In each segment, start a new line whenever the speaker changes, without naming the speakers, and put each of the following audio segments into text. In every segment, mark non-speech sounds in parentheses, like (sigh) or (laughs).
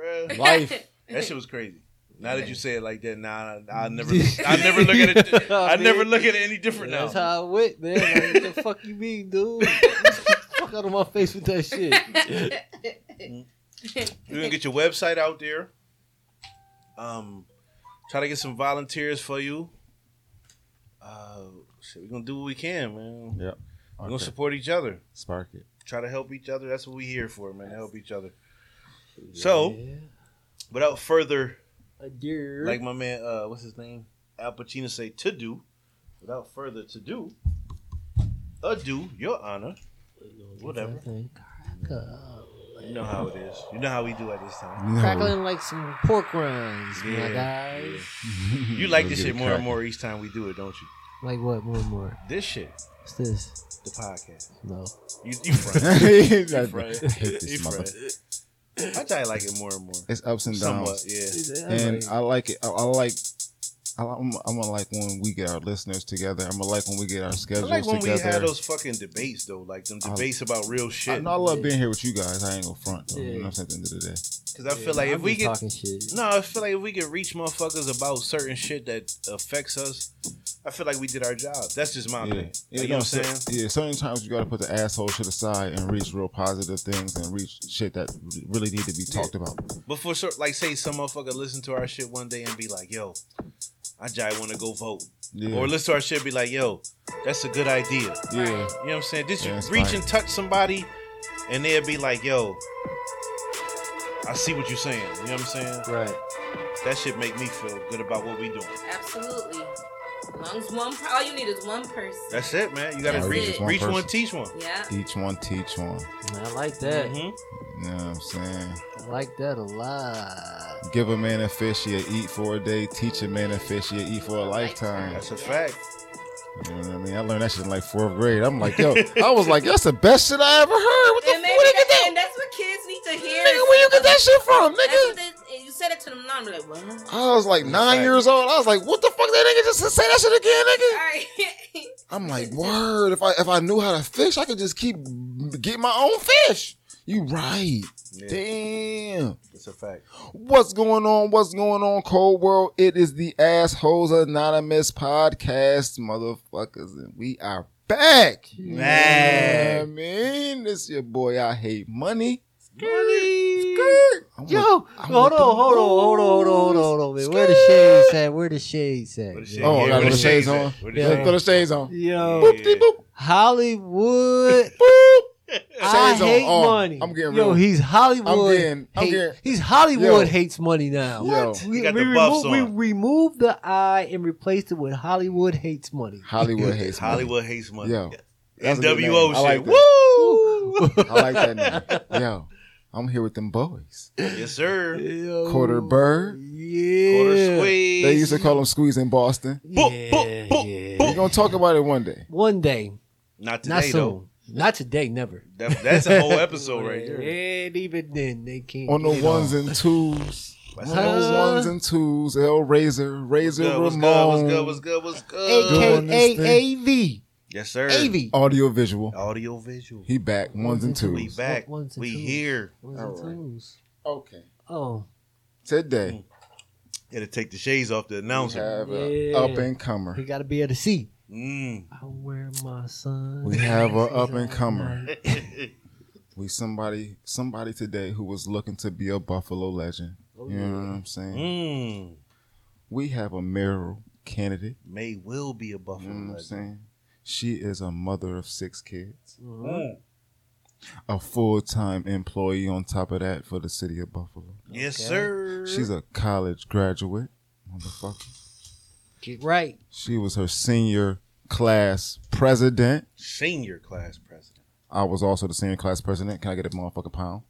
(laughs)
life.
That shit was crazy. Now that you
Yeah.
say it like that, nah, I, I
(laughs)
never, I never look at it. I never look at it any different now.
That's how I went, man. Like, what the fuck you mean, dude? fuck out of my face with that shit.
You're gonna get your website out there. Um, try to get some volunteers for you. Uh, shit, we're gonna do what we can, man.
Yep.
We're gonna support each other.
Spark (laughs) it.
Try to help each other. That's what we here for, man. To help each other. So, without further,
a deer.
like my man, uh, what's his name, Al Pacino say, to do. Without further to do, ado, your honor. Whatever. You know how it is. You know how we do at this time.
Crackling like some pork rinds,
Yeah,
my guys.
You like this
We'll
shit
Mm, get it
more and
cracked.
more each time we do it, don't you?
Like what? More and more.
This shit,
What's this?
the podcast.
No.
You,
(laughs)
you
I
friend.
hate
You friend.
this
You
mother-
friend. I try to like it more and more.
It's ups and
Somewhat,
downs,
yeah.
and I like it. I, I like. I, I'm, I'm gonna like when we get our listeners together. I'm gonna like when we get our
I
schedules
like when
together.
we had those fucking debates though, like them
I-
debates about real
I,
shit.
no, I love being here with you guys. I ain't gonna front. Though, You
Yeah.
know what I'm saying? At the end of the day,
Because I feel like if we get
talking shit,
no, I feel like if we could reach motherfuckers about certain shit that affects us, I feel like we did our job. That's just my
yeah.
opinion.
yeah
Like, you know what
so-
I'm saying?
Yeah, certain times you gotta put the asshole shit aside and reach real positive things and reach shit that really need to be talked about.
But for sure, like say some motherfucker listen to our shit one day and be like, "Yo, I just want to go vote,"
Yeah,
or listen to our shit and be like, "Yo, that's a good idea."
yeah.
You know what I'm saying? Did you
Yeah, it's
reach
fire.
and touch somebody, and they'll be like, "Yo, I see what you're saying." You know what I'm saying?
right?
That shit make me feel good about what we doing.
Absolutely. As long as one, per- all you need is one person.
That's it, man. You gotta
That's
reach,
it.
one, reach
One
one,
person.
teach one.
yeah.
Each one teach one.
I like that.
hmm
You know what I'm saying?
I like that a lot.
Give a man a fish, he'll eat for a day. Teach a man a fish, he'll eat for a lifetime.
That's a fact.
You know what I mean? I learned that shit in like fourth grade. I'm
(laughs)
like, yo, I was like, that's the best shit I ever heard. What the
And
fuck?
maybe
Where you
that,
get that?
and that's what kids need to hear.
Nigga, where you get that shit from,
That's what
nigga?
they- and you said it to them, non like, what? All
I was like nine
Right.
years old. I was like, what the fuck? That nigga just say that shit again, nigga.
right. (laughs)
I'm like, word. If I if I knew how to fish, I could just keep getting my own fish. You right?
Yeah,
Damn.
That's a fact.
What's going on? What's going on, Cold World? It is the Assholes Anonymous podcast, motherfuckers, and we are back. You know what I
Man.
mean, it's your boy. I hate money. I'm
Yo,
like, I'm
hold on, hold on,
with the
hold on, hold on, hold on, hold on, man. Where the shades at? Where the shades
Where
at?
the
man?
shades-
oh,
Yeah,
I gotta
where
put
the
the shades
shades at?
on.
Where the
Yeah,
shades
put the shades on.
Yo,
Boop, dee, boop.
Hollywood. I
Shades on.
hate
Oh,
money.
I'm getting
Yo,
real.
he's Hollywood.
I'm getting- I'm
hate-
getting-
he's Hollywood
Yo.
hates money now.
Yo. What?
We,
You got
we,
the buffs
removed, we
on.
removed the I and replaced it with Hollywood hates money.
Hollywood hates money.
Hollywood hates money.
Yo, that's a good name.
NWO
I like
shit.
that. I like that name. Yo, I'm here with them boys.
Woo! Yes, sir.
(laughs) Yo.
Quarter bird.
Yeah.
Quarter squeeze.
They used to call them squeeze in Boston.
Boop, boop, boop,
We're gonna talk about it one day.
One day,
Not today,
not soon,
though.
not today, never.
That, that's a whole
(laughs)
episode right there.
And even then, they can't
On the
get it
ones
off.
and twos.
What's
On
up?
the
Huh?
ones and twos. El Razor, Razor
Good, what's good? What's
Ramon.
good? What's good? What's good?
doing this
AKA
Yes, sir.
AV. AV.
Audio visual.
Audio visual.
He back ones and
We
twos.
back.
Ones and
We
twos.
here.
Ones
All
and
right.
twos.
Okay.
Oh,
Mm,
Today
Gotta take the shades off the
we
announcer.
have a
Yeah.
up and
he
comer.
got to be able to see.
(laughs)
Mm.
I wear my son.
We have a up and comer. We somebody somebody today who was looking to be a Buffalo legend.
Oh,
You know what I'm saying?
mm.
We have a mayoral candidate.
May will be a
You
Buffalo.
know what I'm
legend.
saying? She is a mother of six kids.
Mhm.
Mm.
a full time employee on top of that for the city of Buffalo.
Yes,
Okay.
sir.
She's a college graduate. Motherfucker.
Get right.
She was her senior class president.
senior class president.
I was also the senior class president. Can I get a motherfucking pound?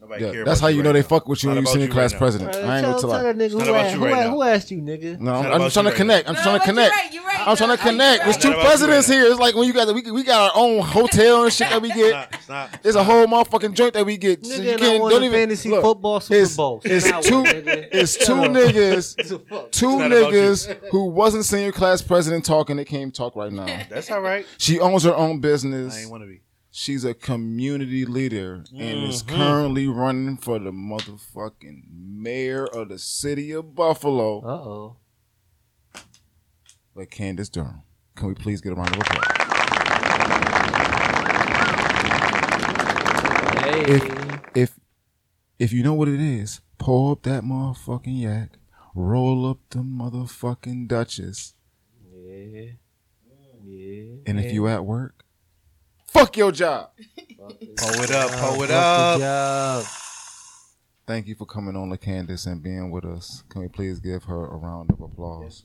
Nobody
Yeah,
care
that's
about
how you
right
know they
now.
fuck with you
Not
when you
about
senior
you
class
right now.
president. I ain't
tell,
gonna
tell
lie.
that nigga
not
who,
about
asked,
you
who,
right
asked-
now.
who asked you, nigga.
No, I'm,
not
I'm
about
just trying
you
to
right
connect. I'm just trying to connect.
You're right.
I'm trying to connect. There's
It's
two
not about you
presidents
right now.
here. It's like when you got we we got our own hotel and shit that we
It's
get.
not- it's not-
There's a whole motherfucking joint that we get. So
Nigga,
you
and I
can't
won
don't
a
even
fantasy
look.
football Super
it's-
Bowl.
it's
Now what,
two-
nigga?
(laughs)
It's
Shut
two
up.
niggas
It's a fuck.
two
It's not about
niggas who
(laughs)
wasn't senior class president talking that came talk right now. (laughs)
That's all right.
She owns her own
I
business.
ain't want to be.
She's a community leader and is
Mhm.
currently running for the motherfucking mayor of the city of Buffalo.
Uh oh.
But Candace Durham. Can we please get a round of applause?
Hey.
If if you know what it is, pull up that motherfucking yak, roll up the motherfucking Duchess,
Yeah. Yeah.
and if you at work, fuck your job.
Pull it up, pull it
Fuck the
up.
job.
Thank you for coming on, Candace, and being with us. Can we please give her a round of applause?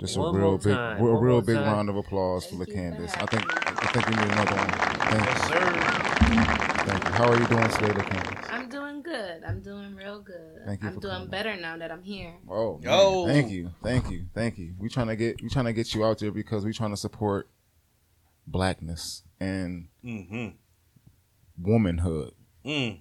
Just a
One
real
more
big,
time,
real,
one
real
more
big
time.
round of applause for
Thank you for
Candace. I
having
think, I think we need another one. Thank,
Yes, sir.
thank you. How are you doing today, Candace?
I'm doing good. I'm doing real good.
Thank you
I'm
for
doing
coming.
better now that I'm here.
Oh, man.
Yo.
thank you, thank you, thank you. We trying to get, we trying to get you out there because we trying to support blackness and
Mm-hmm.
womanhood
Mm.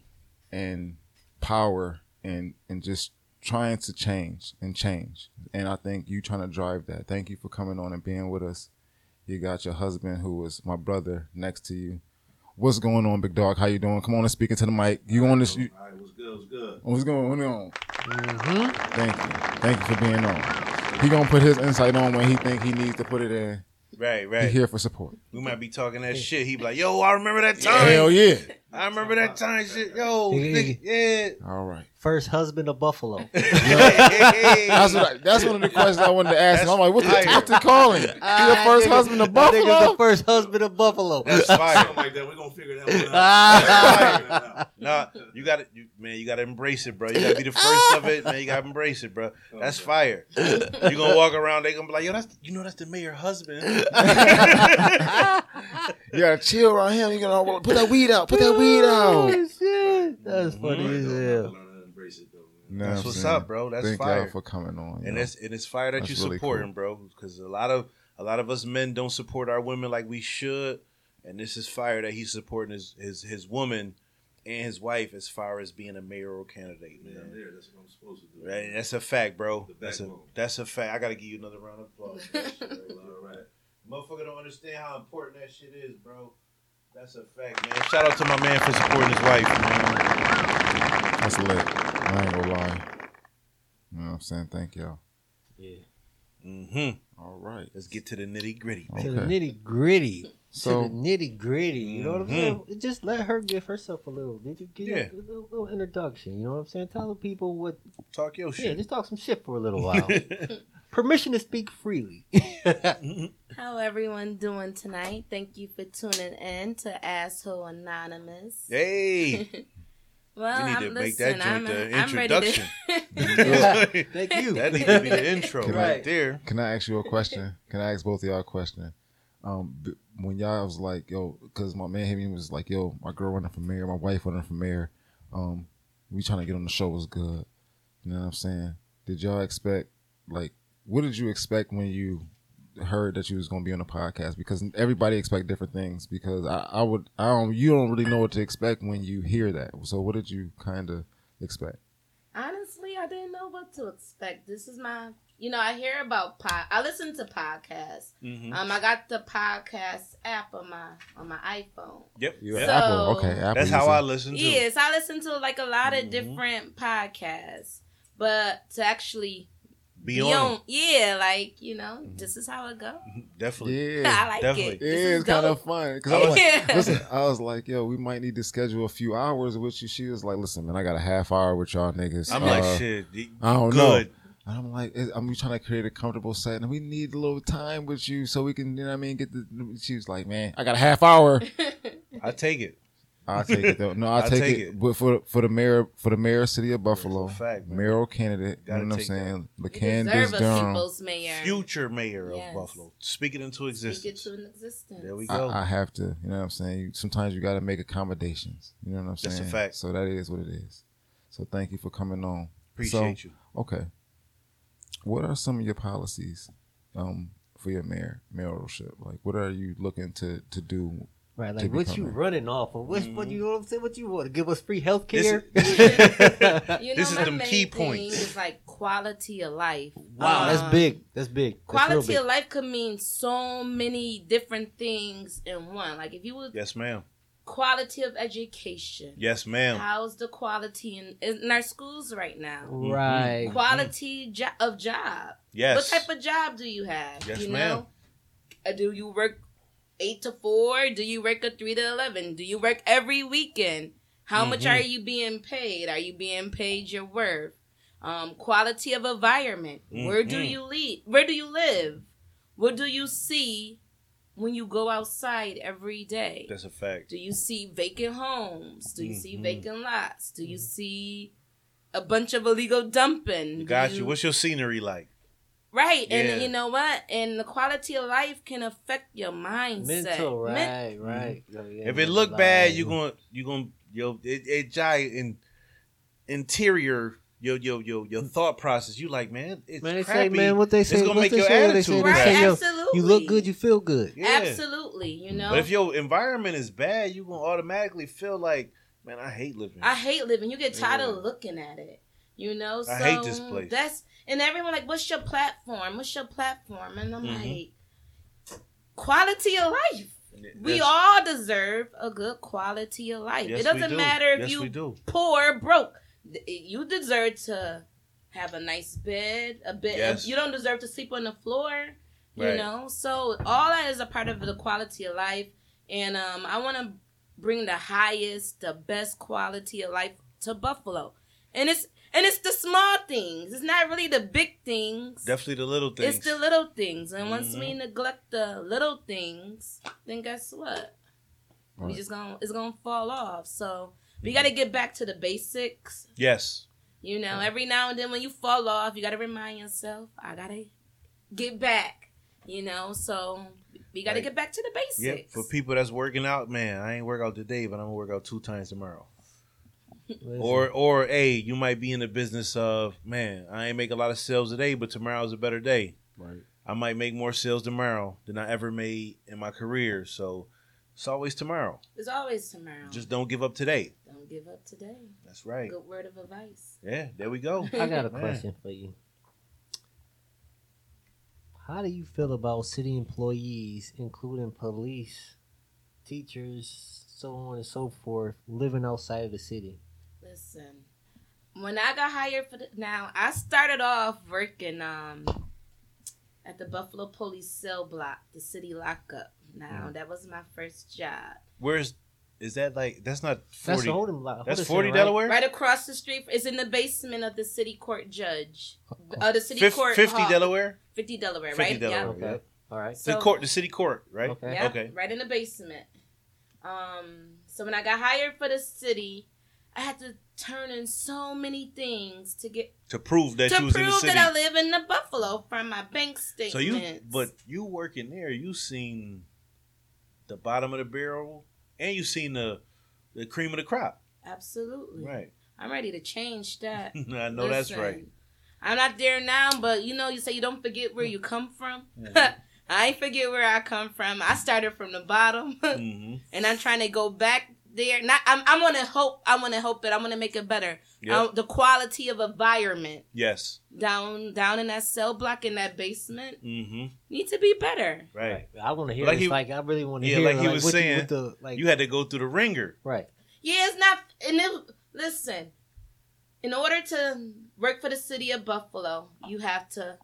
and power and and just trying to change and change. And I think you trying to drive that. Thank you for coming on and being with us. You got your husband who was my brother next to you. What's going on, big dog? How you doing? Come on and speak into the mic. You on this? You,
All right, what's good? What's good?
what's going on?
Mm-hmm.
Thank you. Thank you for being on. He gonna put his insight on when he think he needs to put it in.
Right,
He
right.
here for support.
We might be talking that shit. He be like, "Yo, I remember that time.
Hell yeah!
I remember that time. Shit, yo,
Iggy,
nigga, yeah."
All right.
First husband of (laughs) Buffalo.
(laughs) That's what I, that's one of the questions I wanted to ask him. I'm like, what the,
That's
what's the calling? You the first husband of
Ah, That nigga's the
Buffalo?
first husband of
(laughs)
Buffalo. (laughs)
That's fire.
Something like that. We're gonna figure that one out.
Ah.
Figure that out.
Nah, you got to you, man. You got to embrace it, bro. You got to be the first of it, man. You got to embrace it, bro. That's fire. You gonna walk around, they gonna be like, "Yo, that's you know that's the mayor
(laughs)
husband."
You gotta chill around him. You gotta put that weed out. Put that weed out.
Oh, shit. That's funny
Mm-hmm.
Learn
as
though.
hell.
Learn to embrace it, though, man.
No,
that's what's up, bro. That's
Thank
fire.
y'all for coming on.
and
yo.
it's and it's fire that
That's
you
really
supporting, bro. Because a lot of a lot of us men don't support our women like we should, and this is fire that he's supporting his his, his woman and his wife as far as being a mayoral candidate,
Yeah, I'm
man.
there. That's what I'm supposed to do.
Right, that's a fact, bro.
The
That's a
backbone.
that's a fact. I gotta give you another round of applause. for that shit right there.
All right.
Motherfucker don't understand how important that shit is, bro. That's a fact, man. Shout out to my man for supporting his wife, man.
That's lit. I ain't gonna lie. You know what I'm saying? Thank y'all.
Mm-hmm.
All right.
Let's get to the nitty gritty.
To the
Okay.
nitty gritty. to the
So
nitty gritty. You know what I'm
Mhm.
saying? Just let her give herself a little, did you give
Yeah.
a little, little introduction. You know what I'm saying? Tell the people what.
Talk your
Yeah,
shit.
just talk some shit for
(laughs)
a little while. Permission to speak freely.
How everyone doing tonight? Thank you for tuning in to Asshole Anonymous.
hey.
Well,
We need
I'm
to make that
listening. I'm,
joint the
I'm ready to.
(laughs)
(laughs)
Thank you.
that needs
(laughs)
to be the intro
Can
right,
I-
there.
can I ask you a question? Can I ask both of y'all a question? Um, b- when y'all was like, yo, because my man hit me and was like, yo, my girl running for mayor, my wife running for mayor. Um, we trying to get on the show was good. You know what I'm saying? Did y'all expect like what did you expect when you heard that you was gonna be on the podcast? Because everybody expect different things. Because I, I would I don't you don't really know what to expect when you hear that. So what did you kind of expect?
Honestly, I didn't know what to expect. This is my, you know, I hear about pod. I listen to podcasts.
Mm-hmm.
Um, I got the podcast app on my on my iPhone.
Yep.
You
So-
Apple, okay. Apple,
That's
you
how
(laughs)
I
said.
listen to.
Yes, I listen to like a lot of
Mhm.
different podcasts, but to actually
Be on. it.
yeah, like you know, this is how it goes.
(laughs) Definitely.
Yeah.
(laughs) I like
definitely.
it.
Yeah,
This is
it's kind of
dope.
fun because I was like,
(laughs) Yeah.
listen, I was like, yo, we might need to schedule a few hours with you. She was like, listen, man, I got a half hour with y'all niggas.
I'm
Uh,
like shit. y-
I don't know.
Good.
And I'm like, is- I'm trying to create a comfortable setting. We need a little time with you so we can, you know what I mean, get the. She was like, man, I got a half hour.
(laughs)
I take it.
I'll take
(laughs)
it though. No, I'll,
I'll
take,
take
it.
it.
But for for the mayor for the mayor of city of Buffalo,
That's a fact, man.
mayoral candidate. You
Gotta
know what I'm
take that.
saying? The
You
Candace
deserve a
Durham.
people's mayor.
Future mayor of
Yes.
Buffalo. Speak it into
Speak it
existence.
to an existence.
There we go.
I, I have to, you know what I'm saying? You, sometimes you got to make accommodations. You know what I'm
That's a
saying?
fact.
So that is what it is. So thank you for coming on.
Appreciate you.
Okay. What are some of your policies um, for your mayor mayoralship? Like, what are you looking to to do?
Right,
To
like
be
what you
coming.
running off of? What, what you know what I'm saying? What you want to give us free health
This
care?
is-
(laughs)
You know,
This is
my
them
main
key
thing
points.
Is like quality of life.
Wow,
Um,
that's big. That's big. That's real
Quality
big.
of life could mean so many different things in one. Like if you would
Yes, ma'am.
quality of education.
Yes, ma'am.
How's the quality in, in our schools right now?
Mm-hmm. Right.
Quality jo- of job.
Yes.
What type of job do you have?
Yes,
you
ma'am.
Uh, Do you work eight to four? Do you work a three to eleven? Do you work every weekend? How much
Mhm.
are you being paid? Are you being paid your worth? Um, quality of environment. Where do
Mhm.
you live? Where do you live? What do you see when you go outside every day?
That's a fact.
Do you see vacant homes? Do you see
Mhm.
vacant lots? Do you
Mm-hmm.
see a bunch of illegal dumping? Do
Got you. What's your scenery like?
Right. And
Yeah.
you know what? And the quality of life can affect your mindset.
Mental, right,
Men-
right. Oh, yeah,
If it
mental
look bad,
life.
you going you going yo it, it jive in interior yo yo yo your thought process. You like man, it's
Man, they
crappy.
say, man, what they say,
gonna
what
make
they
your
say, they say,
attitude
they
right.
bad.
say, yo,
Absolutely.
you look good, you feel good.
Yeah.
Absolutely. You know?
But if your environment is bad, you gonna automatically feel like man, I hate living.
I hate living. You get tired
Yeah.
of looking at it. You know? So
I hate this place.
That's and everyone like, what's your platform? What's your platform? And I'm
Mhm.
like, quality of life.
here.
We
That's-
all deserve a good quality of life.
yes,
it
we
doesn't
do.
matter if
yes,
you
we do.
poor, broke. Th- You deserve to have a nice bed, a bed.
Yes.
You don't deserve to sleep on the floor, you
Right.
know. So all that is a part of the quality of life, and um, I want to bring the highest, the best quality of life to Buffalo, and it's and it's the small things. It's not really the big things.
Definitely the little things.
It's the little things, and once we
Mhm.
neglect the little things, then guess what? We
Right.
just gonna it's gonna fall off. So
Mm-hmm.
we gotta get back to the basics.
yes.
You know, every now and then when you fall off, you gotta remind yourself, I gotta get back. You know, so we gotta
Right.
get back to the
Yep.
basics.
For people that's working out, man, I ain't work out today, but I'm gonna work out two times tomorrow.
Listen,
Or or hey, you might be in the business of man, I ain't make a lot of sales today, but tomorrow's a better day.
Right.
I might make more sales tomorrow than I ever made in my career. So it's always tomorrow.
There's always tomorrow.
Just don't give up today.
don't give up today.
That's right.
Good word of advice.
Yeah, there we
(laughs)
go. (laughs)
I got a
Man.
question for you. How do you feel about city employees, including police, teachers, so on and so forth, living outside of the city?
Listen, when I got hired for the, now, I started off working um at the Buffalo Police Cell Block, the city lockup. Now
Mm-hmm.
that was my first job,
Where's is that like that's not
That's
forty
the holding lot.
that's
holding cell,
forty
right?
Delaware?
right across the street. It's in the basement of the city court judge, uh, the city
Fif-
court
Fifty
hall.
Delaware?
fifty Delaware,
Fifty
right?
Delaware.
Okay.
Yep.
All right.
So-
the court the city court, right?
Okay.
Yeah,
Right?
yeah,
Okay.
right in the basement. Um, so when I got hired for the city, I had to turn in so many things to get
To prove that
to
you
prove
was in the city.
that I live in the Buffalo from my bank statement.
so you but you working there, you seen the bottom of the barrel and you seen the the cream of the crop.
absolutely,
Right. (laughs)
I'm ready to change that.
I know that's
Listen,
right.
I'm not there now, but you know, you say you don't forget where you come from.
Mhm.
(laughs) I ain't forget where I come from. I started from the bottom, (laughs)
hmm
and I'm trying to go back there. Not, I'm, I'm gonna hope. I want to hope it. I'm gonna make it better.
Yep.
Uh, the quality of environment
Yes.
down down in that cell block in that basement
hmm
need to be better.
Right.
I want to hear
Like
like
he-
Like I really want to
Yeah,
hear.
like he was
what you-
saying,
what the, like,
You had to go through the ringer.
right.
Yeah, it's not. And it, listen, in order to work for the city of Buffalo, you have to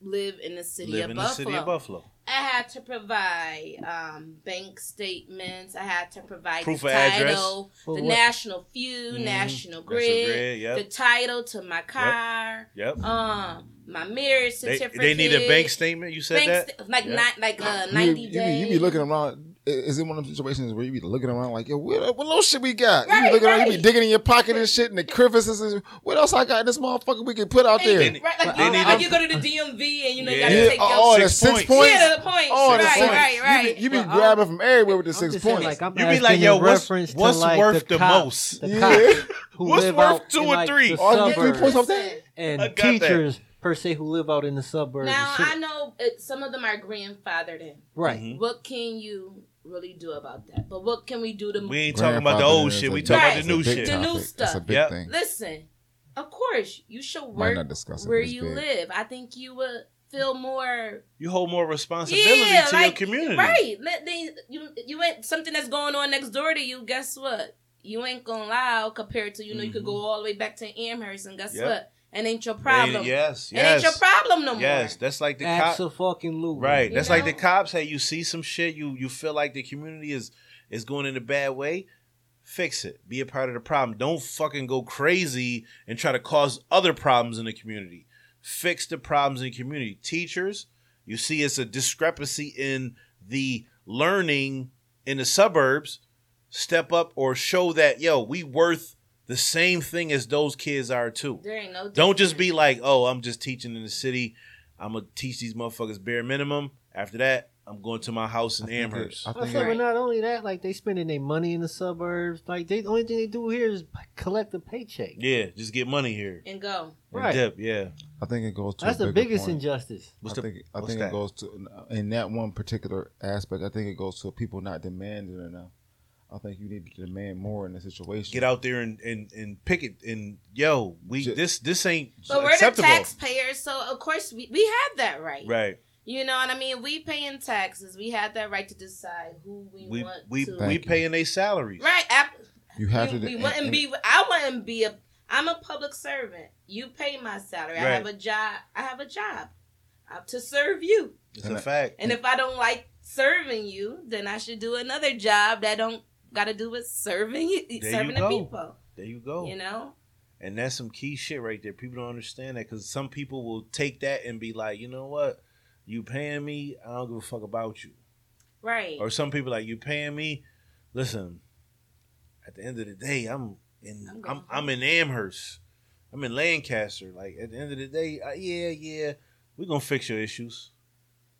live in the city,
live
of,
in
Buffalo.
the city of Buffalo.
I had to provide um, bank statements. I had to provide
Proof
the
of address.
title,
Well,
the
what-
national feud,
Mhm.
national
That's a
grid,
Yep.
the title to my car,
yep.
um, my marriage
They,
certificate.
they need a bank statement. You said
bank
that.
sta- like
Yeah.
ni- like uh,
You be-
ninety
you, be,
days.
you be looking around. i- Is it one of those situations where you be looking around like, yo, what, what little shit we got? you
Right,
be looking around, you
right.
be digging in your pocket and shit, and the crevices. And, what else I got in this motherfucker we can put out
Hey,
there?
They-
right, like,
they
you,
need
know,
a-
you go to the DMV and you know you
Yeah.
gotta
Yeah,
take your
oh,
Six
that's six
points.
points.
Yeah, the points.
Oh,
right,
the points.
right,
You
right,
be, you be
Well, I'm-
grabbing from everywhere with the
I'm
six
just saying,
points.
like, I'm
You be
asking
like,
in
yo, what's,
reference to,
what's
like,
worth the,
cops,
most?
The
Yeah.
cops
(laughs)
who
What's
live
worth
out
two
in,
or
like,
three?
the
All you three
suburbs.
points up
Listen,
there.
I
and
got that.
teachers per se who live out in the suburbs.
Now
and shit.
I know it, some of them are grandfathered in.
right.
Mm-hmm.
Mhm.
What can you really do about that? But what can we do to
We ain't talking about the
Grandfather
old
is
shit.
a
We
big-
talking about
Right.
the new
That's a
shit.
big
The new
topic. That's a
stuff.
big
Yep.
thing.
listen? Of course, you should
Might
work
not discuss it.
where
but it's Hmm.
you
big.
live. I think you would feel more
You hold more responsibility
Yeah,
to
like,
your community.
Hmm.
right. Let they you you ain't something that's going on next door to you. Guess what? You ain't gonna lie compared to you know you
Mm-hmm.
could
Mhm.
go all the way back to Amherst and guess
Yep.
what? It ain't your
Hey,
problem.
yes,
It ain't your
yes.
problem no more.
Yes, that's like the cops.
Absolutely.
Right.
You
That's like the
know?
cops. Hey, you see some shit, you you feel like the community is is going in a bad way. Fix it. Be a part of the problem. Don't fucking go crazy and try to cause other problems in the community. Fix the problems in the community. Teachers, you see it's a discrepancy in the learning in the suburbs. Step up or show that, yo, we worth the same thing as those kids are too.
There ain't no
Don't just be
difference.
like, oh, I'm just teaching in the city. I'm gonna teach these motherfuckers bare minimum. After that, I'm going to my house in
I think it-
Amherst.
I
I
think
said,
it-
but not only that, like they spending their money in the suburbs. Like they, the only thing they do here is collect a paycheck.
yeah, just get money here.
and go.
And
Right.
dip, yeah.
I think it goes to
That's
a
the
bigger
biggest
point.
injustice.
What's
I
the-
think I
what's
think
that?
it goes to in that one particular aspect. I think it goes to people not demanding enough. I think you need to demand more in the situation.
Get out there and and and pick it. And yo, we
Ju-
this this ain't
But we're the
acceptable.
taxpayers, so of course we, we have that right.
Right.
You know what I mean? We paying taxes. We have that right to decide who we,
We
want
we
to.
Thank
we
you.
paying their salaries.
right. I,
You have
we,
to.
we
and-
wouldn't
and-
be. I wouldn't be a. I'm a public servant. You pay my salary. I
Right.
have a job. I have a job uh, to serve you.
It's
And
a
I-
fact.
And if I don't like serving you, then I should do another job that don't got to do with serving you,
you
serving the
go.
people.
There you go.
You know.
And that's some key shit right there. People don't understand that because some people will take that and be like, you know what, you paying me, I don't give a fuck about you.
Right.
or some people like you paying me. Listen, at the end of the day, I'm in
I'm
I'm
going
I'm, in Amherst. I'm in Lancaster. Like at the end of the day, I, yeah, yeah, we're gonna fix your issues.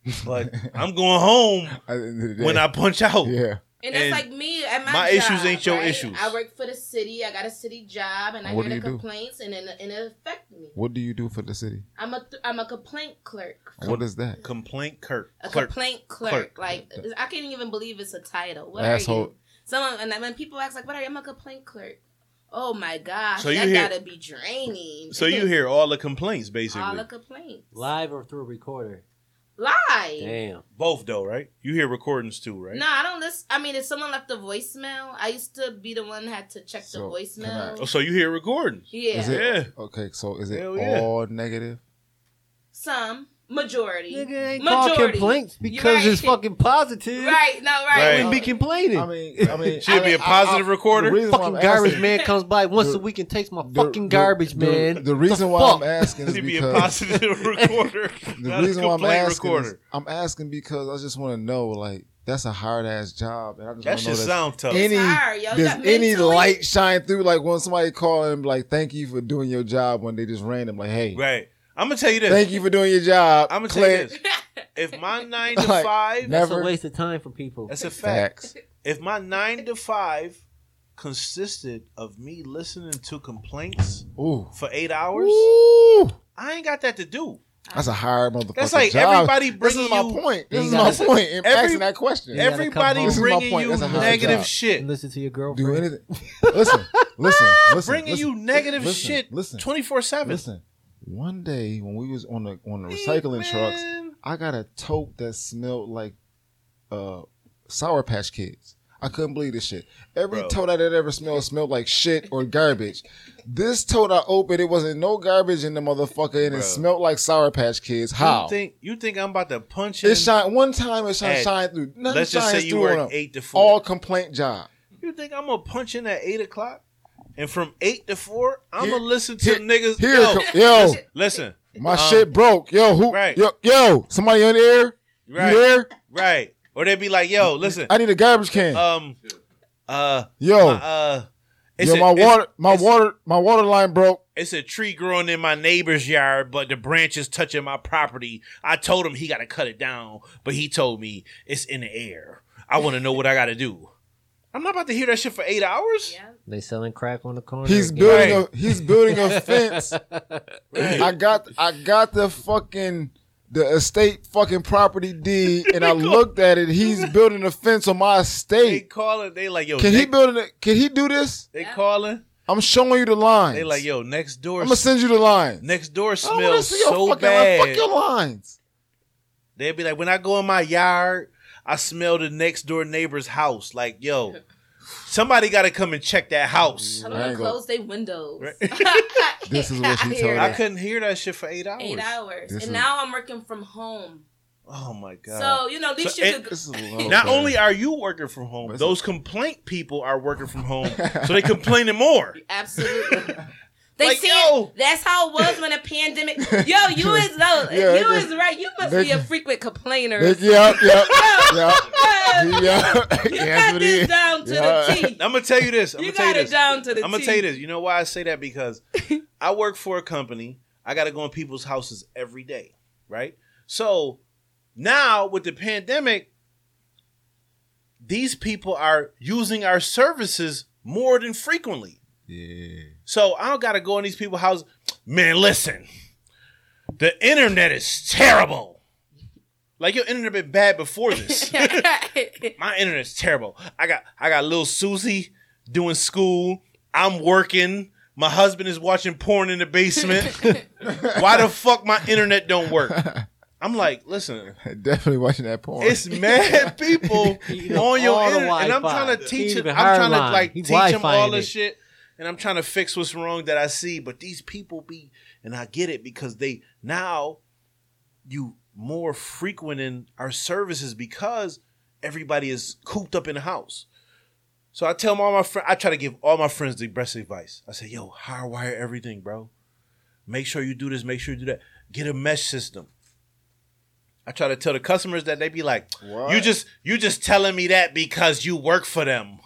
(laughs)
But I'm going home
At the end of the day,
when I punch out.
yeah,
And it's
And
like me at my
my
job,
issues ain't your
right?
issues.
I work for the city. I got a city job, and I
What do
hear the
you do?
complaints, and it, and it affects me.
what do you do for the city?
I'm a th- I'm a complaint clerk.
What is that?
Complaint clerk.
A
clerk.
complaint clerk. Like I can't even believe it's a title. What are
Asshole.
you? Someone and then when people ask like, "What are you?" I'm a complaint clerk. Oh my gosh,
So you
that
hear-
gotta be draining.
So you hear all the complaints basically.
all the complaints
Live or through a recorder.
live.
Damn.
Both though, right? You hear recordings too, right?
No, I don't listen. I mean, if someone left a voicemail, I used to be the one that had to check
So,
the voicemail.
Oh, so you hear recordings.
yeah,
Is it
Yeah.
okay? So is it
Hell yeah.
all negative?
some majority.
Nigga ain't called
Majority.
complaints
You
because it's
right.
fucking positive.
Right? No, right.
Right.
Wouldn't be complaining.
I mean, I mean,
Should be a positive recorder.
The reason why
fucking
I'm
garbage
asking-
man comes by once
The-
a week and takes my
the-
fucking
the-
garbage
the-
man.
The reason why
fuck?
I'm asking is
Should be a
because
positive recorder.
(laughs) the
not a
reason why I'm
complaint
asking
recorder.
is, I'm asking because I just want to know like that's a hard ass job and I just
that
want to know
should
that
sound tough.
any
hard, yo. You
does
got
any
mentally- (laughs)
light shine through like when somebody call and be like thank you for doing your job when they just random like hey
Right. I'm gonna tell you this.
thank you for doing your job
I'm gonna tell you
Click.
this. If
(laughs)
my nine to
Like,
five,
never-
That's a waste of time for people.
that's a fact.
facts
If my nine to five consisted of me listening to complaints
ooh
for eight hours,
Ooh,
I ain't got that to do.
that's a hard motherfucker
That's like
job.
everybody
this
bringing
is my
you,
point this
You
is
gotta-
my point in
Every-
asking that question
You gotta come
everybody
home. This is
my
bringing
point.
you
That's a hard
negative
job.
And
shit,
listen to your girlfriend.
do anything listen
(laughs)
listen listen
bringing
listen,
you negative
listen,
shit,
listen
twenty four seven.
listen one day when we was on the on the recycling trucks I got a tote that smelled like uh Sour Patch Kids. I couldn't believe this shit. Every
Bro.
tote I had ever smelled smelled like shit or garbage. this tote I opened, it wasn't no garbage in the motherfucker, and
Bro.
it smelled like Sour Patch Kids. How?
You think you think I'm about to punch
It
in?
shined one time. It shined,
Ed,
shined through. Nothing
Let's just say
shines
you
through on
work
them.
eight to four.
All complaint job.
You think I'm gonna punch in at eight o'clock, and from eight to four, I'm
Here-
gonna listen to
here-
niggas.
Here,
yo,
it come- yo,
listen,
my
Um,
shit broke. Yo, who?
right.
Yo, yo, somebody on the air?
right,
You there?
right, or they'd be like, "Yo, listen,
I need a garbage can.
um, uh,
yo,
my, uh, it's
yo,
a,
my
it's-
water, my
it's-
water, my water line broke.
It's a tree growing in my neighbor's yard, but the branches touching my property. I told him he got to cut it down, but he told me it's in the air. I want to know what I got to do. I'm not about to hear that shit for eight hours.
Yeah.
They selling crack on the corner.
He's
again. Oh,
building
Right.
a he's
(laughs)
building
(laughs)
a fence. I got I got the fucking the estate fucking property deed,
(laughs)
and I looked at it. He's building a fence on my
They
estate.
calling. They like, yo,
Can
they,
he build? An, can he do this?
they calling.
I'm showing you the lines.
They like, yo, next door.
I'm gonna send you the lines.
Next door
I don't wanna
smells
see your
so
fucking line.
bad.
Fuck your lines.
They'd be like, when I go in my yard, I smell the next door neighbor's house. Like, yo, somebody got to come and check that house.
Tell
I
them to
ain't gonna-
close their windows. (laughs)
Right.
This is what she
I
told
hear
me.
I
that.
couldn't hear that shit for eight hours.
Eight hours, and
This is-
now I'm working from home.
Oh my god.
So you know, at least
So
you
it-
could.
This is a little
Not
bad. (laughs)
only are you working from home,
Listen.
those complaint people are working from home, so they complaining more. (laughs)
Absolutely. They
Like,
see
yo.
it. That's how it was when the pandemic.
(laughs)
Yo, you is though.
(laughs) Yeah,
you
they-
is right. You must
they-
be a frequent complainer.
Yep, yep, yep. yep.
(laughs) you
That's (laughs)
got
what
this
it is.
down to
Yeah.
(laughs)
the T.
I'm gonna tell you this. I'm
You
gonna tell you
got it
this.
down to the T.
I'm gonna tell you
(laughs)
this. You know why I say that? Because I work for a company. I gotta go in people's houses every day, right? So now with the pandemic, these people are using our services more than frequently.
Yeah.
So I don't gotta go in these people's houses. Man, listen, the internet is terrible. Like your internet been bad before
(laughs)
this. my internet's terrible. I got I got little Susie doing school. I'm working. My husband is watching porn in the basement. Why the fuck my internet don't work? I'm like, listen,
Definitely watching that porn.
it's mad people
(laughs) He done
on your
all the
internet, and I'm
Wi-Fi.
trying to
He
teach it.
even
I'm trying to
hardline.
like
He
teach them all
Wi-Fi'd
this
it.
shit, and I'm trying to fix what's wrong that I see. But these people be, and I get it because they now you more frequent in our services because everybody is cooped up in the house. So I tell all my friends, I try to give all my friends the best advice. I say, yo, hardwire everything, bro. Make sure you do this. Make sure you do that. Get a mesh system. I try to tell the customers that they be like,
What?
you just you just telling me that because you work for them.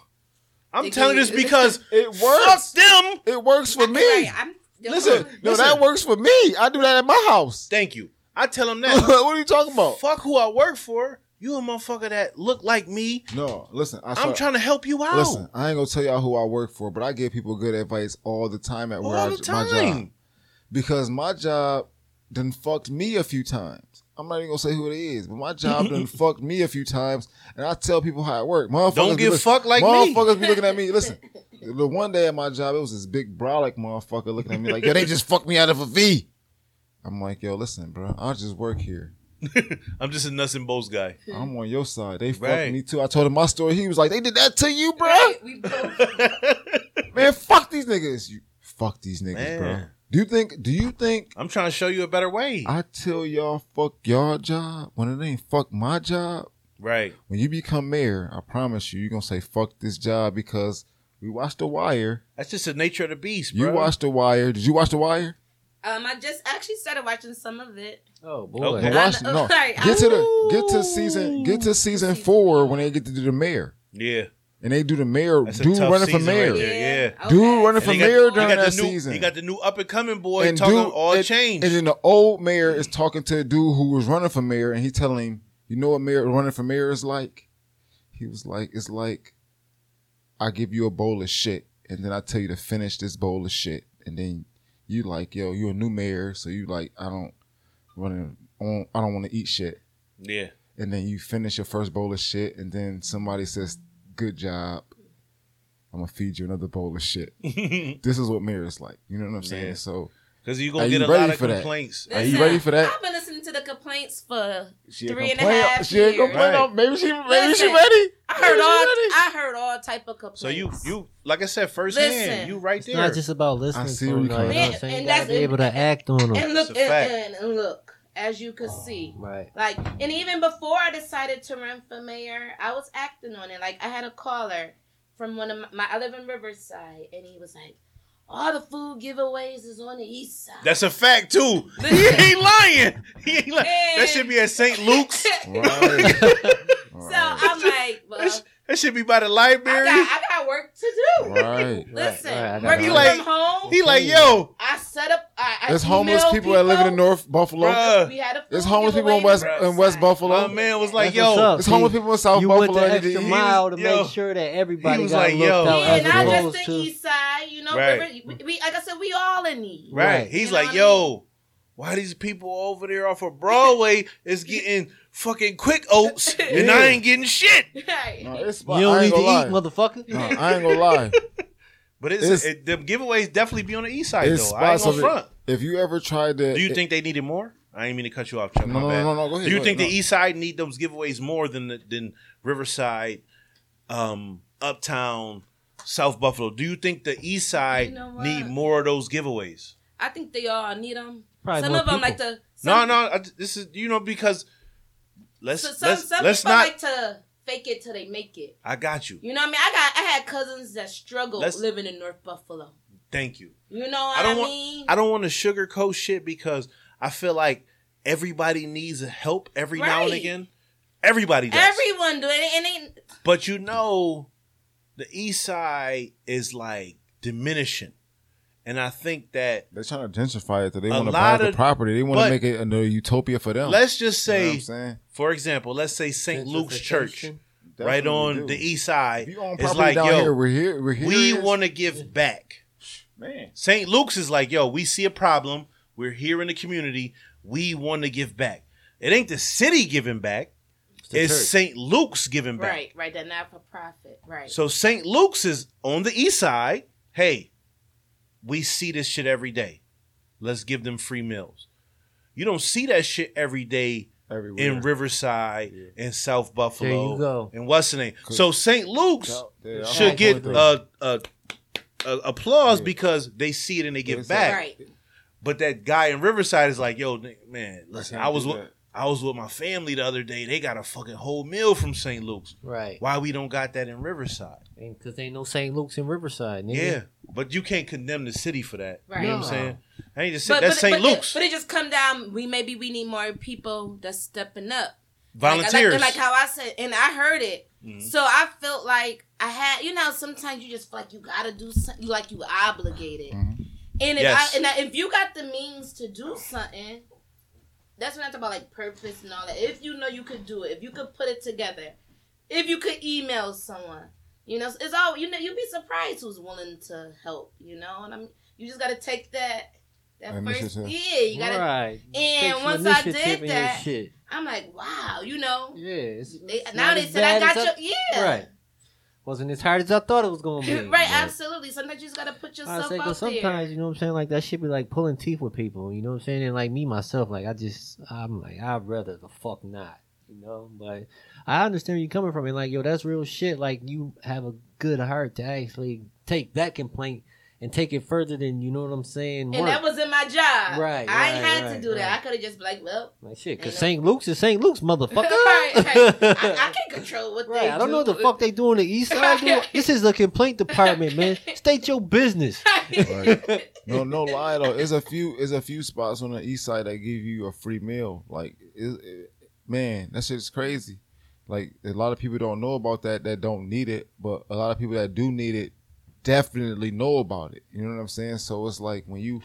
I'm
They
telling
do.
this because
It
fuck
works.
them.
It works for me.
I'm,
Listen, no,
Listen.
that works for me. I do that at my house. (laughs)
Thank you. I tell them
what (laughs)
that.
are you talking about?
fuck who I work for. You a motherfucker that look like me.
No, listen. I
I'm
saw-
trying to help you out
Listen, I ain't gonna tell y'all who I work for, but I give people good advice all the time at where
all
I,
the
my job
time.
because my job done fucked me a few times. I'm not even gonna say who it is, but my
(laughs)
job done fucked me a few times, and I tell people how it worked. Motherfuckers
Don't
be
get
looking-
fucked like me.
motherfuckers be looking at me.
(laughs)
Listen, the one day at my job, it was this big brolic motherfucker looking at me like, "Yo, they just fucked me out of a V." I'm like, "Yo, listen, bro, I just work here.
(laughs) I'm just a nuts and bolts guy. (laughs)
I'm on your side. They fucked
Hmm. Right.
me too." I told him my story. He was like, "They did that to you, bro."
We both.
Man, fuck these niggas. You, fuck these niggas, bro.
Man.
Do you think? Do you think
I'm trying to show you a better way.
I tell y'all fuck y'all job when it ain't fuck my job?
right.
When you become mayor, I promise you, you're gonna say fuck this job because we watched The Wire.
That's just the nature of the beast,
You
bro.
watched The Wire. Did you watch The Wire?
Um, I just actually started watching some of it.
Oh boy.
Okay.
But
I
watch
know- (laughs)
no.
sorry,
Get to the
I-
get to season get to season four when they get to do the mayor
yeah.
and they do the mayor
That's a
dude
tough
running for
season right
mayor.
there. yeah.
Dude
Okay.
running
And
for
he got-
mayor
he
during
got
that
the new,
season.
He got the new up and coming boy talking
dude-
all
and-
change.
And then the old mayor is talking to a dude who was running for mayor, and he telling him, "You know what mayor running for mayor is like?" He was like, "It's like I give you a bowl of shit, and then I tell you to finish this bowl of shit, and then you like, yo, you're a new mayor, so you like, I don't want to, I don't want to eat shit,
yeah. (laughs)
and then you finish your first bowl of shit, and then somebody says, "Good job." I'm gonna feed you another bowl
(laughs)
of shit. this is what mayor is like. You know what I'm saying?
Yeah.
So
Because you're
Are
going to
you
get a
ready
lot of
for that?
complaints.
Are you ready for that?
I've been listening to the complaints for.
She ain't
Three and a
complain.
half
She ain't
years.
complain.
Right.
Maybe she. Maybe
Listen,
she ready.
I heard
Maybe she
all.
ready.
I heard all type of complaints.
So you, you like I said, first
Listen.
hand, you right
It's
there.
not just about listening
I
to
see
them,
where
though,
you
you know
coming
what
from.
I'm saying?
And
You gotta
that's-
be able to act on them.
and look
It's
and,
a fact.
and, and look as you could see
Right.
like and even before i decided to run for mayor i was acting on it like i had a caller from one of my, my i live in riverside and he was like all the food giveaways is on the east side
That's a fact
(laughs)
too. He
Listen.
ain't lying. He ain't lying.
Yeah.
(laughs) That should be at St. Luke's.
(laughs) so
Right.
i'm like well
That's- That should be by the
I,
library.
got, I got work to do
right.
listen
Right, right, I got
working
it. Like-
from home
He like, yo,
i set up i, I
There's homeless
emailed
people, that live in the North Buffalo.
Bruh.
we had a food
There's homeless people
giveaway
in West
the
in West
Riverside.
Buffalo.
my man was like,
That's what's
yo,
up.
There's homeless people in South
you went
Buffalo.
the
that
extra
need to eat.
mile to
yo,
make sure that everybody
was
got
like,
looked
yo.
out
Yeah,
as
not
opposed
just the
to.
east side, you know.
Right.
River- we, we, like I said, we all in need.
right?
Right.
He's
You know
like,
what I
yo, why these people over there off of Broadway is getting fucking quick
(laughs)
oats and
Yeah.
I ain't getting shit.
Right.
No, it's,
You don't
I
need
ain't
to
gonna
eat,
lie.
(laughs)
motherfucker.
No, I ain't gonna lie.
But it's,
It's-
it, the giveaways definitely be on the east side
It's
though. I ain't
spots
gonna
of
front.
it. If you ever tried to,
Do you
it-
think they needed more? I ain't mean to cut you off, Chuck.
No,
my
no,
bad.
no, no, go ahead,
Do you
go
think
ahead,
the
no.
East Side need those giveaways more than the- than Riverside, um, Uptown, South Buffalo? Do you think the East Side
You know what?
need more of those giveaways?
I think they all need them.
Probably
some
more
of them like
people.
to. Some,
no, no. I, this is you know because let's
So some
let's,
some
let's
people
not.
like to fake it till they make it.
I got you.
You know what I mean? I got I had cousins that struggled
Let's-
living in North Buffalo.
Thank you.
You know what
I
I,
don't want-
mean?
I don't want to sugarcoat shit because I feel like everybody needs help every now and
Right.
again. Everybody does.
Everyone do it, and they
But you know, the east side is like diminishing. And I think that
they're trying to gentrify it. That they
A
want to buy
lot
the
of-
property. They want
but-
to make it another utopia for them.
let's just
You know what
say,
I'm saying?
for example, let's say St. Luke's Church
Gentrification.
That's
right
what we
on
do.
the east
If
side
you own
is
property
like,
down here,
yo,
we're here. We're here.
we
it is.
want to give back.
man.
St. Luke's is like, yo, we see a problem. We're here in the community. We want to give back. It ain't the city giving back.
It's the
It's
church.
St. Luke's giving back.
right, right. That not for profit, right?
So St. Luke's is on the east side. Hey, we see this shit every day. Let's give them free meals. You don't see that shit every day
Everywhere.
in Riverside and South Buffalo.
There you go.
And what's the name? So St. Luke's
Yeah, I'm
should
all
get
for it.
uh, uh, uh, applause
Yeah.
because they see it and they give
It's
back.
right.
But that guy in Riverside is like, yo, n- man, listen,
can't
I, was
do
with,
that.
I was with my family the other day. They got a fucking whole meal from St. Luke's.
Right.
Why we don't got that in Riverside?
Because ain't no St. Luke's in Riverside. Nigga.
Yeah, but you can't condemn the city for that.
Right.
You know what
No.
I'm saying? I ain't just saying that's
but,
St.
but it-
Luke's
but it just come down. We maybe we need more people that's stepping up.
volunteers. Mm-hmm.
Like, like, like how I said, and I heard it. So I felt like I had, you know, sometimes you just feel like you gotta do something, like you obligated.
Mhm.
And if
Yes.
I, and I, if you got the means to do something, that's when I talk about like purpose and all that. If you know you could do it, if you could put it together, if you could email someone, you know, it's all you know. You'd be surprised who's willing to help. You know, and I'm. You just gotta take that. That first,
Initiative.
yeah, you gotta.
right.
And
Take some
once I did
initiative in your
that,
shit.
I'm like, wow, you know.
Yeah. It's,
They,
it's
now
not
they
as
said I
bad as
got your yeah
Right. Wasn't as hard as I thought it was going to be.
(laughs) right, absolutely. Sometimes you just gotta put
I
yourself
say,
out
cause sometimes
there.
you know what I'm saying. Like that should be like pulling teeth with people. You know what I'm saying. And like me myself, like I just, I'm like, I'd rather the fuck not. You know, but I understand where you're coming from. And like, yo, that's real shit. Like you have a good heart to actually take that complaint and take it further than you know what I'm saying.
And that
work.
was in my job.
Right,
I ain't
right,
had to
right,
do that.
right.
I could have just been
(laughs)
like, well,
like shit,
and
cause
that-
St. Luke's is St. Luke's, motherfucker.
(laughs) right,
(laughs)
right. I, I can't control what they
Right, I don't
do.
know what the fuck they do on the
(laughs)
east side. dude. This is the complaint department, man. State your business.
Right. No, no lie though. It's a few. It's a few spots on the east side that give you a free meal. Like, it, it- man, that shit's crazy. Like a lot of people don't know about that. That don't need it, but a lot of people that do need it definitely know about it. You know what I'm saying? So it's like when you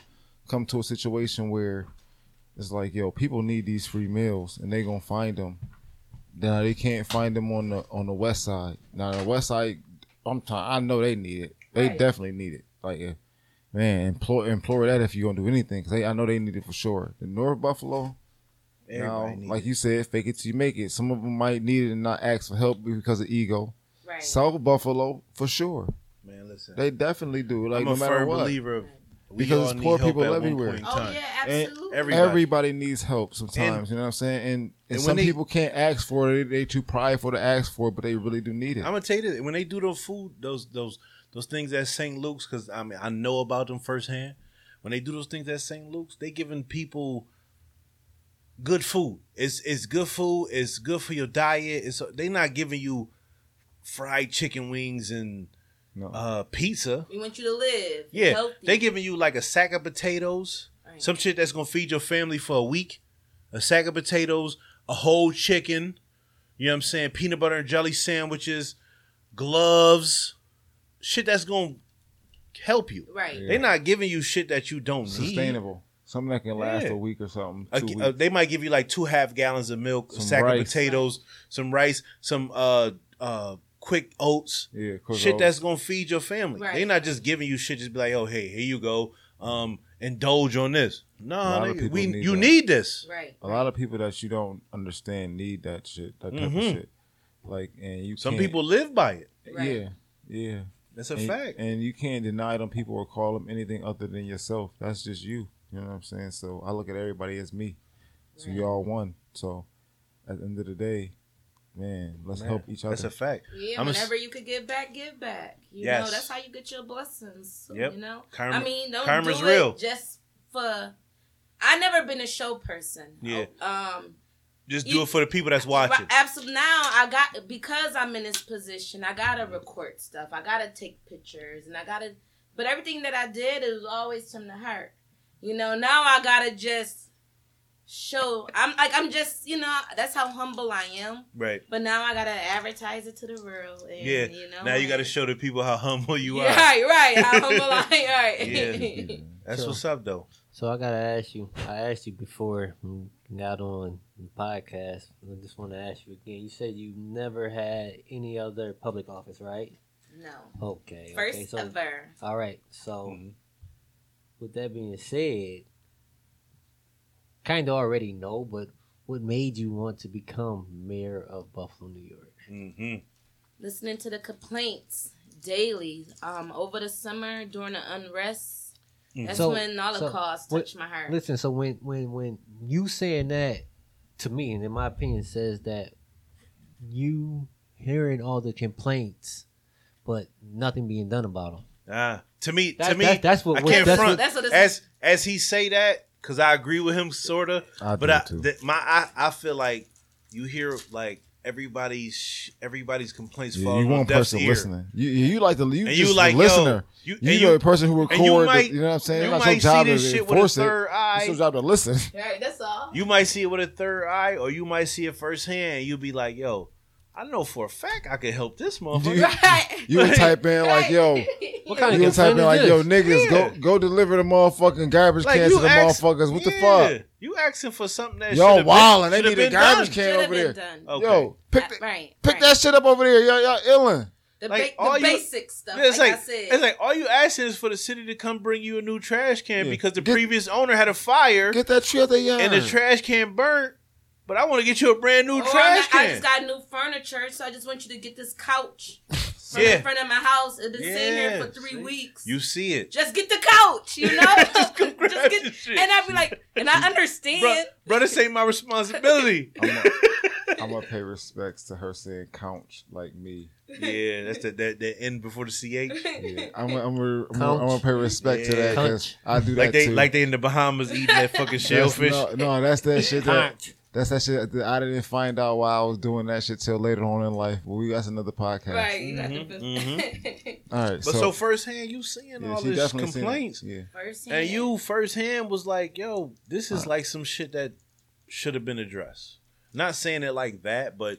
come to a situation where it's like, yo, people need these free meals, and they gonna find them. Now they can't find them on the on the west side. Now the west side, I'm trying. I know they need it. They
Right.
definitely need it. Like, if, man, implore implore that if you gonna do anything, 'cause they, I know they need it for sure. The North Buffalo, now,
Everybody need
like
it.
you said, fake it till you make it. Some of them might need it and not ask for help because of ego.
Right.
South Buffalo, for sure,
man, listen.
they definitely do. Like
I'm
no
a
matter
firm
what,
believer of we
Because
all
it's
need
poor
help
people
at one
everywhere.
point in
oh
time.
yeah,
And
absolutely.
every-
everybody.
Everybody.
needs help sometimes. you know what I'm saying? And, and,
when
some
they-
people can't ask for it. They too prideful to ask for it, but they really do need it.
I'm gonna tell you this, when they do those food, those those those things at St. Luke's, because I mean I know about them firsthand. When they do those things at St. Luke's, they giving people good food. It's it's good food. It's good for your diet. It's they not giving you fried chicken wings and
no.
uh, pizza.
we want you to live.
Yeah,
healthy.
they giving you like a sack of potatoes,
Right.
some shit that's gonna feed your family for a week, a sack of potatoes, a whole chicken. You know what I'm saying? Peanut butter and jelly sandwiches, gloves, shit that's gonna help you.
right.
They're not giving you shit that you don't need.
Sustainable. Something that can last
Yeah.
a week or something.
A-
Two
a-
weeks.
they might give you like two half gallons of milk, a
Some
sack of
rice.
potatoes, some rice, some uh uh quick oats,
yeah, quick
shit
old-
that's gonna feed your family.
Right.
They're not just giving you shit. Just be like, oh hey, here you go. Um, indulge on this. No,
lot of
nigga,
people
we
need
you
that.
need this.
Right.
a lot of people that you don't understand need that shit. That type
Mhm.
of shit. Like and you.
Some
can't-
people live by it.
Right.
Yeah. Yeah.
That's a
and,
fact.
And you can't deny them people or call them anything other than yourself. That's just you. You know what I'm saying? So I look at everybody as me. So you all one. So at the end of the day, man, let's
Man,
help each other.
That's a fact.
Yeah,
I'm a s-
whenever you could give back, give back. You
Yes.
know, that's how you get your blessings. So,
Yep.
You know,
Karma.
I mean, don't
karma's
do
real.
it just for. I never been a show person.
Yeah.
Um.
Just do
you-
it for the people that's watching.
Absolutely. Now I got because I'm in this position. I gotta record stuff. I gotta take pictures, and I gotta. But everything that I did it was always from the heart. You know. Now I gotta just show. I'm like I'm just you know that's how humble I am.
Right.
But now I gotta advertise it to the world. And,
Yeah.
You know.
Now you got to
and-
show the people how humble you
Yeah,
are.
(laughs) Right, right. How humble I am. (laughs)
(laughs)
Right.
Yeah. That's
Sure.
what's up, though.
So I gotta ask you. I asked you before we got on the podcast. I just want to ask you again. You said you never had any other public office, right?
no.
Okay.
First
okay, so,
ever.
All right. So
Mhm.
with that being said, kind of already know, but what made you want to become mayor of Buffalo, New York?
hmm
listening to the complaints daily um over the summer during the unrest that's
So-
when holocaust
so,
touched my heart
Listen, so when when when you saying that to me, and in my opinion, says that you hearing all the complaints, but nothing being done about them.
Ah, to me,
That,
to me,
that- that's
I
what.
can't
that's
front.
what
that's what it's
as as he say that, because I agree with him, sorta.
I
But
do
I,
too.
th- my, I, I feel like you hear like everybody's sh- everybody's complaints
Yeah,
fall
you
on
one
deaf's
person
ear.
listening. You, you you like the you,
and
just
you
the
like
listener.
yo, you,
you,
and
you the
you,
person who
and you
record.
might-
the, you know what I'm saying?
you
Not
might
your
see
job
this
to
shit with a
enforce it.
third
It's your
eye.
job to listen.
(laughs)
right that's all
You might see it with a third eye, or you might see it firsthand. You'll be like, yo, I know for a fact I could help this motherfucker.
(laughs) You-
(laughs) right
You would type in like,
Right. (laughs)
yo,
What kind
you
of
would type in like, yo,
complaint
niggas,
Yeah.
go go deliver the motherfucking garbage cans to the
ask-
motherfuckers. What
yeah,
the fuck?
You asking for something that
Y'all
should've been-
wildin'. They
should've
need a
been
garbage
done.
can
Should've
over
been
there.
done.
Okay.
Yo, pick
Right,
the,
right
pick that shit up over there. Y'all, y'all illin'.
the,
like,
ba-
all
the
you-
basic stuff
Yeah, it's
like,
like,
i said
it's like all you asking is for the city to come bring you a new trash can
Yeah.
because the
Get-
previous owner had a fire
Get that shit out there, y'all.
and the trash can burnt. But I want to get you a brand
Oh,
new
Or
trash
I'm like, Oh, I
can.
just got new furniture, so I just want you to get this couch from
Yeah.
in front of my house. It's been sitting
Yeah,
here for three
see?
weeks.
you see it,
just get the couch, you know. (laughs)
Just come grab
get,
the shit.
and I'd be like, and I understand.
bro. bro this ain't my
(laughs)
responsibility.
I'm gonna- I'm gonna pay respects to her saying couch like me.
yeah, that's the that the end before the ch.
(laughs)
(laughs) Yeah, I'm gonna I'm gonna- I'm gonna- I'm gonna
Couch.
pay respect to that because
Couch.
I do that
Like they
too.
like they in the Bahamas eating
(laughs)
that fucking
That's-
shellfish.
No, no, that's that shit. That,
Conch.
that's that shit. That I didn't find out why I was doing that shit till later on in life. But we that's another podcast.
Right. you got
Mhm,
the-
All right.
But so,
so,
firsthand, you seeing
yeah,
all
she
this
definitely seen it.
complaints,
Yeah.
(laughs)
Uh.
First hand.
and you firsthand was like, "Yo, this is like some shit that should have been addressed." Not saying it like that, but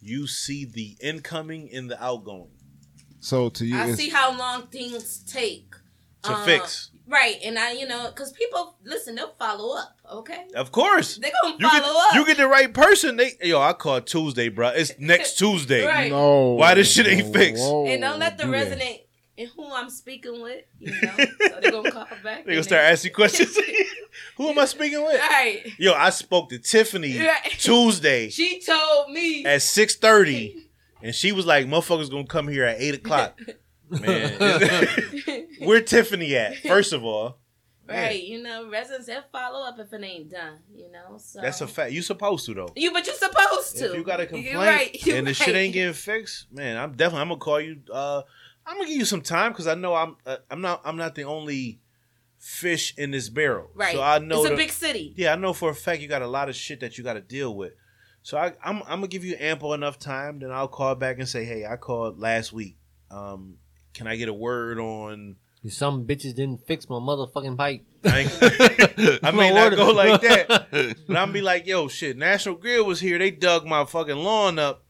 you see the incoming and the outgoing
So to you,
I
it's,
see how long things take
to
Uh,
fix.
Right, and I, you know, because people listen, they'll follow up. Okay,
Of course,
they gonna
you
follow
get
up.
you get the right person. They yo, I call Tuesday, bro.
(laughs)
It's next Tuesday.
Right.
no.
Why this shit ain't fixed?
Whoa,
and don't
Oh,
let the
do that.
resident and who I'm speaking with, you know, so
(laughs)
they gonna call back.
They gonna start asking questions. (laughs) Who am I speaking with?
Right,
Yo, I spoke to Tiffany (laughs)
Right.
Tuesday
(laughs) she told
(laughs)
me. (laughs)
at six thirty, and she was like, "Motherfuckers gonna come here at eight
(laughs)
o'clock." Man, (laughs) where Tiffany at? First of all,
right, you know, residents they'll follow up if it ain't done. You know, so
that's a fact. You supposed to though.
You, but you're supposed to.
If you got a
You're
complaint (laughs)
right, (laughs) you're
and the shit
right.
ain't getting fixed, man, I'm definitely I'm gonna call you. Uh, I'm gonna give you some time because I know I'm uh, I'm not I'm not the only fish in this barrel.
right.
So I know
it's a
the-
big city.
Yeah, I know for a fact you got a lot of shit that you got to deal with. So I, I'm, I'm gonna give you ample enough time. Then I'll call back and say, hey, I called last week. Um, can I get a word on?
Some bitches didn't fix my motherfucking pipe.
I,
(laughs)
ain't- I may
My
not
order.
go like that, but I'm be
Mm-hmm.
like, yo, shit. National Grid was here. They dug my fucking lawn up.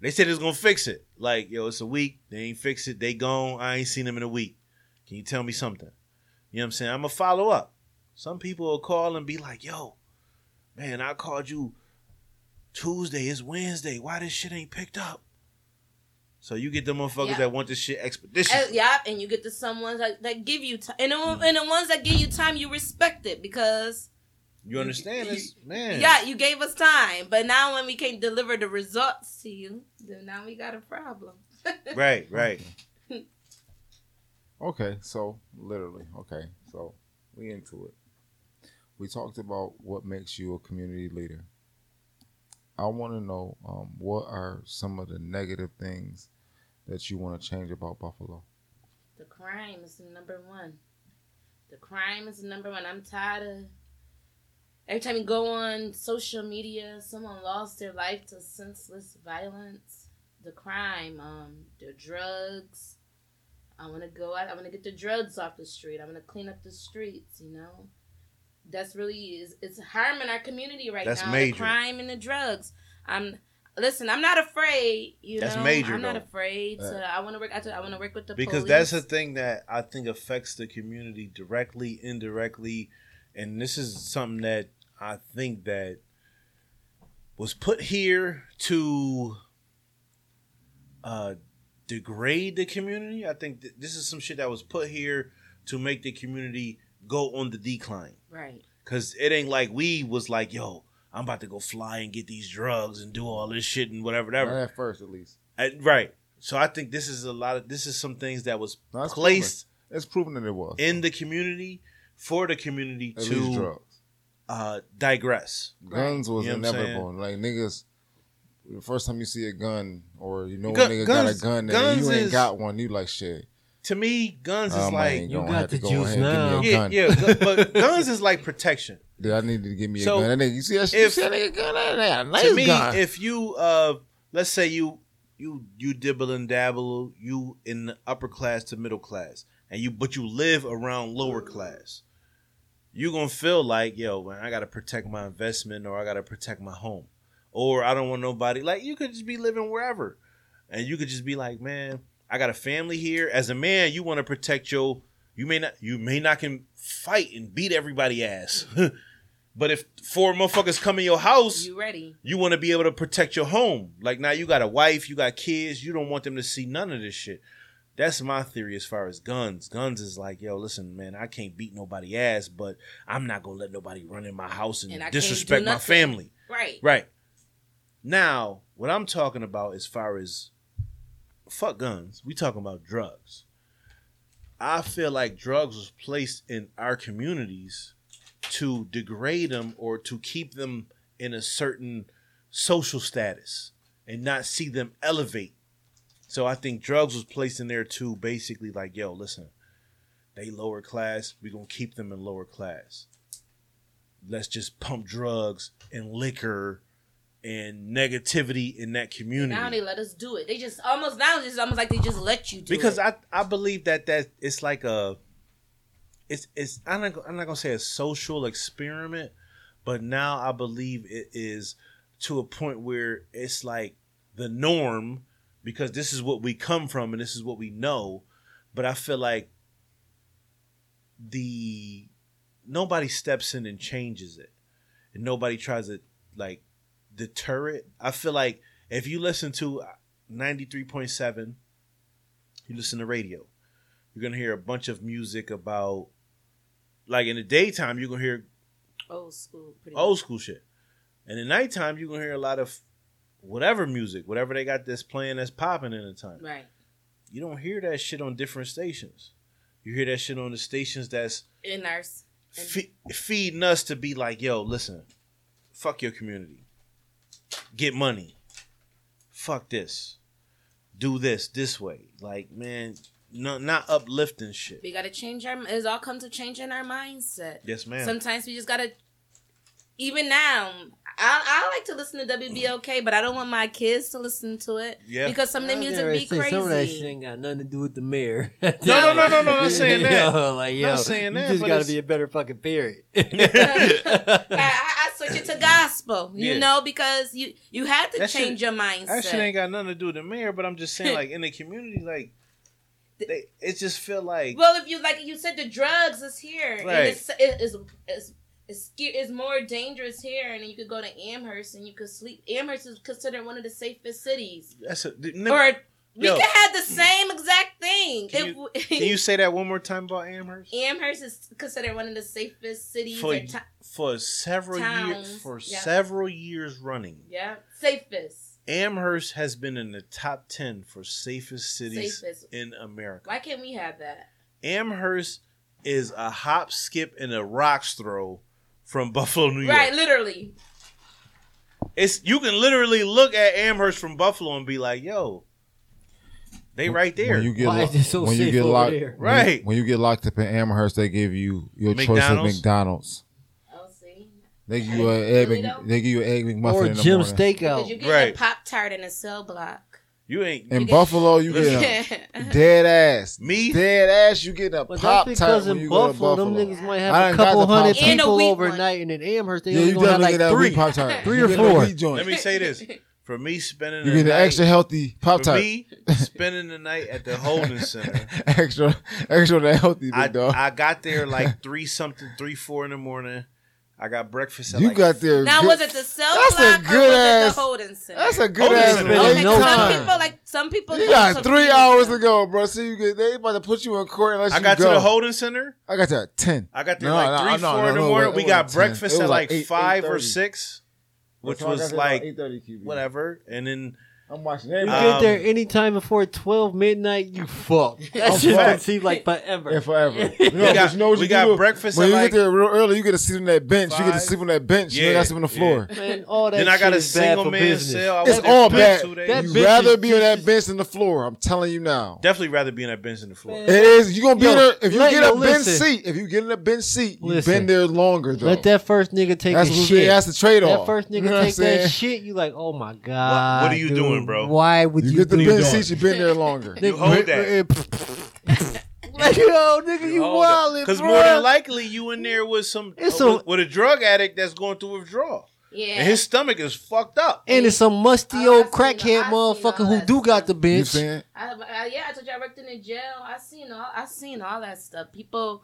They said it's gonna fix it. Like, yo, it's a week. They ain't fix it. They gone. I ain't seen them in a week. Can you tell me something? You know what I'm saying? I'm gonna follow up. Some people will call and be like, yo, man, I called you Tuesday. It's Wednesday. Why this shit ain't picked up? So you get the motherfuckers
Yeah.
that want this shit expedition.
Uh, yeah, and you get the someones that, that give you time, and the, one- and the ones that give you time, you respect it because
You understand this, man?
yeah, you gave us time, but now when we can't deliver the results to you, then now we got a problem.
Right, right.
Okay, so literally, okay, so we into it. We talked about what makes you a community leader. I want to know um, what are some of the negative things that you want to change about Buffalo.
The crime is the number one. The crime is the number one. I'm tired of every time you go on social media, someone lost their life to senseless violence. The crime, um, the drugs. I want to go out. I want to get the drugs off the street. I want to clean up the streets. You know, that's really is it's harming our community right
That's
now.
major.
The crime and the drugs. I'm listen. I'm not afraid. You
That's
know,
major,
I'm not
though.
afraid.
Uh,
So I want to work. I t- I want to work with the
because
police.
that's a thing that I think affects the community directly, indirectly, and this is something that I think that was put here to uh, degrade the community. I think th- this is some shit that was put here to make the community go on the decline.
right.
Cause it ain't like we was like, yo, I'm about to go fly and get these drugs and do all this shit and whatever, whatever.
Not at first, at least.
I- right. So I think this is a lot of this is some things that was
No, it's
placed
It's proven that it was
in the community for the community
at least
to
drugs.
uh, digress.
Guns was
You know what I'm
inevitable. Like niggas, the first time you see a gun or you know
Gun-
a nigga
guns-
got a gun and
guns
you ain't
is-
got one, you like shit.
To me, guns is
Um, I
like
ain't
You
gonna
got
have to
the
go ahead and
juice
give me a
yeah,
gun.
yeah, gu- but
(laughs)
guns is like protection.
Dude, I need to give me a
So,
gun. That nigga, you see that shit?
if-
you see that nigga gun? That that a nice
to me,
gun.
if you uh, let's say you you you dibble and dabble, you in the upper class to middle class, and you but you live around lower class, you gonna feel like yo, man, I gotta protect my investment or I gotta protect my home, or I don't want nobody. Like you could just be living wherever, and you could just be like, man, I got a family here. As a man, you want to protect your. You may not. You may not can fight and beat everybody ass. (laughs) But if four motherfuckers come in your house,
You ready?
you want to be able to protect your home. Like now you got a wife, you got kids, you don't want them to see none of this shit. That's my theory as far as guns. Guns is like, yo, listen, man, I can't beat nobody ass, but I'm not gonna let nobody run in my house and,
And I can't do
disrespect my
nothing.
family.
Right.
Right. Now, what I'm talking about as far as fuck guns, we talking about drugs. I feel like drugs was placed in our communities to degrade them or to keep them in a certain social status and not see them elevate. So I think drugs was placed in there too, basically like, yo, listen, they lower class, we gonna keep them in lower class let's just pump drugs and liquor and negativity in that
Now
community.
they let us do it. They just almost now it's almost like they just let you do
Because
it.
I I believe that that it's like a it's it's I'm not gonna- I'm not gonna say a social experiment, but now I believe it is to a point where it's like the norm because this is what we come from and this is what we know. But I feel like the nobody steps in and changes it, and nobody tries to like deter it. I feel like if you listen to ninety three point seven, you listen to radio, you're gonna hear a bunch of music about like in the daytime you're gonna hear
old school, pretty
old school shit. And at nighttime, you're gonna hear a lot of whatever music, whatever they got that's playing that's popping in the time.
much. right.
You don't hear that shit on different stations. You hear that shit on the stations that's
In our s- And-
fe- feeding us to be like, yo, listen, fuck your community, get money, fuck this, do this this way. Like, man, no, not uplifting shit.
we gotta change our. It all comes to changing our mindset.
Yes, ma'am. (laughs)
Sometimes we just gotta. Even now, I, I like to listen to WBOK, but I don't want my kids to listen to it
Yeah.
because some of the
I
music
dare
be
say
crazy.
Some of that shit ain't got nothing to do with the mayor. no,
(laughs) no, no, no, no, not
(laughs)
saying that.
like, yo,
Not saying that,
you just
but
got to
it's-
be a better fucking
(laughs)
parent. (laughs)
I, I, I switch it to gospel, you
Yeah.
know, because you you have to
That shit-
change your mindset.
That shit ain't got nothing to do with the mayor, but I'm just saying, like in the community, like they, it just feel like
Well, if you like you said, the drugs is here. And
Right.
it's, it- it's, it's, it's, sca- it's more dangerous here, and you could go to Amherst and you could sleep. Amherst is considered one of the safest cities.
that's a. th-
Or we
Yo.
could have the same exact thing.
Can
If we-
can you say that one more time about Amherst?
(laughs) Amherst is considered one of the safest cities.
For
and to-
For several years,
Towns,
for
yeah.
several years running,
yeah, safest.
Amherst has been in the top ten for safest cities
Safest.
in America.
Why can't we have that?
Amherst is a hop, skip, and a rock's throw from (laughs) Buffalo, New York.
Right, literally.
It's you can literally look at Amherst from Buffalo and be like, "Yo, they right there."
When you get,
Why
lo-
is it so
when you
safe
get
over
locked,
there?
when you-
Right.
When you get locked up in Amherst, they give you your choice
McDonald's?
of McDonald's.
Oh, see.
They give you an egg.
Really
Mc-
though?
they give you an egg McMuffin
or
in the
Jim
morning.
Because you
Steakout.
get
Right.
a Pop Tart in a cell block.
you ain't
In
get-
Buffalo, you get a
(laughs)
dead ass.
Me?
Dead ass. You getting a
But that's
pop
because
tart when
in
you
Buffalo,
go to
them
Buffalo.
niggas might
I
have
done
a
got
couple
the
hundred
Pop-Tart.
And a
people
wheat
overnight, and in Amherst they
Yeah,
only
you
gonna have
definitely
like
get that
three.
wheat pop tart.
Three or four.
Let
(laughs)
me say this: for me spending,
You
the
get an
night,
extra healthy pop
For
tart.
me spending the night at the
(laughs)
holding center,
extra, extra than healthy, big
I,
dog.
I got there
(laughs)
like three something, three four in the morning. I got breakfast. At
you
like
got there.
Now,
good-
was it the cell
That's a
block or
good
was
ass-
it the Holden Center?
That's a good
Oh,
ass
it's been
late
a
Like,
no
some
time.
people, like some people,
You
go
got
to
three
pizza.
hours to go, bro. See, you get, they about to put you in court unless
I
you
got
go.
to the holding center.
I got there at ten.
I got there
No,
like
no,
three,
no,
four
no,
in the
no,
morning.
it
we
was
got
like 10.
breakfast
It
at
was
like
like eight-
five or
8:30.
six, which
That's why I got
was
there about
like
8:30 QB.
whatever. And then
I'm watching
You
everybody.
Um,
get there anytime before twelve midnight, you fuck. That
I'm
shit
fucked.
don't seem like forever.
(laughs)
Yeah, forever. You know,
got-
but you know what
we
you
got
do?
breakfast
When
at
you
like-
get there real early, you get to sit on that bench. You get to
Five.
sleep on that bench. You
Yeah,
don't got to sleep on the
yeah.
floor.
Man, all that
then I
shit
got a
is bad
single
for
man
business.
cell. I was
It's
there
all
for
bad.
two days.
That
You'd
bitch
rather
is
be on that
juicy.
bench than the floor. I'm telling you now.
Definitely rather be in that bench than the floor.
Man,
It is. You gonna be
Yo,
in there if you
let-
get
yo,
a bench
listen.
seat. If you get in a bench seat, you've
Listen.
been there longer though.
Let that first nigga take
that's
his
what-
shit.
That's the trade
that
off.
first nigga take that shit. You like, oh my god.
what are you
dude,
doing, bro?
Why would
You,
you,
get the
do
bench
that?
seat. You've been there longer.
You hold that.
(laughs) like, yo, nigga, you wildin',
Because
bro.
more than likely, you in there with some
It's
uh,
a-
with, with a drug addict that's going through withdrawal,
Yeah.
and his stomach is fucked up.
and it's some musty
I-
old
I seen
crackhead
all- I seen
motherfucker
all
who
that
do got the
stuff.
You
bench.
saying?
I, I, yeah, I told you I worked in a jail. I seen all I seen all that stuff. People,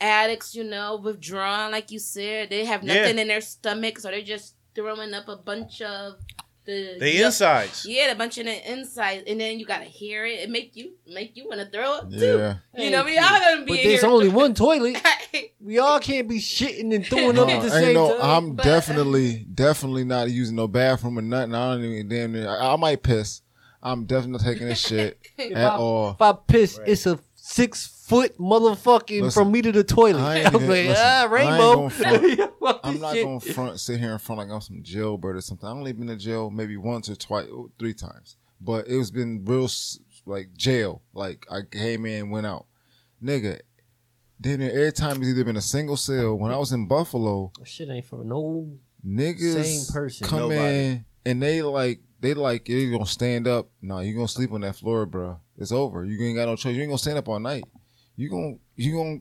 addicts, you know, withdrawn, like you said, they have nothing in their stomachs, or they're just throwing up a bunch of the
They
yuck-
insides.
Yeah, the bunch of the inside, and then you gotta hear it. It make you make you wanna throw up too.
Yeah.
You know, we all gonna be.
But
in
there's
here. (laughs)
only one toilet. We all can't be shitting and throwing up
Nah,
at the
ain't
same
no-
time.
I'm
but-
definitely, definitely not using no bathroom or nothing. I don't even damn near. I, I might piss. I'm definitely not taking this shit at
I-
all.
(laughs) If I piss,
Right.
it's a six foot motherfucking
Listen,
from me to the toilet.
I
I'm (laughs)
ain't
like,
even- listen, I
ah,
ain't
rainbow. (laughs)
gonna front.
Fuck
I'm
this
not
shit.
going to front, sit here in front like I'm some jailbird or something. I only been to jail maybe once or twice, three times, but it was been real s- like jail. Like I came in, went out, nigga. Damn near every time it's either been a single cell. When I was in Buffalo,
Shit ain't for no.
niggas
Same person.
come
Nobody.
in and they like they like you gonna stand up. No, you gonna sleep on that floor, bro. It's over. You ain't got no choice. You ain't gonna stand up all night. You gonna you gonna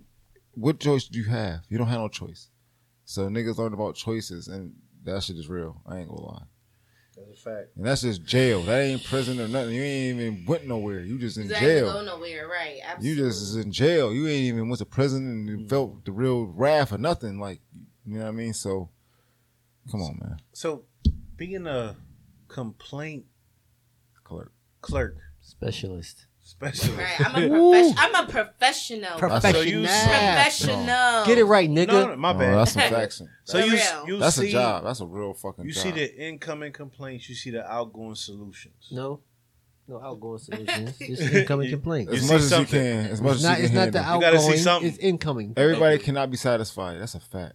what choice do you have? You don't have no choice. So niggas learn about choices and that shit is real. I ain't gonna lie.
That's a fact.
And that's just jail. That ain't prison or nothing. You ain't even went nowhere. You just in
Exactly. Go
jail.
nowhere, right?
You
Absolutely.
just is in jail. You ain't even went to prison and you felt the real wrath or nothing. Like you know what I mean? So come on, man.
So, being a complaint
Clerk.
clerk
Specialist.
specialist.
Right. I'm a
Woo.
professional. I'm a professional.
So you-
professional. (laughs)
Get it
(laughs)
right,
No,
nigga.
no, my
No,
bad.
Oh, that's
(laughs)
some faction.
so
For
you
real.
you
That's
see
a job. That's a real fucking
you
job.
see the incoming complaints. You see the outgoing solutions.
No, no (laughs) outgoing solutions. Just incoming complaints.
You
as
see
much as
something.
you can. As much
It's
as
not.
you
It's
can
not the
handle.
gotta see
outgoing.
something.
It's incoming.
Everybody cannot be satisfied. That's a fact.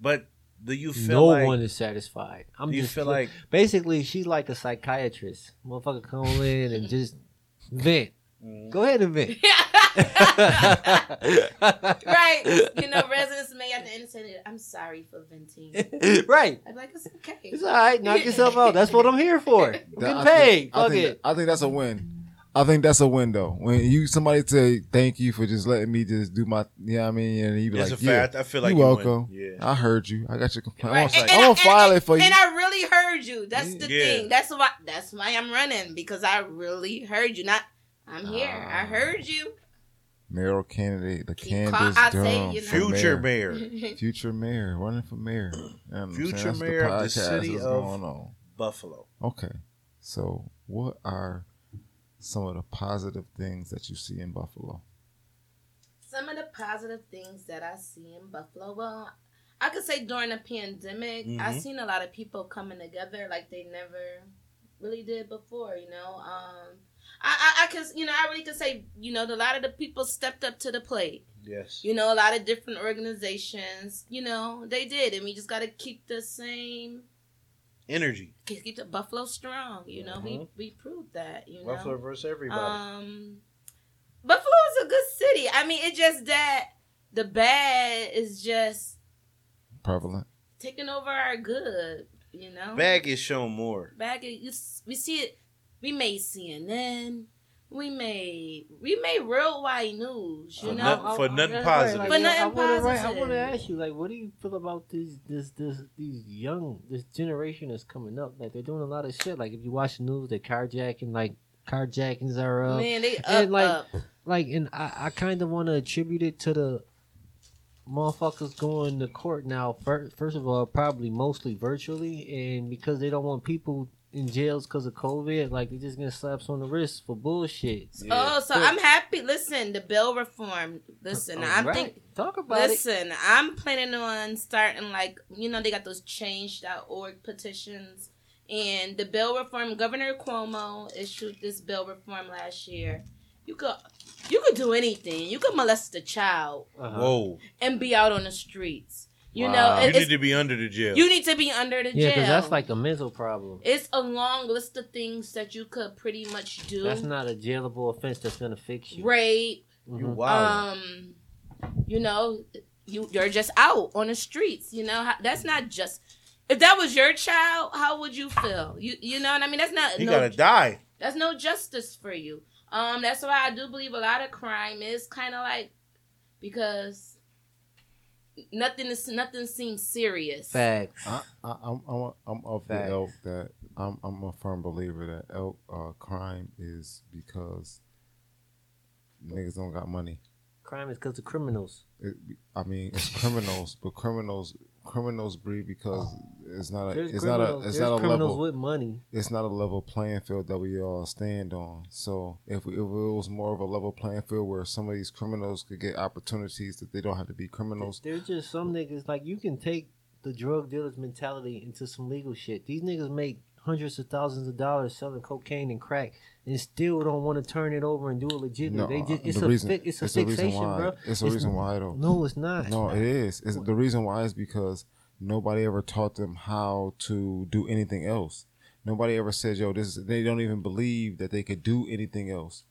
But do you feel
No
like
one is satisfied. I'm
do you
just
feel like
basically she's like a psychiatrist. Motherfucker, come in and just
(laughs)
vent.
Mm-hmm.
Go ahead and vent. (laughs)
right. You know, residents may have to understand it. I'm sorry for venting.
right.
I'm like, it's okay.
It's all right. Knock yourself out. That's what I'm
(laughs)
here for. I'm
That-
getting
I think-
paid.
I
Fuck
think,
it.
I think that's a win. I think that's a win though. When you somebody say thank you for just letting me just do my, you know what I mean, and you be
it's
like,
a
yeah,
fact? I feel like
you
win.
welcome.
Yeah.
I heard you. I got your complaint.
Right,
I'm gonna-
and- and
I'm
I-
gonna
and
file it for you.
And I really heard you. That's
Mm,
the
Yeah.
thing. That's why. That's why I'm running because I really heard you. Not. I'm here.
Ah.
I heard you.
Mayor candidate, the
Keep calm.
Candace
I'll
Durham,
tell you, you know.
for
Future
mayor.
mayor,
(laughs)
future mayor, running for mayor. You know what I'm saying?
Future
That's
mayor of the
podcast.
city
What's
of-
going on?
Buffalo.
Okay. So, what are some of the positive things that you see in Buffalo?
Some of the positive things that I see in Buffalo. Well, I could say during the pandemic, I
Mhm.
seen a lot of people coming together like they never really did before. You know, um, I, I, I could, you know, I really could say, you know, a lot of the people stepped up to the plate.
Yes.
You know, a lot of different organizations, you know, they did, and we just got to keep the same,
Energy.
keep keep the Buffalo strong. You know,
Mhm.
we we proved that. You know,
Buffalo versus everybody.
um, Buffalo is a good city. I mean, it's just that the bad is just
prevalent.
taking over our good. You know,
Bag is shown more.
back in- you s- we see it we made cnn we made we made worldwide news you
For
know
nothing- for nothing
that's
positive.
Right.
For nothing
I wanna- right, I
positive.
want to ask you, like, what do you feel about this, this, this, these young, this generation that's coming up? Like, they're doing a lot of shit. Like, if you watch the news, they're carjacking, like, carjackings are up.
Oh, man they
uh, and
up
like-
up
Like, and I, I kind of want to attribute it to the motherfuckers going to court now. First, first of all, probably mostly virtually, and because they don't want people in jails because of COVID, like, they're just gonna slaps on the wrist for bullshit.
oh so i'm happy listen the bill reform listen i'm
Alright,
think
talk about it.
listen i'm planning on starting like you know they got those change.org petitions and the bill reform governor cuomo issued this bill reform last year you could you could do anything you could molest a child
Uh-huh.
Whoa.
and be out on the streets. You
Wow.
know,
You
it-
need
uh, it's,
to be under the jail.
you need to be under the
Yeah,
jail.
because that's like a mental problem.
it's a long list of things that you could pretty much do.
That's not a jailable offense that's gonna fix you.
rape.
You
Mhm.
wild.
Um, you know, you you're just out on the streets. You know, How- that's not just. If that was your child, how would you feel? You you know what I mean? That's not
he
no
gotta die.
That's no justice for you. Um, that's why I do believe a lot of crime is kind of like because nothing is nothing seems serious.
Facts.
I, I, I'm I'm I'm of the
Facts.
elk that I'm I'm a firm believer that elk uh, crime is because niggas don't got money.
Crime is because of criminals.
It, I mean, (laughs) it's criminals, but criminals criminals breed because it's not a
There's
it's not
criminals,
a it's
there's
not a
criminals
level
with money.
it's not a level playing field that we all stand on. So if, if it was more of a level playing field where some of these criminals could get opportunities that they don't have to be criminals,
There's just some niggas like you can take the drug dealer's mentality into some legal shit. These niggas make hundreds of thousands of dollars selling cocaine and crack and still don't want to turn it over and do it legitly.
no,
they
uh,
just it's
the
a
reason
fi- it's a
it's the
fixation,
reason why
bro.
it's a
It's-
reason why though.
No, it's not.
No, it is. It's the reason why is because nobody ever taught them how to do anything else. Nobody ever said, "Yo, this." Is, they don't even believe that they could do anything else.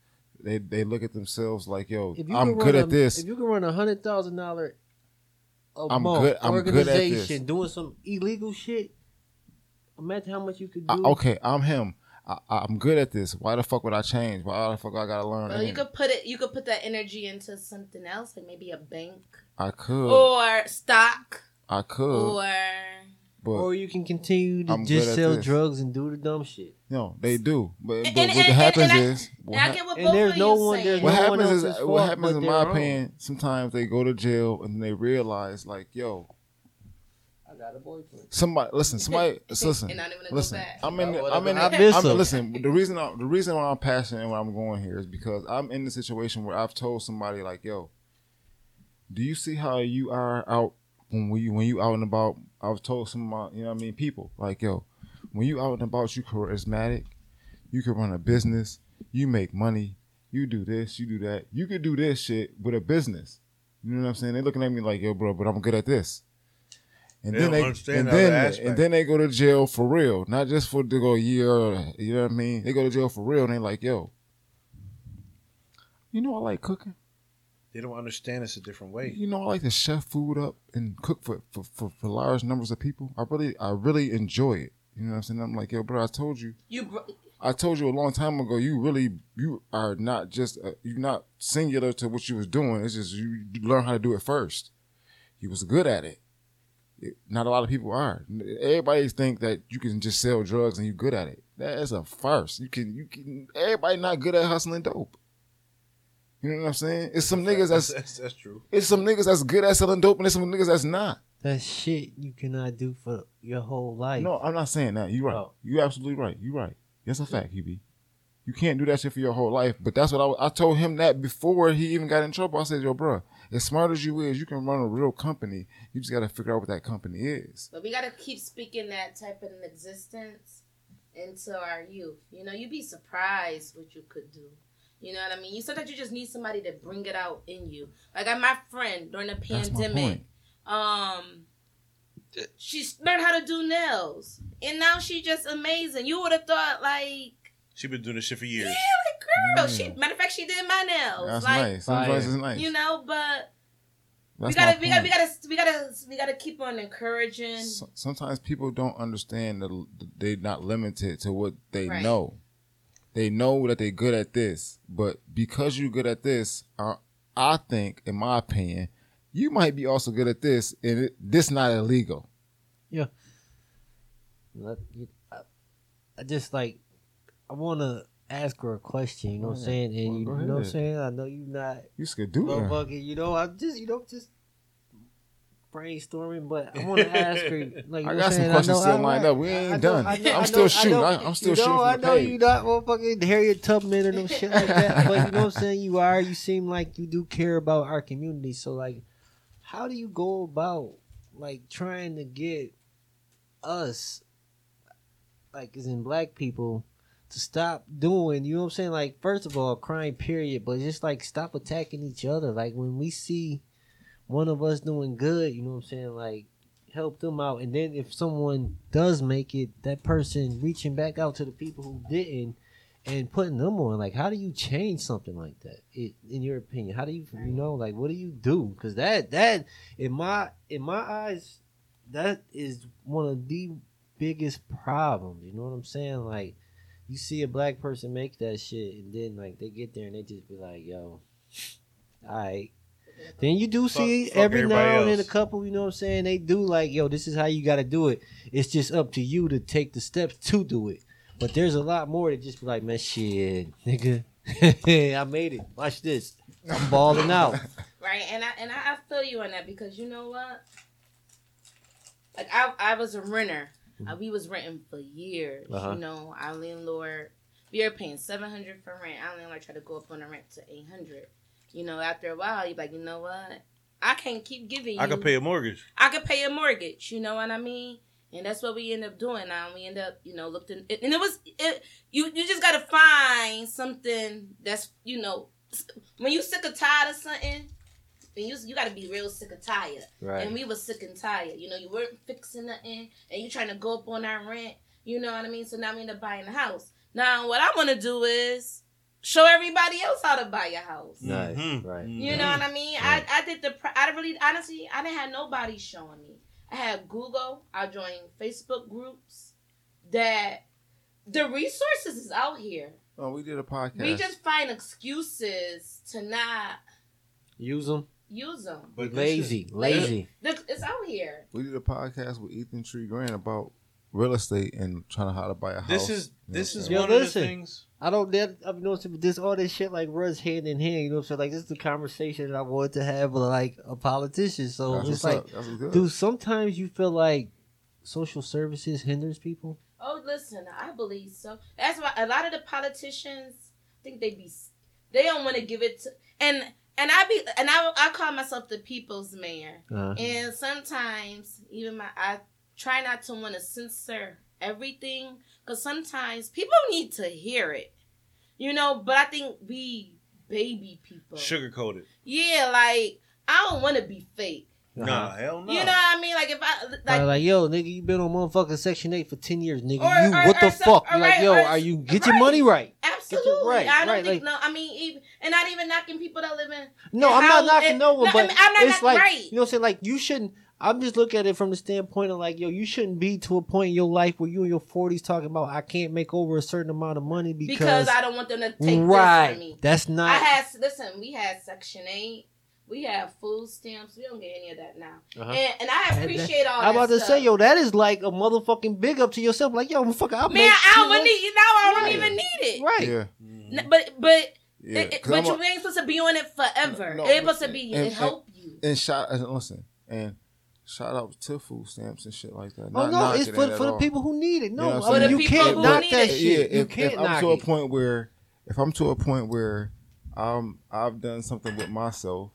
They they look at themselves like, "Yo,
If you
I'm
can
good
run
at
a-
this."
If you can run a hundred thousand dollar a
I'm
month
good- I'm good at this.
organization doing some illegal shit, imagine how much you could do.
I, okay, I'm him. I, I'm good at this. Why the fuck would I change? Why the fuck I gotta learn?
Well, you
anything?
could put it. You could put that energy into something else, like maybe a bank
I could.
or stock
I could.
or.
but
Or you can continue to
I'm good
just
at
sell
this.
drugs and do the dumb shit.
no, they do. But,
And- and-
but what
and- and-
happens
and I-
is, what
And I
hap-
get what
And
both
there's
of
no
you
one- there's
saying.
no
what
one
happens is
else's
what
fault
happens
but
in
their
my
own.
opinion sometimes they go to jail and they realize like yo
I got a boyfriend.
somebody
(laughs)
listen somebody listen
And I don't wanna go
listen
back.
i'm in
I
the,
wanna
i'm
go
in
back.
the,
I miss
I'm,
him.
listen the reason I, the reason why i'm passionate and why i'm going here is because i'm in the situation where i've told somebody like yo do you see how you are out when we when you out and about i've told some of my you know what i mean people like yo when you out and about you charismatic you can run a business you make money you do this you do that you could do this shit with a business you know what i'm saying they're looking at me like yo bro but i'm good at this and
They
then
don't
they
understand
and
the other
then,
aspect.
and then they go to jail for real not just for to go a year you know what i mean they go to jail for real and they like yo you know i like cooking
They don't understand it's a different way.
you know, I like to chef food up and cook for, for, for, for large numbers of people. I really I really enjoy it. You know what I'm saying? I'm like, yo, bro, I told you.
You br-
I told you a long time ago. You really, you are not just uh, you're not singular to what you was doing. It's just you, you learn how to do it first. You was good at it. It- Not a lot of people are. Everybody think that you can just sell drugs and you're good at it. That is a farce. You can, you can. Everybody not good at hustling dope. You know what I'm saying? It's some niggas that's
that's, that's true.
it's some niggas that's good at selling dope, and it's some niggas that's not.
That shit you cannot do for your whole life.
No, I'm not saying that. You right.
Oh.
You absolutely right. You right. That's a fact, QB. You can't do that shit for your whole life. But that's what I, I told him that before he even got in trouble. I said, "Yo, bro, as smart as you is, you can run a real company. You just got to figure out what that company is."
but we gotta keep speaking that type of existence into our youth. You know, you'd be surprised what you could do. You know what I mean? You sometimes you just need somebody to bring it out in you. Like I, my friend during the
That's my
pandemic,
point.
um, she s- learned how to do nails, and now she just amazing. You would have thought like,
She been doing this shit for
yeah,
years.
like girl. She
Mm.
matter of fact, she did my nails.
That's
like
nice. Some advice is nice.
you know, but
That's
we gotta,
my
we gotta, we
point.
gotta, we gotta, we gotta keep on encouraging.
So- sometimes people don't understand that l- they're not limited to what they
Right.
know. They know that they're good at this, but because you're good at this, I, I think, in my opinion, you might be also good at this, and it, this not illegal.
Let- you- I I just like I want to ask her a question. You know what I'm
Yeah.
saying? And
Well,
you,
go
you know what I'm
ahead.
saying? I know you're not
You could do that.
motherfucking. You know, I just you know just brainstorming, but I
(laughs)
want to ask her. Like you
I
know
got
what I'm
some
saying?
questions
I know-
still
I-
lined up. We
I
ain't
know-
done.
I know- I
I'm
know-
still shooting.
I
I
know-
am still
you know,
shooting.
I
From the
know
page.
you not motherfucking Harriet Tubman or
(laughs)
no shit like that, but you know what I'm saying. You are. You seem like you do care about our community. So like, how do you go about like trying to get us, like, as in black people, to stop doing? You know what I'm saying? Like, first of all, crime period, but just like stop attacking each other. Like when we see one of us doing good, you know what I'm saying? Like help them out and then if someone does make it that person reaching back out to the people who didn't and putting them on like how do you change something like that it, in your opinion how do you you know like what do you do because that that in my in my eyes that is one of the biggest problems you know what i'm saying like you see a black person make that shit and then like they get there and they just be like yo all right then you do
Fuck-
see
fuck
every now
everybody
and then a
else.
couple you know what i'm saying they do like yo this is how you got to do it it's just up to you to take the steps to do it but there's a lot more to just be like man shit nigga (laughs) i made it watch this i'm balling
(laughs)
out
Right, and I and I, I feel you on that because you know what? Like I I was a renter. Uh, we was renting for years.
Uh-huh.
You know, our landlord we were paying seven hundred for rent. Our landlord tried to go up on the rent to eight hundred. You know, after a while, you're like, you know what? I can't keep giving.
I
you
could pay a mortgage.
I could pay a mortgage. You know what I mean? And that's what we end up doing now. We end up, you know, looked in, and it was it. You you just gotta find something that's you know s- when you sick and tired of something, then you you gotta be real sick and tired.
right
And we was sick and tired. You know, you weren't fixing nothing, and you trying to go up on our rent. You know what I mean? So now we end up buying a house. Now what I want to do is show everybody else how to buy a house.
Nice,
Mhm.
right.
Mhm.
You know what I mean?
Right.
I, I did the. pr- I really honestly, I didn't have nobody showing me. I had Google. I joined Facebook groups. That the resources is out here.
Oh, we did a podcast.
We just find excuses to not
use them
use them.
But
lazy lazy
It's out here.
we did a podcast with Ethan Tree Grant about real estate and trying to how to buy a house.
This is this
Yeah.
is
Yo,
one
listen.
of the things.
I don't. That, I've noticed but this all this shit like runs hand in hand. You know what I'm saying? Like this is the conversation that I wanted to have with like a politician. So
That's
it's
what's
like,
up. That's what's good.
dude, sometimes you feel like social services hinders people.
Oh, listen, I believe so. That's why a lot of the politicians I think they be they don't want to give it to and and I be and I I call myself the people's mayor.
Uh-huh.
Uh,
And sometimes even my I try not to want to censor everything because sometimes people need to hear it, you know. But I think we baby people,
Sugarcoated.
yeah, like I don't want to be fake.
Uh-huh.
Nah, hell no.
You know what I mean? Like if I
Like,
like.
like, yo, nigga, you been on motherfucking Section Eight for ten years, nigga.
Or-
you
or-
what
or
the
some-
fuck?
or
You're like,
right,
yo,
or-
are you get your
right.
money right?
Absolutely,
right,
I don't
right,
think
like-
no. I mean, even, and not even knocking people that live in.
No,
And
I'm
how-
not knocking
it-
no one,
no, I
but
mean, I'm not
it's
knock-
like
right.
you know what I'm saying. Like you shouldn't. I'm just looking at it from the standpoint of like, yo, you shouldn't be to a point in your life where you in your 40s talking about I can't make over a certain amount of money
Because,
because,
I don't want them to take
right,
this from me.
that's
I
not
had listen. We had Section Eight. We had food stamps. We don't get any of that now.
Uh-huh.
And, and I appreciate all.
I'm
that
about to
stuff.
say, yo, that is like a motherfucking big up to yourself. Like, yo, motherfucker, I
Man, I don't
make,
need. You know, I don't
Right.
even need it.
right.
yeah,
Mhm.
N- But but
yeah.
it, it-
'Cause
but
I'm a-
you ain't supposed to be on it forever.
No,
it's supposed to be
and-
it
and-
help you.
and shout and listen and shout out to food stamps and shit like that.
Oh
Not
no, it's
knocking
for,
it at
for the
all.
people who need it.
You know
No,
what
I mean,
I'm saying?
you
For the
can't
people
knock
who need
that
it.
shit.
Yeah,
you
if,
can't
if
knock
I'm to a
it.
point where if I'm to a point where I'm I've done something with myself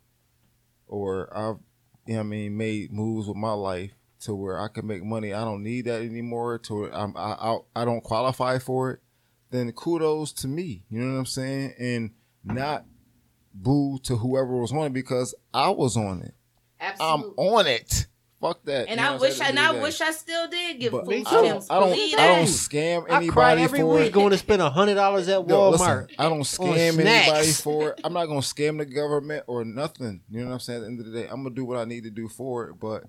or I've you know what I mean made moves with my life to where I can make money. I don't need that anymore. To where I'm, I, I I don't qualify for it. Then kudos to me. You know what I'm saying? And not boo to whoever was on it because I was on it.
Absolutely.
I'm on it. Fuck that.
and
You know
I
what I'm
wish, I,
saying?
and I wish I still did give
But
food
Me
I
stamps.
don't, I don't,
Believe
I don't
that.
scam
I cried
anybody
every
for
week
it.
going to spend hundred dollars at Walmart.
Yo, listen, I don't scam
snacks.
anybody for it. I'm not gonna scam the government or nothing. You know what I'm saying? At the end of the day, I'm gonna do what I need to do for it. But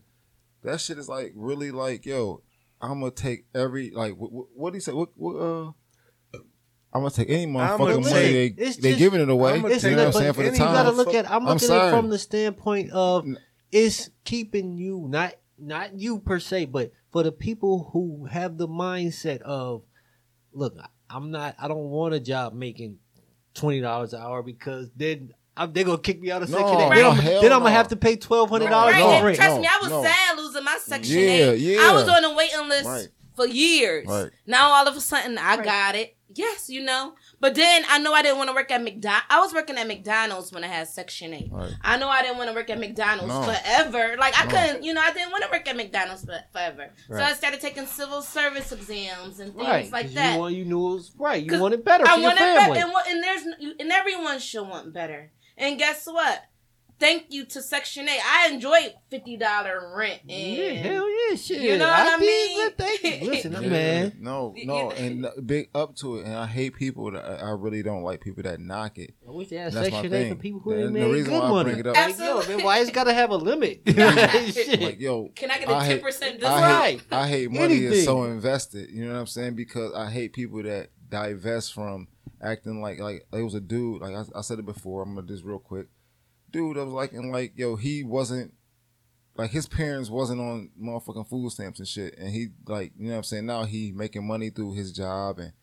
that shit is like really like, yo, I'm gonna take every like what what do you say? What, what uh I'm gonna take any motherfucking money they,
take-
they
it's just-
giving it away.
I'ma
You know
It's
what
take
I'm
not-
saying?
but
For the
then you gotta
time.
look at. I'm
I'm
looking at it
sorry.
from the standpoint of it's keeping you not not you per se, but for the people who have the mindset of, look, I'm not. I don't want a job making twenty dollars an hour because then I'm, they're gonna kick me out of
No,
section. eight.
no,
then I'm,
hell
then I'm gonna
no.
have to pay twelve hundred dollars
Right,
No,
for
and
rent.
trust
no,
me, I was
no.
sad losing my section
Yeah,
eight. I
yeah.
was on the waiting list
Right.
for years.
Right.
Now all of a sudden I got it. Yes, you know. But then I know I didn't want to work at McDonald's. I was working at McDonald's when I had section eight.
Right.
I know I didn't want to work at McDonald's
No.
forever. Like I
No.
couldn't, you know, I didn't want to work at McDonald's for- forever. So
Right.
I started taking civil service exams and things
Right,
like
'cause
that.
You, want, you knew it was right. You
'Cause
wanted better for
I
your
want it better,
family.
and, what- and there's n- and everyone should want better. And guess what? Thank you to Section Eight. I enjoyed fifty dollar rent. And
yeah, hell yeah, shit.
You know what I
did
mean?
that- thank you.
(laughs)
Listen,
Yeah,
man.
No,
You
no,
know-
and big up to it. And I hate people that I I really don't like people that knock it.
I wish they had
That's my
section eight for
thing.
people who
The-
ain't
the
made
reason
good
why I
money.
bring it up-
Like, yo,
Absolutely.
man, why it's gotta have a
(laughs)
limit?
Like,
Shit.
yo,
Can I get
I
a
hate-
ten percent
I
discount?
That's
hate,
right.
I hate money
Anything.
is so invested. You know what I'm saying? Because I hate people that divest from acting like like it was a dude. Like I, I said it before. I'm gonna do this real quick. Dude, I was like, and like, yo, he wasn't like his parents wasn't on motherfucking food stamps and shit. And he like, you know what I'm saying? Now he making money through his job and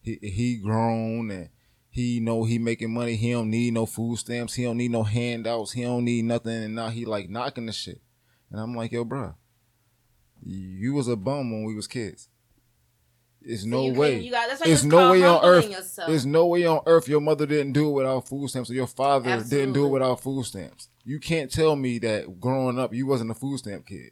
he he grown and he know he making money. He don't need no food stamps. He don't need no handouts. He don't need nothing. And now he like knocking the shit. And I'm like, yo, bruh, you was a bum when we was kids. It's
So
no
you can-
way.
you got- that's why
It's
it's
no
called
way on
humbling
earth.
yourself.
There's no way on earth your mother didn't do it without food stamps, or your father didn't do
Absolutely.
it without food stamps. You can't tell me that growing up you wasn't a food stamp kid.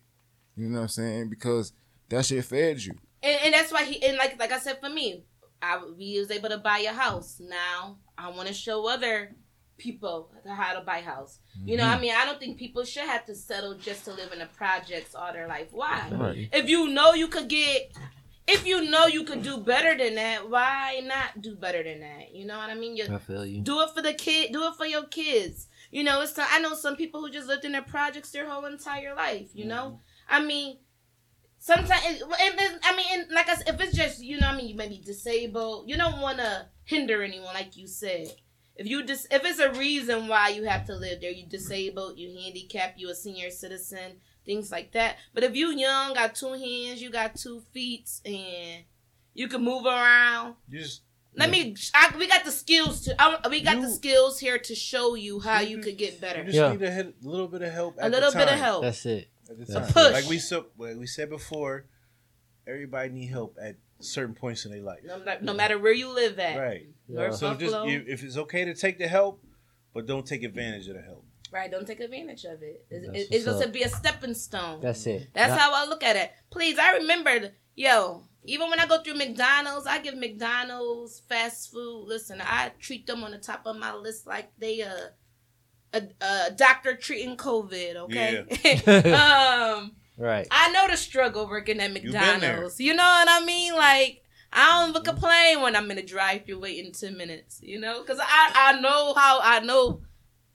You know what I'm saying? Because that shit fed you.
And, and that's why he and like like I said for me, I we was able to buy a house. Now I want to show other people how to buy a house. You know, I mean, I don't think people should have to settle just to live in the projects all their life. Why?
Right.
If you know you could get, if you know you could do better than that, why not do better than that? You know what I mean? You
I feel you.
do it for the kid. Do it for your kids. You know, it's. I know some people who just lived in their projects their whole entire life. You know, I mean, sometimes. It, it, it- I mean, and like I said, if it's just you know, I mean, you may be disabled. You don't want to hinder anyone, like you said. If you dis- if it's a reason why you have to live there, you disabled, you handicapped, you a senior citizen, things like that. But if you young, got two hands, you got two feet, and you can move around.
You just
Let me. I, we got the skills to. I, we got the
You-
skills here to show you how you
you
could get
you
better.
just
Yeah.
need a hel- little bit of help.
A
at the
little bit of
time.
help.
That's it.
At the
Yeah.
time.
Push.
Like we said, like we said before, everybody need help at certain points in their life.
No, ma- no matter where you live at,
Right.
Yeah.
North
So just
Buffalo,
if if it's okay to take the help, but don't take advantage of the help.
right? Don't take advantage of it. It's,
That's
it's,
what's
supposed to
up.
be a stepping stone. That's,
That's it.
how I look at it. Please, I remembered, yo. Even when I go through McDonald's, I give McDonald's fast food. Listen, I treat them on the top of my list like they uh, a a doctor treating COVID. Okay. (laughs) um.
right.
I know the struggle working at
been there.
McDonald's. You know what I mean? Like I don't even complain when I'm in the drive-through waiting ten minutes. You know, because I I know how I know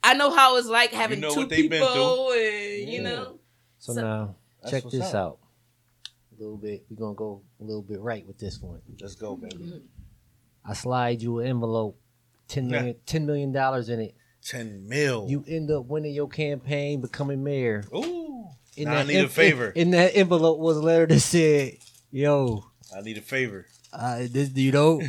I know how it's like having
know
two
what they've been
people, and
Yeah.
you know.
So,
So-
now
That's
check
what's
this
up.
out. A little bit. We're gonna go a little bit right with this one.
Let's go, baby.
I slide you an envelope, ten
Yeah.
million, ten million dollars in it.
Ten mil.
You end up winning your campaign, becoming mayor.
Ooh.
In
Nah, I need a
en-
favor.
In, that envelope was a letter that said, "Yo,
I need a favor. (laughs)
uh, this, you know,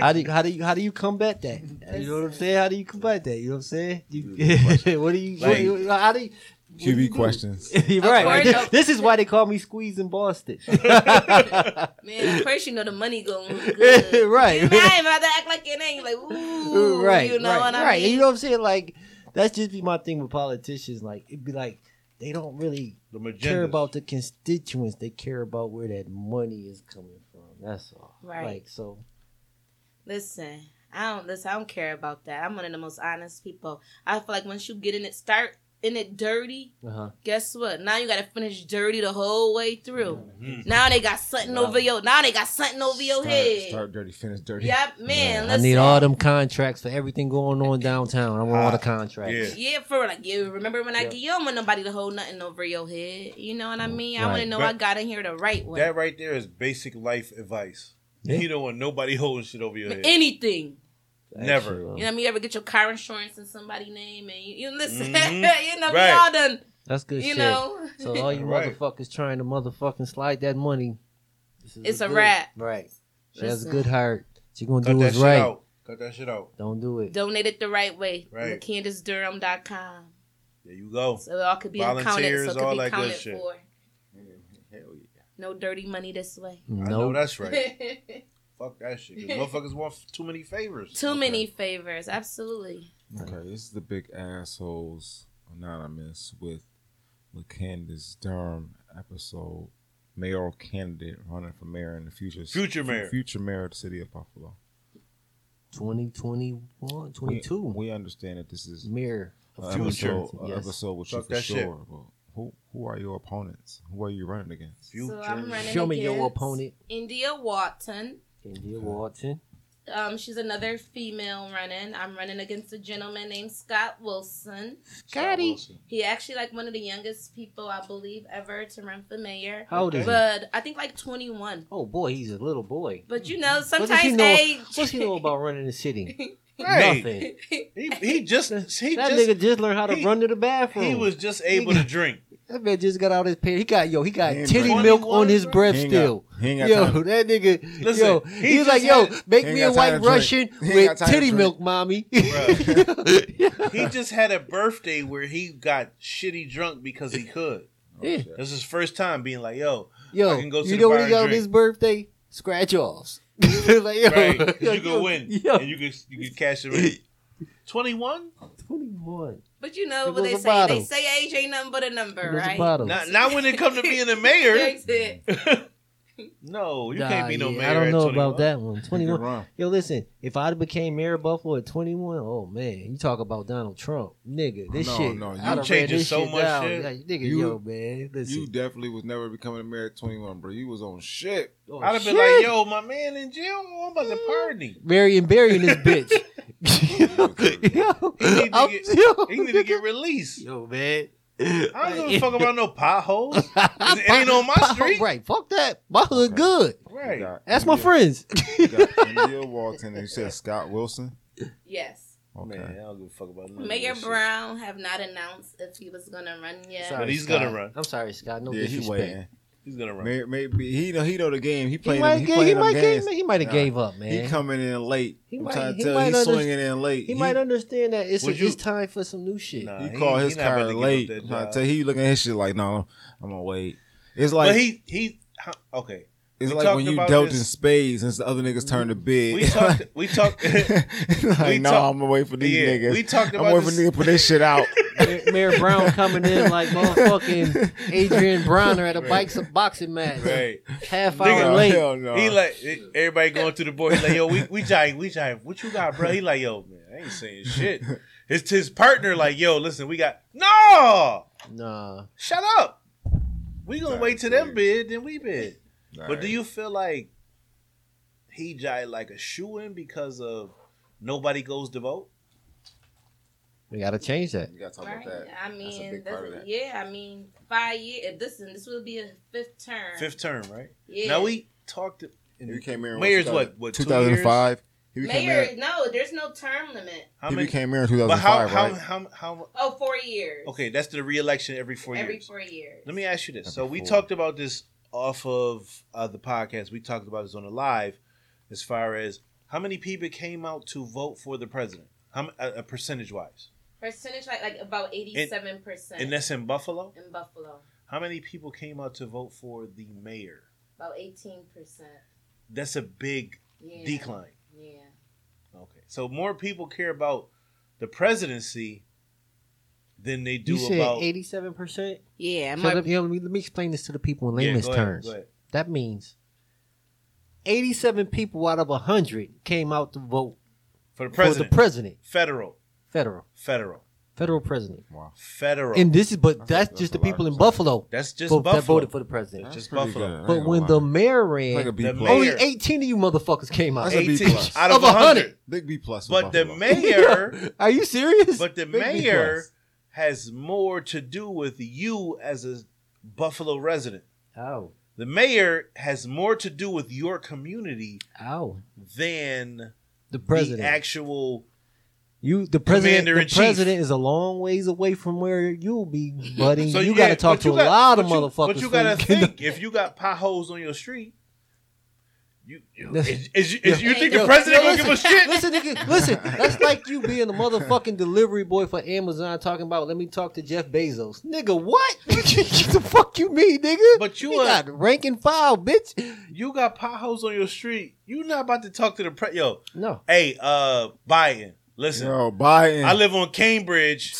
how do you, how do you how do you combat that? You know what I'm saying? How do you combat that? You know what I'm saying? You, (laughs) what do you? what do you- how do you? what do you
QB
do?
(laughs)
questions.
You're (laughs)
Of
right.
course,
(laughs) This,
of-
this is why they call me Squeeze in
(laughs)
Boston.
Man, of course you know the money going
(laughs) (laughs)
good.
Right.
You know, I ain't about to act like it ain't like ooh.
right.
You know
right,
what I
right. And
mean?
you know what I'm saying? Like that's just be my thing with politicians. Like it'd be like they don't really
The
care
magenta.
about the constituents. They care about where that money is coming from. That's all.
Right.
Like so.
Listen, I don't listen. I don't care about that. I'm one of the most honest people. I feel like once you get in it, start in it dirty.
Uh huh.
Guess what? Now you got to finish dirty the whole way through.
Mhm.
Now they got something
Wow.
over your. Now they got something over your
start,
head.
Start dirty, finish dirty.
Yep, man.
I
Listen.
need all them contracts for everything going on downtown. I want all the contracts.
Ah, Yeah.
Yeah, for real, like you remember when I
Yeah.
get you don't want nobody to hold nothing over your head. You know what I mean? I want
Mm, Right.
to know I
But-
got in here the right way.
That right there is basic life advice.
Yeah.
You don't want nobody (laughs) holding shit over your head.
Anything.
Never.
Actually, uh,
You know what I mean? You ever get your car insurance in somebody's name and you, you listen,
Mhm.
(laughs) you
Right.
know, we all done,
That's good
you
shit.
know. (laughs)
So all
(laughs)
you
Right.
motherfuckers trying to motherfucking slide that money. this is
It's a
good-
wrap.
Right. She has a
Listen.
good heart. She gonna
Cut
do
that
what's
shit
right.
out. Cut that shit out.
Don't do it.
Donate it the right way.
Right.
Right. CandiceDurham.com.
There you go.
So it all could be accounted.
Volunteers,
So it could
all
be
that good
counted
shit.
for.
Hell yeah.
No dirty money this way.
I know
No.
that's
(laughs)
right.
(laughs)
Fuck that shit. 'cause Motherfuckers want too many favors.
Too many favors. Absolutely.
Okay, this is the Big Assholes Anonymous with with Candace Durham episode, mayoral candidate running for mayor in the future.
Future mayor.
Future mayor of the city of Buffalo.
2021,
We-
22.
We, understand that this is
Mirror
a
of
Future.
future.
episode, a
Yes.
episode with
Fuck
you for
that shit.
sure. But who who are your opponents? Who are you running against?
Future.
So I'm running
Show me your
against
opponent.
India Watson.
India Walton.
Um, she's another female running. I'm running against a gentleman named Scott Wilson.
Scotty.
He actually like one of the youngest people I believe ever to run for mayor.
How old is he?
But I think like 21.
Oh boy, he's a little boy.
But you know,
What does
sometimes
he know-
age.
What's he know about running the city?
(laughs) Right.
Nothing.
He, he just he
that
just
nigga just learned how to
he-
run to the bathroom.
he was just able to drink.
that man just got out his pants. He got yo, he got
He ain't
titty
drinking.
milk on his
21,
breath
He ain't
still.
got- he ain't got
(laughs)
Yo,
time.
(laughs) that nigga.
Listen,
yo,
he
he
just
was like, yo,
had-
make
he
me a
ain't got
white
time to drink.
Russian
He ain't
with
got time to
titty
drink.
milk, mommy.
He just had a birthday where he got shitty drunk because he could.
Yeah.
Oh, shit.
This is his first time being like, yo,
(laughs) Yo,
I can go to
you
the
know
bar
what he
and
got on
drink.
his birthday? Scratch offs. (laughs) like, (laughs) yo,
right? 'cause you
yo,
can win
Yo,
and you can you can cash it in. Twenty one?
21.
(laughs) But you
He
know
was
what they
a
say.
bottle.
They say age ain't nothing but a number,
Those are
right?
bottles.
Not not when it comes to being a
(laughs)
mayor.
That's it.
no, you
Nah,
can't be no
yeah,
mayor.
I don't
at
know
21.
about
(laughs)
that one.
He can
21.
run.
Yo, listen, if I became Mayor of Buffalo at 21, oh man, you talk about Donald Trump. Nigga, this
No,
shit.
no,
I
you
done ran
changing
this
so much
down.
shit.
Like, nigga,
You-
yo, man, listen.
You definitely was never becoming a mayor at 21, bro. You was
(laughs)
on shit.
oh,
I'd have been
shit.
like, yo, my man in jail, I'm about to party.
Mary and Barry in
(laughs)
this bitch. (laughs) yo,
He need to
I'm-
get-
(laughs) yo,
He need to get released.
yo, man.
I don't give a fuck about no potholes.
(laughs) about
It ain't on my street.
Right, fuck that. My hood
Okay.
good.
You
Right.
got
That's my
India-
friends.
You (laughs) got India Walton and you said Scott Wilson.
Yes.
Okay.
Man, I don't give a fuck about none of
Mayor
this shit.
Brown have not announced if he was gonna run yet.
Sorry,
he's gonna
Scott.
run.
I'm sorry, Scott. No
yeah, he
disrespect.
waiting.
He's gonna run.
May- Maybe he know he know the game. He
He
playing.
might
them- he
get-
playing
he
them
might
games.
get- he might have
Nah.
gave up, man.
He coming in late.
He
I'm
might-
trying to
he
tell
might
you,
under-
he's swinging in late.
He, might understand that it's,
Would you-
it's time for some new shit.
Nah,
he
he-
call
he
his
not about
car
to give up
late.
that
I'm trying
job.
to tell you, he looking at his shit like, no, I'm gonna wait. It's like
but he he huh, okay.
it's
we
like
talked
when you
about
dealt
this-
in spades and the other niggas turned to big. (laughs)
We talked we talked (laughs)
like, no,
talked-
I'm gonna wait for these
yeah,
niggas.
we talked
I'm
about
waiting for
this-
niggas to put their
(laughs)
shit out.
Mayor- Mayor Brown coming in
(laughs)
like
(laughs)
motherfucking Adrian Bronner at a bikes boxing match.
(laughs)
right.
Half hour
Nigga,
Hell
late.
no.
He like everybody going through the board. He's like, yo, we we jive, we jive. What you got, bro? He like, yo, man, I ain't saying
(laughs)
shit. It's his partner. Like, yo, listen, we got no.
Nah.
Shut up. We gonna
Nah,
wait till
it's
them bid, then we bid.
All
But
right.
do you feel like he jive like a shoe in because of nobody goes to vote?
We gotta change that.
You gotta talk
Right.
about that.
I
That's a
mean,
big
that's-
part of that.
yeah. I mean, five years. If this this will be a fifth term.
Fifth term, right?
Yeah.
Now we talked. In,
He became mayor. in
Mayor's
2000
what, what, two
2005. He became
mayor.
mayor.
No, there's no term limit.
how
He
many?
became mayor in
But how
2005,
how, how
right?
how
Oh, four years.
Okay, that's the re-election every four
Every
years.
four years.
Let me ask you this.
Every
so we
four.
talked about this off of uh, the podcast. We talked about this on the live, as far as how many people came out to vote for the president, how uh, uh, percentage wise,
Percentage like like about eighty-seven percent
and that's in Buffalo.
in Buffalo.
How many people came out to vote for the mayor?
About eighteen percent.
That's a big
Yeah.
decline.
Yeah.
Okay, so more people care about the presidency than they do
You said
about.
eighty-seven percent.
Yeah,
So
my- (laughs)
let, me, let me- let me explain this to the people in
Yeah,
layman's
go ahead,
terms.
go ahead.
That means eighty-seven people out of hundred came out to vote
For the president,
for the president,
federal,
federal,
federal,
federal president.
Wow.
federal.
And this is, but
That's a-
that's,
that's
just
a
the
lot
people
of
in
percentage.
Buffalo
that's just
vote-
Buffalo.
that voted for the president.
That's just
pretty
Buffalo.
good. I ain't
But
gonna
when
lie.
the Oh, mayor
It's like a
ran,
B
The
plus.
only
mayor-
eighteen of you motherfuckers came out.
That's a B
18
plus.
out of
Of a
100.
hundred.
Big B plus. with
But the
(laughs)
Buffalo.
mayor,
Are you serious?
but the
Big B
mayor
plus.
has more to do with you as a Buffalo resident.
Ow.
The mayor has more to do with your community
Ow.
than
The president.
the actual.
you the president.
Commander in
The
chief.
president is a long ways away from where you'll be, buddy.
So
you got to
yeah,
talk
but
to
you
a
got-
lot
but
of
you-
motherfuckers.
But you
before
gotta
can-
think if you got potholes on your street. You, you,
That's-
is, is, is, you
yeah.
think the
Yo,
president
yo,
gonna give a shit?
(laughs) Listen, nigga, listen. That's like you being a motherfucking delivery boy for Amazon talking about. Let me talk to Jeff Bezos, nigga. What? (laughs) what the fuck you mean, nigga?
But you
He
a-
got rank and file, bitch.
You got potholes on your street. You not about to talk to the pre- yo.
No,
Hey, uh, Biden, listen.
Yo, Biden.
I live on Cambridge,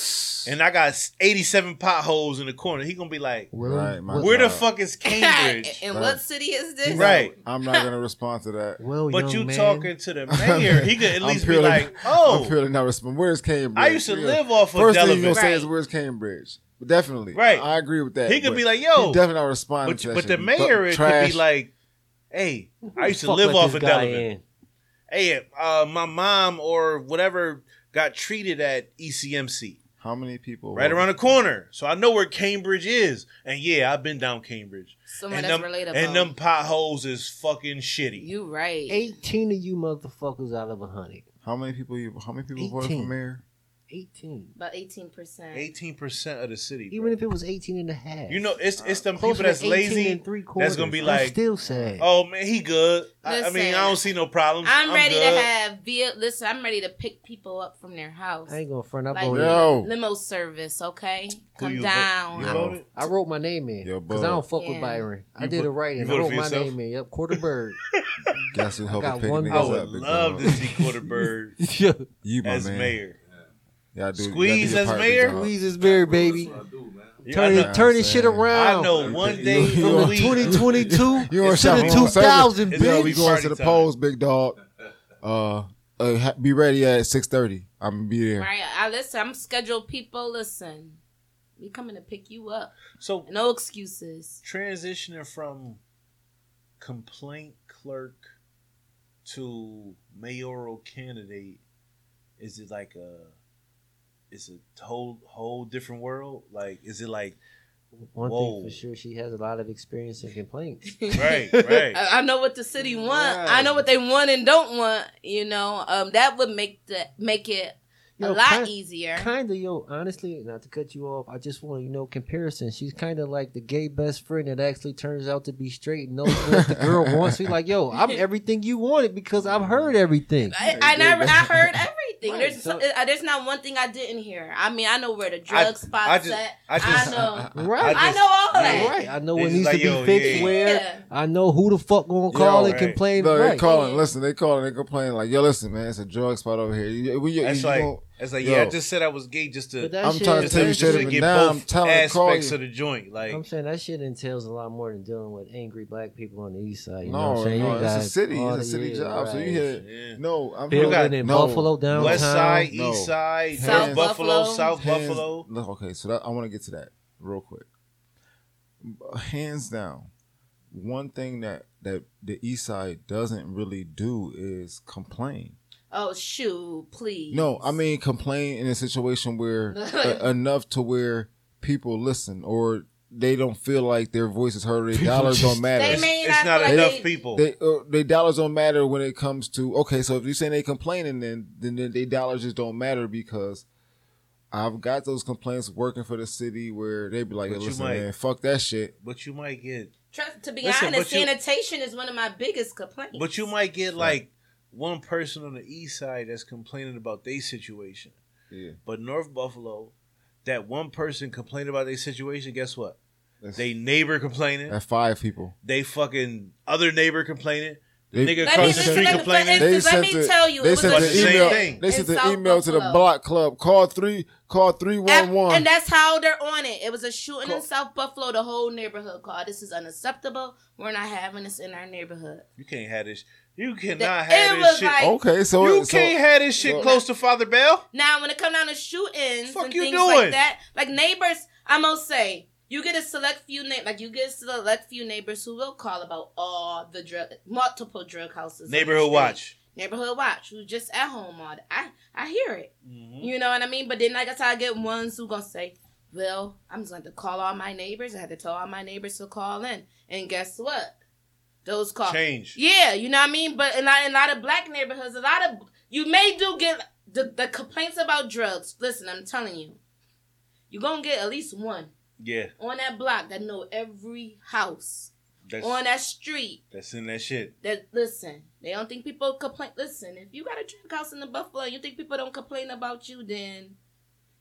and I got eighty-seven potholes in the corner. He gonna be like,
Right, my
"Where the
God.
fuck
(laughs)
is Cambridge?"
and
Right.
what city is this?
right.
I'm not gonna respond to that.
Well,
But
young
you
man.
talking to
(laughs)
the mayor, he could at
I'm
least be
purely-
like,
I'm
(laughs) "Oh,
purely not responding. Where's Cambridge?
I used to
Yeah.
live off of
First thing you're
Delavan."
gonna say is
Right.
where's Cambridge? But definitely,
Right.
I agree with that.
He could
but
be like, "Yo,"
he definitely not responding.
but
to that
but the
shit.
mayor it could
trash.
be like, "Hey, I used to
Fuck
live
let
off
this
of
guy
Delavan.
in.
Hey, uh, my mom or whatever got treated at E ECMC."
how many people?
right around the corner. So I know where Cambridge is. And yeah, I've been down Cambridge.
Someone
and
that's
them,
relatable.
and them potholes is fucking shitty.
you right.
Eighteen of you motherfuckers out of a hundred.
How many people? You, how many people voted for
18.
mayor?
Eighteen.
About eighteen percent.
Eighteen percent of the city.
Even
Even
if it was 18 and a half.
you know, it's it's them people
Closer to
that's
18
lazy.
and three
that's gonna be
quarters. I'm
like,
still sad.
Oh man, he good. I, I mean,
Listen,
I don't see no problems.
I'm, ready
good.
to have via. Listen, I'm ready to pick people up from their house.
I ain't gonna front up
Like-
on you.
Yo,
Limo service, okay?
Who
Come
you vo-
down.
you
Yo.
voted?
I wrote my name in
Yo,
because
bud.
I don't fuck
Yeah.
with Byron. I
You
did
vo-
a write
you
in. I
voted
wrote
for
my
yourself?
name in.
(laughs)
Yep, quarter bird.
guess who helped
got
pick
one
niggas
I
vote.
would
up, big
love
dog.
to see
(laughs)
Quarterbird
Yeah. (laughs)
You my
as
man.
mayor.
Y'all do- y'all do
Squeeze
your
as
part,
mayor?
big dog.
Louise is married, baby.
That's what I do, man.
Yeah, I
Turn
know,
it, turn this shit
I know
around.
I know one day
You-
a
you
From
know-
the
week-
2022
You want
It's in
to
the
2000,
bitch.
We going to the
Party time.
polls, big dog. Uh, uh, ha- be ready at six thirty. I'm gonna be there.
Right? I listen, I'm scheduled people. Listen, we coming to pick you up.
So
No excuses.
transitioning from complaint clerk to mayoral candidate is it like a it's a whole whole different world like is it
(laughs)
like
One
Whoa.
thing for sure, she has a lot of experience in complaints.
right right
I, I know what the city want.
Right.
I know what they want and don't want. You know, um, that would make the make it
You
a
know,
lot
kind-
easier.
Kind of, yo. Honestly, not to cut you off, I just want to, you know, comparison. She's kind of like the gay best friend that actually turns out to be straight and knows what the girl wants. She's like, yo, I'm everything you wanted because I've heard everything.
I, I never, I heard everything.
Right,
there's
so-
uh, there's not one thing I didn't hear. I mean, I know where the
I-
drug spots
I just-
at.
(laughs) I just-
I know.
Right.
I know all
Yeah,
that.
right. I know
They
what
just
needs
like,
to be
yo,
fixed
yeah.
where.
Yeah.
I know who the fuck gonna call
Yo,
and
right.
complain.
No, they
right.
calling.
Yeah.
Listen, they calling. They complaining like, yo, listen, man, it's a drug spot over here. You- we- you-
that's
you
like
gon-
that's like yeah i
Yo.
just said i was gay just to
But that
I'm
shit-
trying to
just
tell you
just
straight
to
up
get
and now. I'm
both
telling, call
aspects
you.
of the joint like
I'm saying that shit entails a lot more than dealing with angry black people on the east side. You know what
No,
I'm saying? You
no,
ain't
it's a
got
city.
all
It's a
the-
city
yeah,
job. So you
right.
hear?
yeah.
No, I'm
building
got-
in
no.
Buffalo downtown.
west side
No.
east side
South
north buffalo,
Buffalo.
south
Hands-
buffalo
Look, okay, so that, I want to get to that real quick. Hands down, one thing that that the East Side doesn't really do is complain.
Oh shoot! Please.
No, I mean complain in a situation where uh, enough to where people listen or they don't feel like their voice is heard. Or their
People
dollars
just-
don't matter.
They
it's,
may
it's
not
not
like
enough
they-
people
They uh, they dollars don't matter when it comes to okay. So if you're saying they complaining, then then then they dollars just don't matter because I've got those complaints working for the city where they be like,
But
hey,
you
listen,
might-
man, fuck that shit.
but you might get
Trust, to be
Listen,
honest,
but you-
sanitation is one of my biggest complaints.
But you might get like one person on the east side that's complaining about their situation.
Yeah,
But North Buffalo, that one person complaining about their situation, guess what? They neighbor complaining,
at five people.
they fucking other neighbor complaining,
They-
Nigga
Let me,
across the
listen,
street
let, me- for
complaining.
instance, let
sent
me
it-
tell you, it
They
was
sent
But
a
an
the same
email.
thing.
They sent
In
an
South
email to the
Buffalo.
block club. Call three. Call three one
And,
one.
and that's how they're on it. It was a shooting
Cool.
in South Buffalo. The whole neighborhood called. This is unacceptable. We're not having this in our neighborhood.
You can't have this. You cannot
The-
have
it
this
was
shit.
like-
Okay, so
you
so,
can't have this shit
so-
close to Father Bell.
Now, when it comes down to shootings
Fuck
and
you
things
doing?
like that, like neighbors, I'm gonna say you get a select few na- like you get a select few neighbors who will call about all the drug multiple drug houses. on the
Neighborhood
street.
watch.
Neighborhood watch. Who's just at home all day. I I hear it. You know what I mean? But then like I said, I get ones who gonna say, Well, I'm just gonna have to call all my neighbors. I had to tell all my neighbors to call in. And guess what? Those calls.
Change.
Yeah, you know what I mean. But in a lot, in a lot of black neighborhoods, a lot of you may do get the, the complaints about drugs. Listen, I'm telling you, you're gonna get at least one
Yeah,
on that block that know every house
that's
on that street.
that's in that shit.
That listen, they don't think people complain. Listen, if you got a drug house in the Buffalo, and you think people don't complain about you, then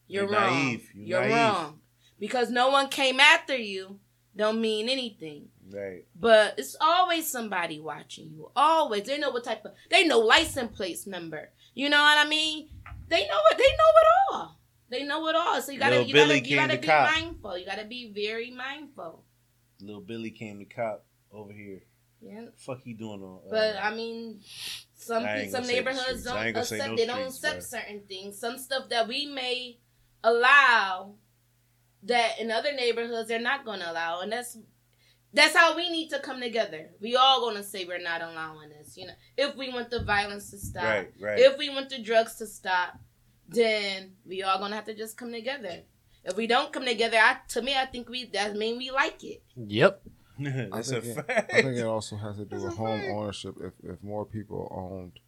you're,
You're
wrong.
naive. You're
You're,
naive.
wrong because no one came after you. Don't mean anything.
Right.
But it's always somebody watching you. Always. They know what type of they know license plates number. You know what I mean? They know it they know it all. They know it all. So you gotta
Lil
you
Billy
gotta, you
came
gotta
to
be
cop.
mindful. You gotta be very mindful.
Little Billy came to cop over here.
Yeah.
Fuck he doing on? uh,
But I mean some
I ain't
some
gonna say the
neighborhoods
streets. I
don't
ain't gonna
accept
say no
they don't
streets,
accept certain things. Some stuff that we may allow that in other neighborhoods they're not gonna allow. And that's that's how we need to come together. We all gonna say we're not allowing this, you know. If we want the violence to stop,
right, right.
if we want the drugs to stop, then we all gonna have to just come together. If we don't come together, I, to me, I think we that mean we like it.
Yep.
(laughs) that's a
think it-
fact.
(laughs)
(laughs)
I think it also has to do
That's
with
a
home
fact.
ownership. If if more people owned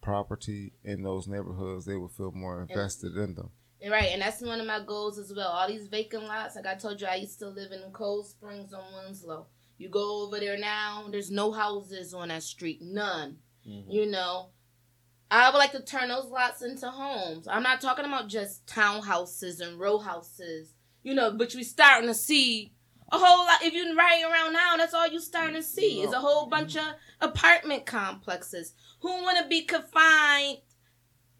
property in those neighborhoods, they would feel more invested in them.
And Right, and that's one of my goals as well. All these vacant lots, like I told you, I used to live in Cold Springs on Winslow. You go over there now, there's no houses on that street, none.
Mhm.
You know, I would like to turn those lots into homes. I'm not talking about just townhouses and row houses, you know, but we starting to see a whole lot. If you're riding around now, that's all you starting to see is a whole bunch of apartment complexes. Who want to be confined?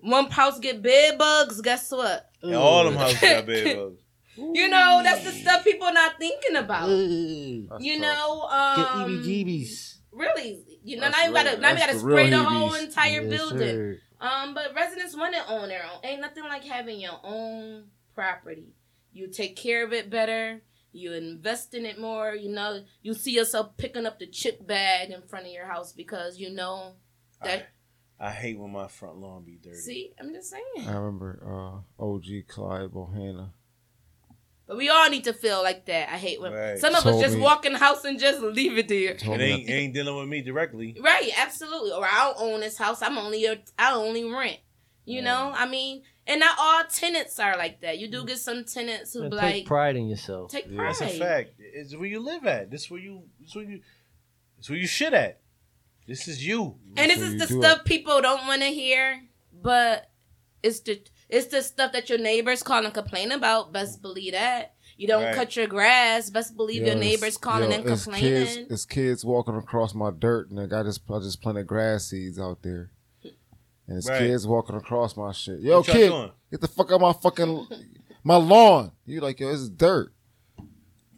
One house get bed bugs. Guess what?
And all them houses
(laughs)
got bed bugs.
You know that's the stuff people not thinking about.
Ooh.
That's
you
tough. E
know,
Get
um,
EBGBs.
really, you know,
That's
now you gotta
real-
now we
that's
gotta
the real E
spray the whole
EBGBs.
entire
Yes,
building.
sir.
Um, but residents want to own their own. Ain't nothing like having your own property. You take care of it better. You invest in it more. You know, you see yourself picking up the chip bag in front of your house because you know that.
I hate when my front lawn be dirty.
See, I'm just
I
saying.
remember uh, OG Clyde Bohanna.
But we all need to feel like that. I hate when
Right.
some of
Sold
us just
me.
walk in the house and just leave it there.
told
It
me
ain't it ain't dealing with me directly.
Right, absolutely. Or I don't own this house. I'm only a, I only rent. You
Yeah.
know, I mean, and not all tenants are like that. You do
Mm.
get some tenants who
And
be
take
like
pride in yourself.
take pride.
That's a fact. It's where you live at. This where you. This where you. This where you shit at. This is you.
And this
So
is
you
the
do
stuff people don't want to hear, but it's the it's the stuff that your neighbors call and complain about. Best believe that. You don't
Right.
cut your grass. Best believe
Yo,
your
it's-
neighbors calling
yo,
and
it's
complaining.
Kids, it's kids walking across my dirt, and I just I just planted grass seeds out there, and it's
Right.
kids walking across my shit. Yo,
What y'all
kid,
doing?
get the fuck out my fucking my lawn. You like yo, it's dirt.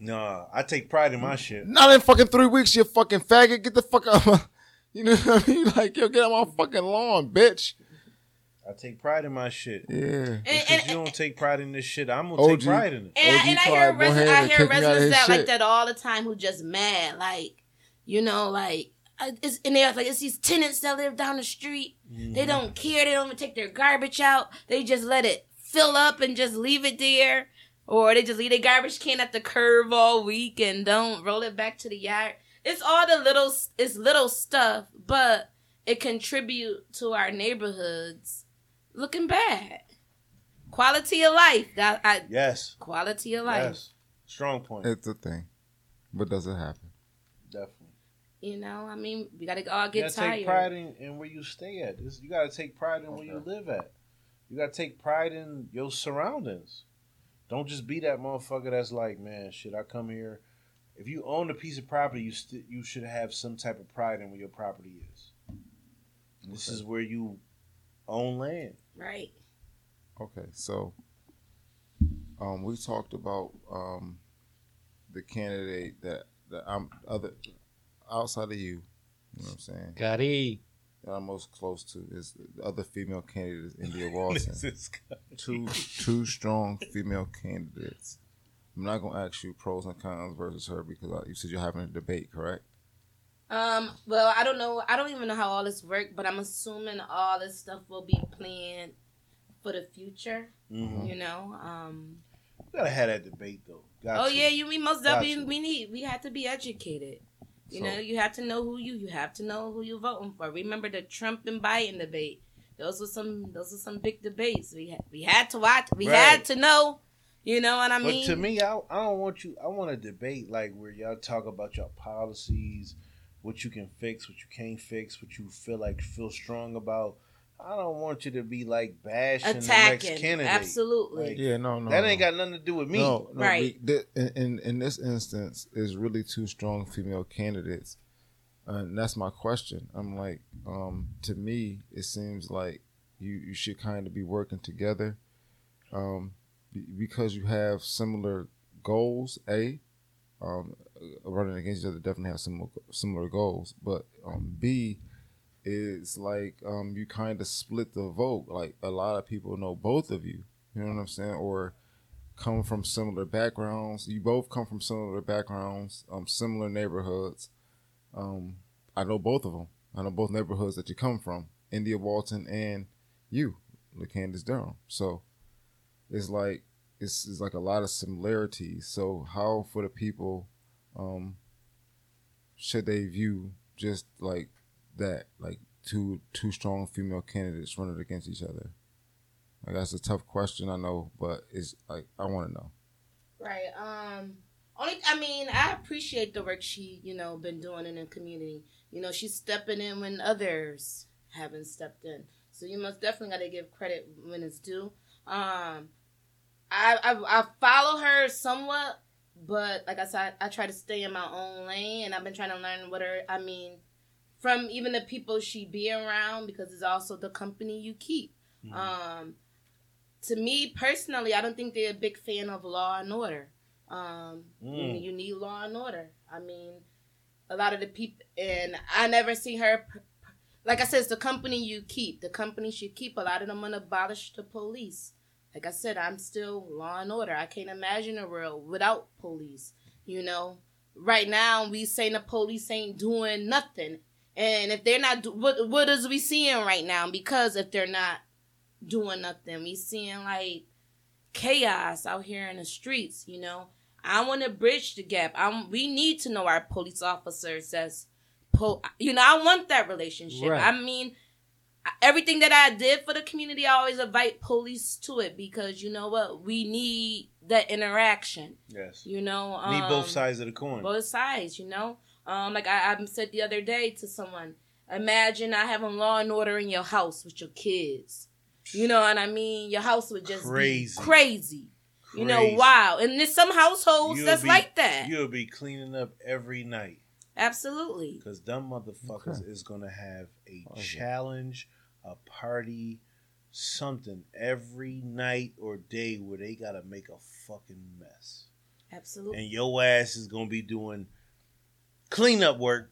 Nah, I take pride
Mm-hmm.
in my shit.
Not in fucking three weeks, you fucking faggot. Get the fuck out. My, (laughs) you know what I mean? (laughs) Like yo, get out my fucking lawn, bitch.
I take pride in my shit.
Yeah.
and,
Because
and,
you
and,
don't take pride in this shit, I'm gonna
OG.
take pride in it.
I-
OG
and I
Clyde
hear
Bohannon
residents, I
kick me
hear
out of his
residents that
shit.
like that all the time who just mad, like you know, like I, it's and they're like it's these tenants that live down the street.
Mm-hmm.
They don't care. They don't even take their garbage out. They just let it fill up and just leave it there. Or they just leave their garbage can at the curb all week and don't roll it back to the yard. It's all the little, it's little stuff, but it contribute to our neighborhoods looking bad. Quality of life. That I
Yes.
quality of life.
Yes. Strong point.
It's a thing, but does it happen?
Definitely.
You know, I mean, we gotta all
You
get
gotta
tired.
take pride in, in where you stay at. This, you gotta take pride in where you live at. You gotta take pride in your surroundings. Don't just be that motherfucker that's like, man, shit, I come here If you own a piece of property, you st- you should have some type of pride in where your property is. This
Okay.
is where you own land.
Right.
Okay, so um, we talked about um, the candidate that that I'm other outside of you. You know what I'm saying?
Got E.
That I'm most close to is the other female candidate is India
(laughs)
Walton.
is
two two strong female candidates. I'm not gonna ask you pros and cons versus her because uh, you said you're having a debate, correct?
Um. Well, I don't know. I don't even know how all this worked, but I'm assuming all this stuff will be planned for the future.
Mhm.
You know. Um.
You gotta have that debate though. Got
Oh
you.
yeah, you we most
Got
definitely
you.
we need we have to be educated. You
So-
know, you have to know who you you have to know who you're voting for. Remember the Trump and Biden debate. Those were some those were some big debates. We had we had to watch. We
Right.
had to know. You know what I
But
mean?
to me, I, I don't want you. I want a debate like where y'all talk about your policies, what you can fix, what you can't fix, what you feel like feel strong about. I don't want you to be like bashing the next
attacking
candidate.
absolutely.
Like,
Yeah, no, no.
That ain't got nothing to do with me.
No, no,
Right.
We, th- in, in in this instance, is really two strong female candidates, and that's my question. I'm like, um, to me, it seems like you you should kind of be working together, um, be, because you have similar goals. A, um, uh, running against each other definitely have similar similar goals, but um, B. It's like um, you kind of split the vote. Like a lot of people know both of you. You know what I'm saying? Or come from similar backgrounds. You both come from similar backgrounds, um, similar neighborhoods. Um, I know both of them. I know both neighborhoods that you come from, India Walton and you, LaCandice Durham. So it's like it's, it's like a lot of similarities. So how for the people um, should they view just like that, like two two strong female candidates running against each other? Like that's a tough question, I know, but it's like I want to know.
Right. Um. Only. I mean, I appreciate the work she, you know, been doing in the community. You know, she's stepping in when others haven't stepped in. So you most definitely got to give credit when it's due. Um. I, I I follow her somewhat, but like I said, I try to stay in my own lane, and I've been trying to learn what her. I mean, from even the people she be around, because it's also the company you keep.
Mhm.
Um, to me personally, I don't think they're a big fan of law and order. Um, you-
Mm.
you, need law and order. I mean, a lot of the people, and I never see her. p- p- Like I said, it's the company you keep. The company should keep. A lot of them want to abolish the police. Like I said, I'm still law and order. I can't imagine a world without police. You know, right now we saying the police ain't doing nothing, and if they're not, do- what what is we seeing right now? Because if they're not doing nothing. We seeing like chaos out here in the streets, you know. I want to bridge the gap. i we need to know our police officers as po- you know, I want that relationship.
Right.
I mean, I- everything that I did for the community, I always invite police to it because you know what? We need that interaction,
Yes.
you know. Um,
Need both sides of the coin.
both sides, you know? Um, like I, I said the other day to someone, imagine not having law and order in your house with your kids. You know what I mean? Your house would just
Crazy.
be crazy. You know,
Crazy.
wow. And there's some households
You'll
that's
be-
like that.
You'll be cleaning up every night
Absolutely.
because dumb motherfuckers is gonna have a
Okay.
challenge, a party, something every night or day where they gotta make a fucking mess.
Absolutely.
and your ass is gonna be doing cleanup work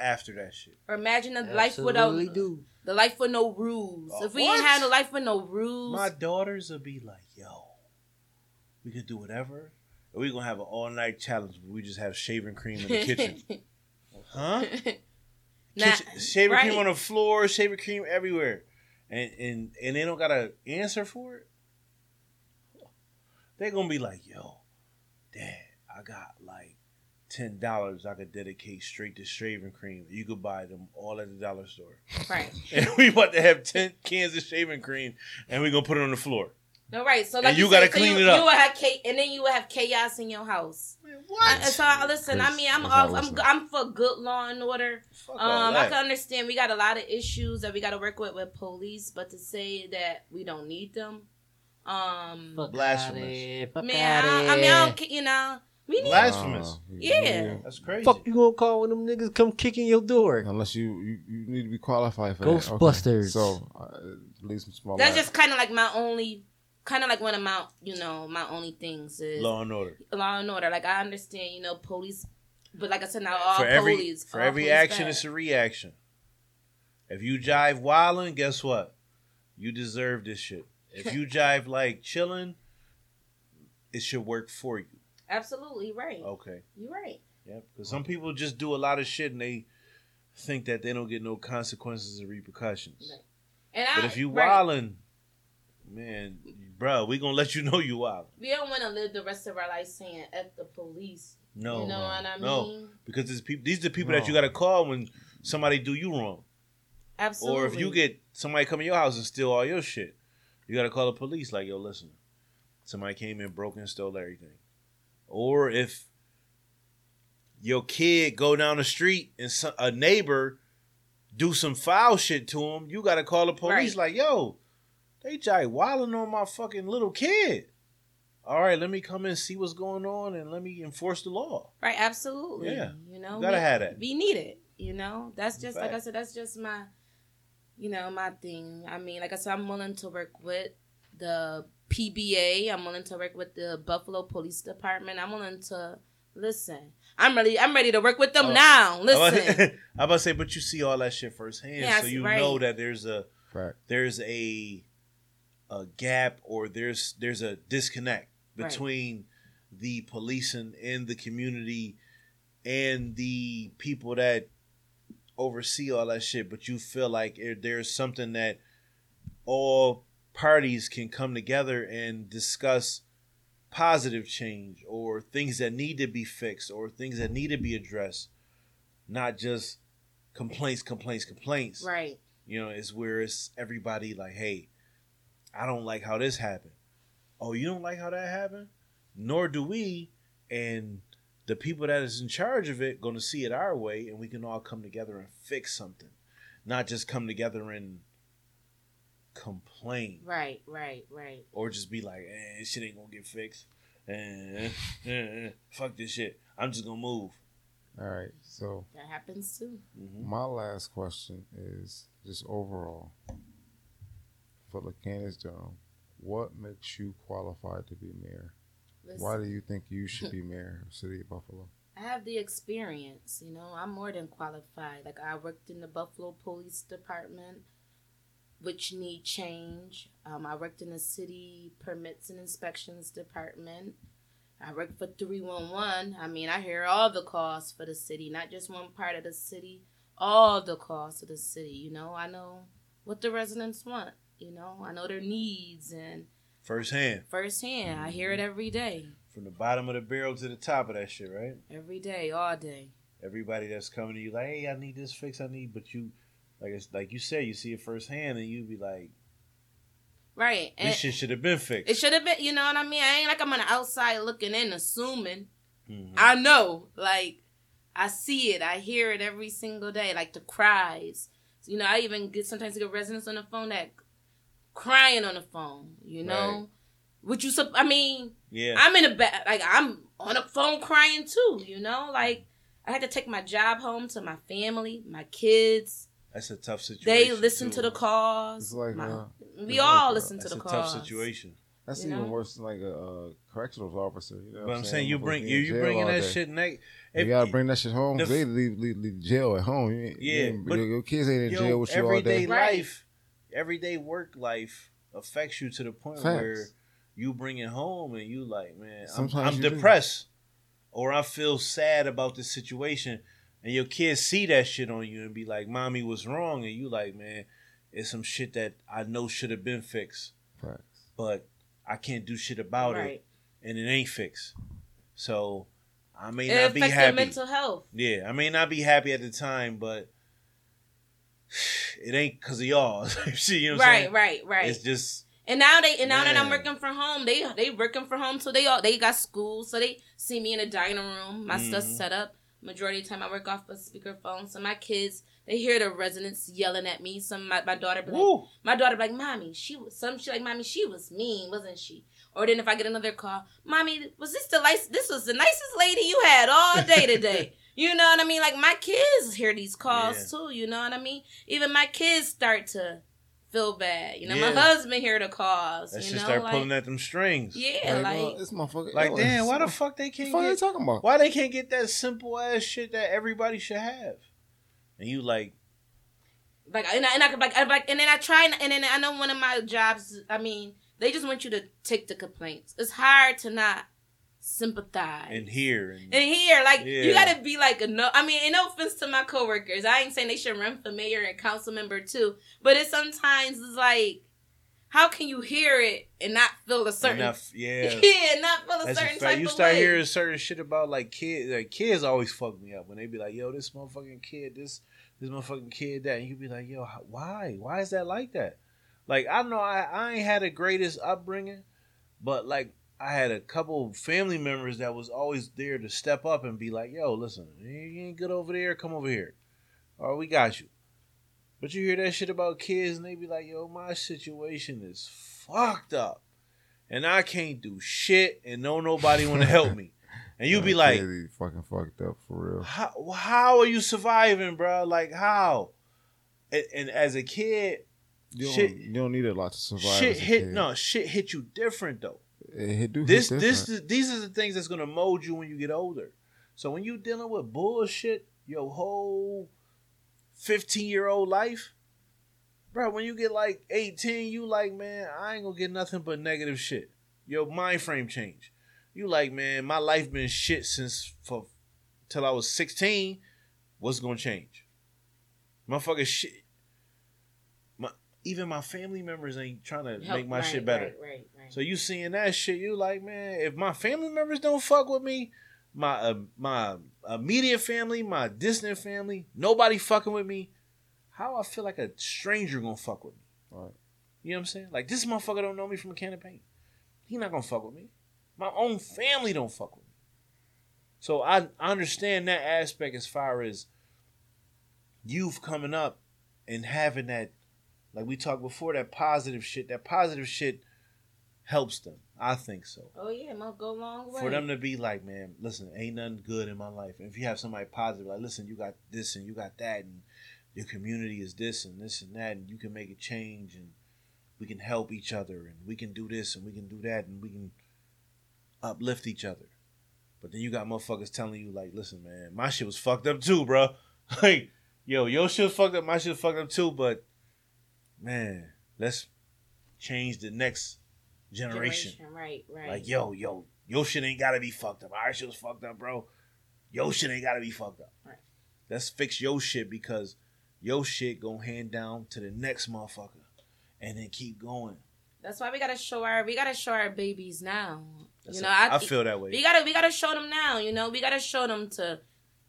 after that shit.
Or imagine a life without
Absolutely do.
the life with no rules.
Uh,
if we
what?
ain't had a life with no rules,
My daughters will be like, "Yo, we could do whatever." Or we gonna have an all night challenge where we just have shaving cream in the
(laughs)
kitchen, huh?
Nah,
Kitchen- shaving
right.
cream on the floor, shaving cream everywhere, and and and they don't got to answer for it. They're gonna be like, "Yo, Dad, I got like ten dollars I could dedicate straight to shaving cream. You could buy them all at the dollar store, (laughs)
right.
and we about to have ten cans of shaving cream, and we gonna put it on the floor."
No, right. So
And
like
you gotta
said,
clean
so you,
it up.
You will have cha- and then you will have chaos in your house. I- so I, listen, I
Chris,
mean, I'm
that's how I
all, I'm
listen.
I'm for good law and order.
Fuck all
Um, I
that.
can understand we got a lot of issues that we got to work with with police, but to say that we don't need them, um,
Fuck
Blasphemous.
outta here, Fuck
man,
outta
I, I mean,
here.
I don't, ca- you know, We need
Blasphemous.
Nah, you-
Yeah.
you-
That's crazy.
Fuck you gonna call when them niggas come kicking your door?
Unless you, you you need to be qualified for That. Okay.
Ghostbusters.
So uh, at least small.
That's just kind of like my only, kind of like one of my, you know, my only things is law.
Law and order.
and order. Like I understand, you know, police, but like I said, now all
for every
police,
for
all
every
police
action,
bad.
it's a reaction. If you jive wildin', guess what? You deserve this shit.
(laughs)
If you jive like chillin', it should work for you.
absolutely right.
Okay.
You're right.
Yep. Because some people just do a lot of shit and they think that they don't get no consequences or repercussions.
Right. And I,
But if you
right,
wildin', man, bruh, we gonna let you (laughs) know you wildin'.
we don't want to live the rest of our life saying "f the police."
No,
you know what I mean?
no. because these people, these are the people that you
No.
gotta call when somebody do you wrong.
Absolutely.
Or if you get somebody come in your house and steal all your shit, you gotta call the police. Like, yo, listen, somebody came in, broke and stole everything. Or if your kid go down the street and so- a neighbor do some foul shit to him, you gotta call the police. Like, yo, they jive wilding on my fucking little kid. All right, let me come and see what's going on and let me enforce the law. (laughs)
right, absolutely.
Yeah.
you know,
You gotta
we,
have that.
We need it. You know, that's just like I
Fact.
said. That's just my, you know, my thing. I mean, like I said, I'm willing to work with the PBA. I'm willing to work with the Buffalo Police Department. I'm willing to listen. I'm ready. I'm ready to work with them
Oh.
now.
I'm about- (laughs)
Listen,
I'm about to say, but you see all that shit firsthand,
Yes,
so you
right.
know that there's a
fact.
there's a a gap or there's there's a disconnect
Right.
between the policing and the community and the people that oversee all that shit but you feel like if there's something that all parties can come together and discuss positive change or things that need to be fixed or things that need to be addressed not just complaints complaints complaints
right?
you know, it's where it's everybody like, hey, I don't like how this happened. Oh, you don't like how that happened? Nor do we. And the people that is in charge of it gonna see it our way and we can all come together and fix something. Not just come together and complain
Right, right, right.
or just be like, eh, this shit ain't gonna get fixed. Eh, eh, eh, fuck this shit. I'm just gonna move.
All right. So
That happens too.
Mhm.
my last question is just overall for the Candace Durham, what makes you qualified to be mayor?
Listen,
Why do you think you
(laughs)
should be mayor of City of Buffalo?
I have the experience, you know. I'm more than qualified. Like I worked in the Buffalo Police Department, which need change. Um, I worked in the City Permits and Inspections Department. I worked for 311. I mean, I hear all the calls for the city, not just one part of the city. All the calls of the city, you know. I know what the residents want. You know, I know their needs, and
Firsthand.
firsthand, I hear it every day,
From the bottom of the barrel to the top of that shit, right?
every day, all day.
everybody that's coming to you like, hey, I need this fix, I need, but you, like it's like you said, you see it firsthand, and you be like,
Right.
this
and-
shit should have been fixed.
It should have been, you know what I mean? I ain't like I'm on the outside looking in, assuming.
Mhm.
I know, like, I see it, I hear it every single day, like the cries. You know, I even get sometimes get residents on the phone that crying on the phone. You know, would you? sup- I mean,
yeah,
I'm in a bad, like I'm on a phone crying too. You know, like I had to take my job home to my family, my kids.
that's a tough situation.
They listen
too.
to the calls.
It's like,
My-
uh,
we
it's
all
like, uh,
listen to
That's
the
a
calls.
tough situation.
That's
You
even
know?
worse than like a, uh correctional officer. You know
But
what
I'm saying you
Motherfuckers
bring
be
you
in
you
jail
bringing
all
that
day.
shit next.
You
if-
gotta bring that shit home.
the
they
f-
leave, leave, leave jail at home. You, ain't- you
Yeah,
ain't-
but-
your, your kids ain't in
yo,
jail with you all
everyday
day.
Right.
life, everyday work life affects you to the point
Facts.
where you bring it home and you like, man, I'm,
Sometimes
I'm
you do.
depressed or I feel sad about this situation, and your kids see that shit on you and be like, "Mommy was wrong," and you like, man, it's some shit that I know should have been fixed,
Facts.
but I can't do shit about
Right.
it, and it ain't fixed. So I may
It
not be
affects
happy.
their mental health.
Yeah, I may not be happy at the time, but (sighs) it ain't because of y'all. (laughs) See, you know what I'm
right,
saying?
right, right.
It's just
and now they and now that I'm
Man.
working from home, they they working from home, so they all they got school, so they see me in the dining room. My stuff
Mhm.
set up. Majority of the time, I work off a speakerphone, so my kids they hear the residents yelling at me. Some my, my daughter be like,
woo.
my daughter be like, mommy, she was some she like, mommy, she was mean, wasn't she? Or then if I get another call, mommy, was this the nice? This was the nicest lady you had all
(laughs)
day today. you know what I mean? Like my kids hear these calls
Yeah.
too. You know what I mean? Even my kids start to feel bad. You know, my
Yeah.
husband hear the calls.
Let's
you
just
know,
start
like,
pulling at them strings.
yeah, like
this motherfucker.
Like,
yo,
damn,
it's-
why the fuck they
the
can't
fuck are you
get
talking about?
why they can't get that simple ass shit that everybody should have? And you like,
like and I, and I could like, I, like and then I try and, and then I know one of my jobs I mean they just want you to take the complaints it's hard to not sympathize
and here and
and here like you
Yeah.
gotta be like a no I mean and no offense to my coworkers I ain't saying they should run for mayor and council member too but it's sometimes it's like how can you hear it and not feel a certain (laughs)
enough. Yeah.
yeah. not feel a
That's a
certain
fact.
type
You
of
start
way
hearing certain shit about like kids. Like kids always fuck me up when they be like, "Yo, this motherfucking kid, this this motherfucking kid, that," and you be like, "Yo, how- why? Why is that like that?" Like I know I I ain't had the greatest upbringing, but like I had a couple family members that was always there to step up and be like, "Yo, listen, you ain't good over there. Come over here, or we got you." But you hear that shit about kids, and they be like, "Yo, my situation is fucked up." And I can't do shit, and no nobody
(laughs)
want to help me. And you be
That
like,
kid is fucking fucked up for real.
how, how are you surviving, bro? Like how? And, and as a kid,
You don't,
Shit-
you don't need a lot to survive.
shit
as a
hit
kid.
no shit hit you different though.
It, it do hit
This
different.
this is, these are the things that's gonna mold you when you get older. So when you dealing with bullshit, your whole fifteen year old life, bro. When you get like eighteen, you like man, I ain't gonna get nothing but negative shit. Your mind frame change. You like man, my life been shit since for till I was sixteen. What's gonna change? Motherfucker, shit. My even my family members ain't trying to
Help-
make my
right,
shit better.
right, right, right.
So you seeing that shit, you like, man, if my family members don't fuck with me, my uh, my immediate family, my distant family, nobody fucking with me, how I feel like a stranger gonna fuck with me.
Right.
You know what I'm saying? Like this motherfucker don't know me from a can of paint. He not gonna fuck with me. My own family don't fuck with me. So I, I understand that aspect as far as youth coming up and having that like we talked before, that positive shit, that positive shit helps them. I think so.
oh yeah it must go a long way
For them to be like, man, listen, ain't nothing good in my life. And if you have somebody positive, like, listen, you got this and you got that, and your community is this and this and that, and you can make a change, and we can help each other, and we can do this and we can do that, and we can uplift each other. But then you got motherfuckers telling you, like, listen, man, my shit was fucked up too, bro. (laughs) Like, yo, your shit fucked up, my shit fucked up too, but man, let's change the next generation.
right right
Like, yo, yo, your shit ain't gotta be fucked up. Our shit was fucked up, bro. Your shit ain't gotta be fucked up.
Right.
Let's fix your shit because your shit gonna hand down to the next motherfucker and then keep going.
That's why we gotta show our we gotta show our babies now.
That's
you know,
it.
I,
I, feel that way.
we gotta we gotta show them now. You know, we gotta show them to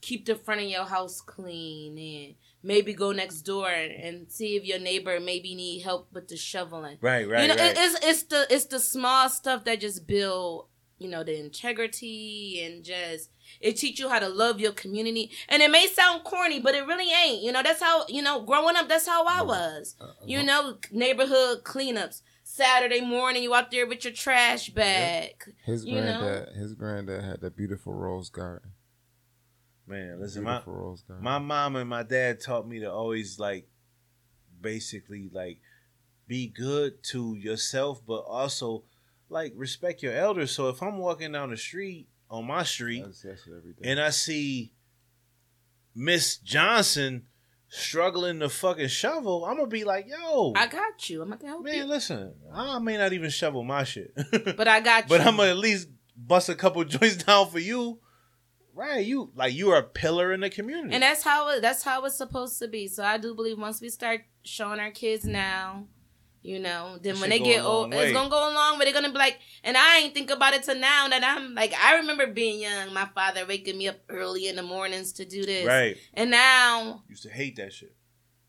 keep the front of your house clean and maybe go next door and see if your neighbor maybe need help with the shoveling.
right, right,
you know,
right.
it, it's it's the it's the small stuff that just build you know the integrity and just it teach you how to love your community. And it may sound corny, but it really ain't. You know, that's how you know growing up. That's how
Mm-hmm.
I was.
Uh,
Uh-huh.
You know, neighborhood cleanups. Saturday morning, you out there with your trash bag.
His
You know?
granddad, his granddad had that beautiful rose garden.
Man, listen, my,
beautiful rose garden.
my mom and my dad taught me to always like basically like be good to yourself but also like respect your elders. So if I'm walking down the street on my street
I see that shit every day.
and I see Miss Johnson struggling to fucking shovel, I'm gonna be like, yo,
I got you. I'm not gonna help
man,
you,
listen, I may not even shovel my shit, (laughs) but,
but I got you.
I'm gonna at least bust a couple (laughs) joints down for you. Right, you like you are a pillar in the community.
And that's how it, that's how it's supposed to be. So I do believe once we start showing our kids now, you know, then
It
when
should
they
go
get
a long
old,
way.
it's gonna go a long way. They're gonna be like, and I ain't think about it till now that I'm like, I remember being young, my father waking me up early in the mornings to do this,
right,
and now
used to hate that shit.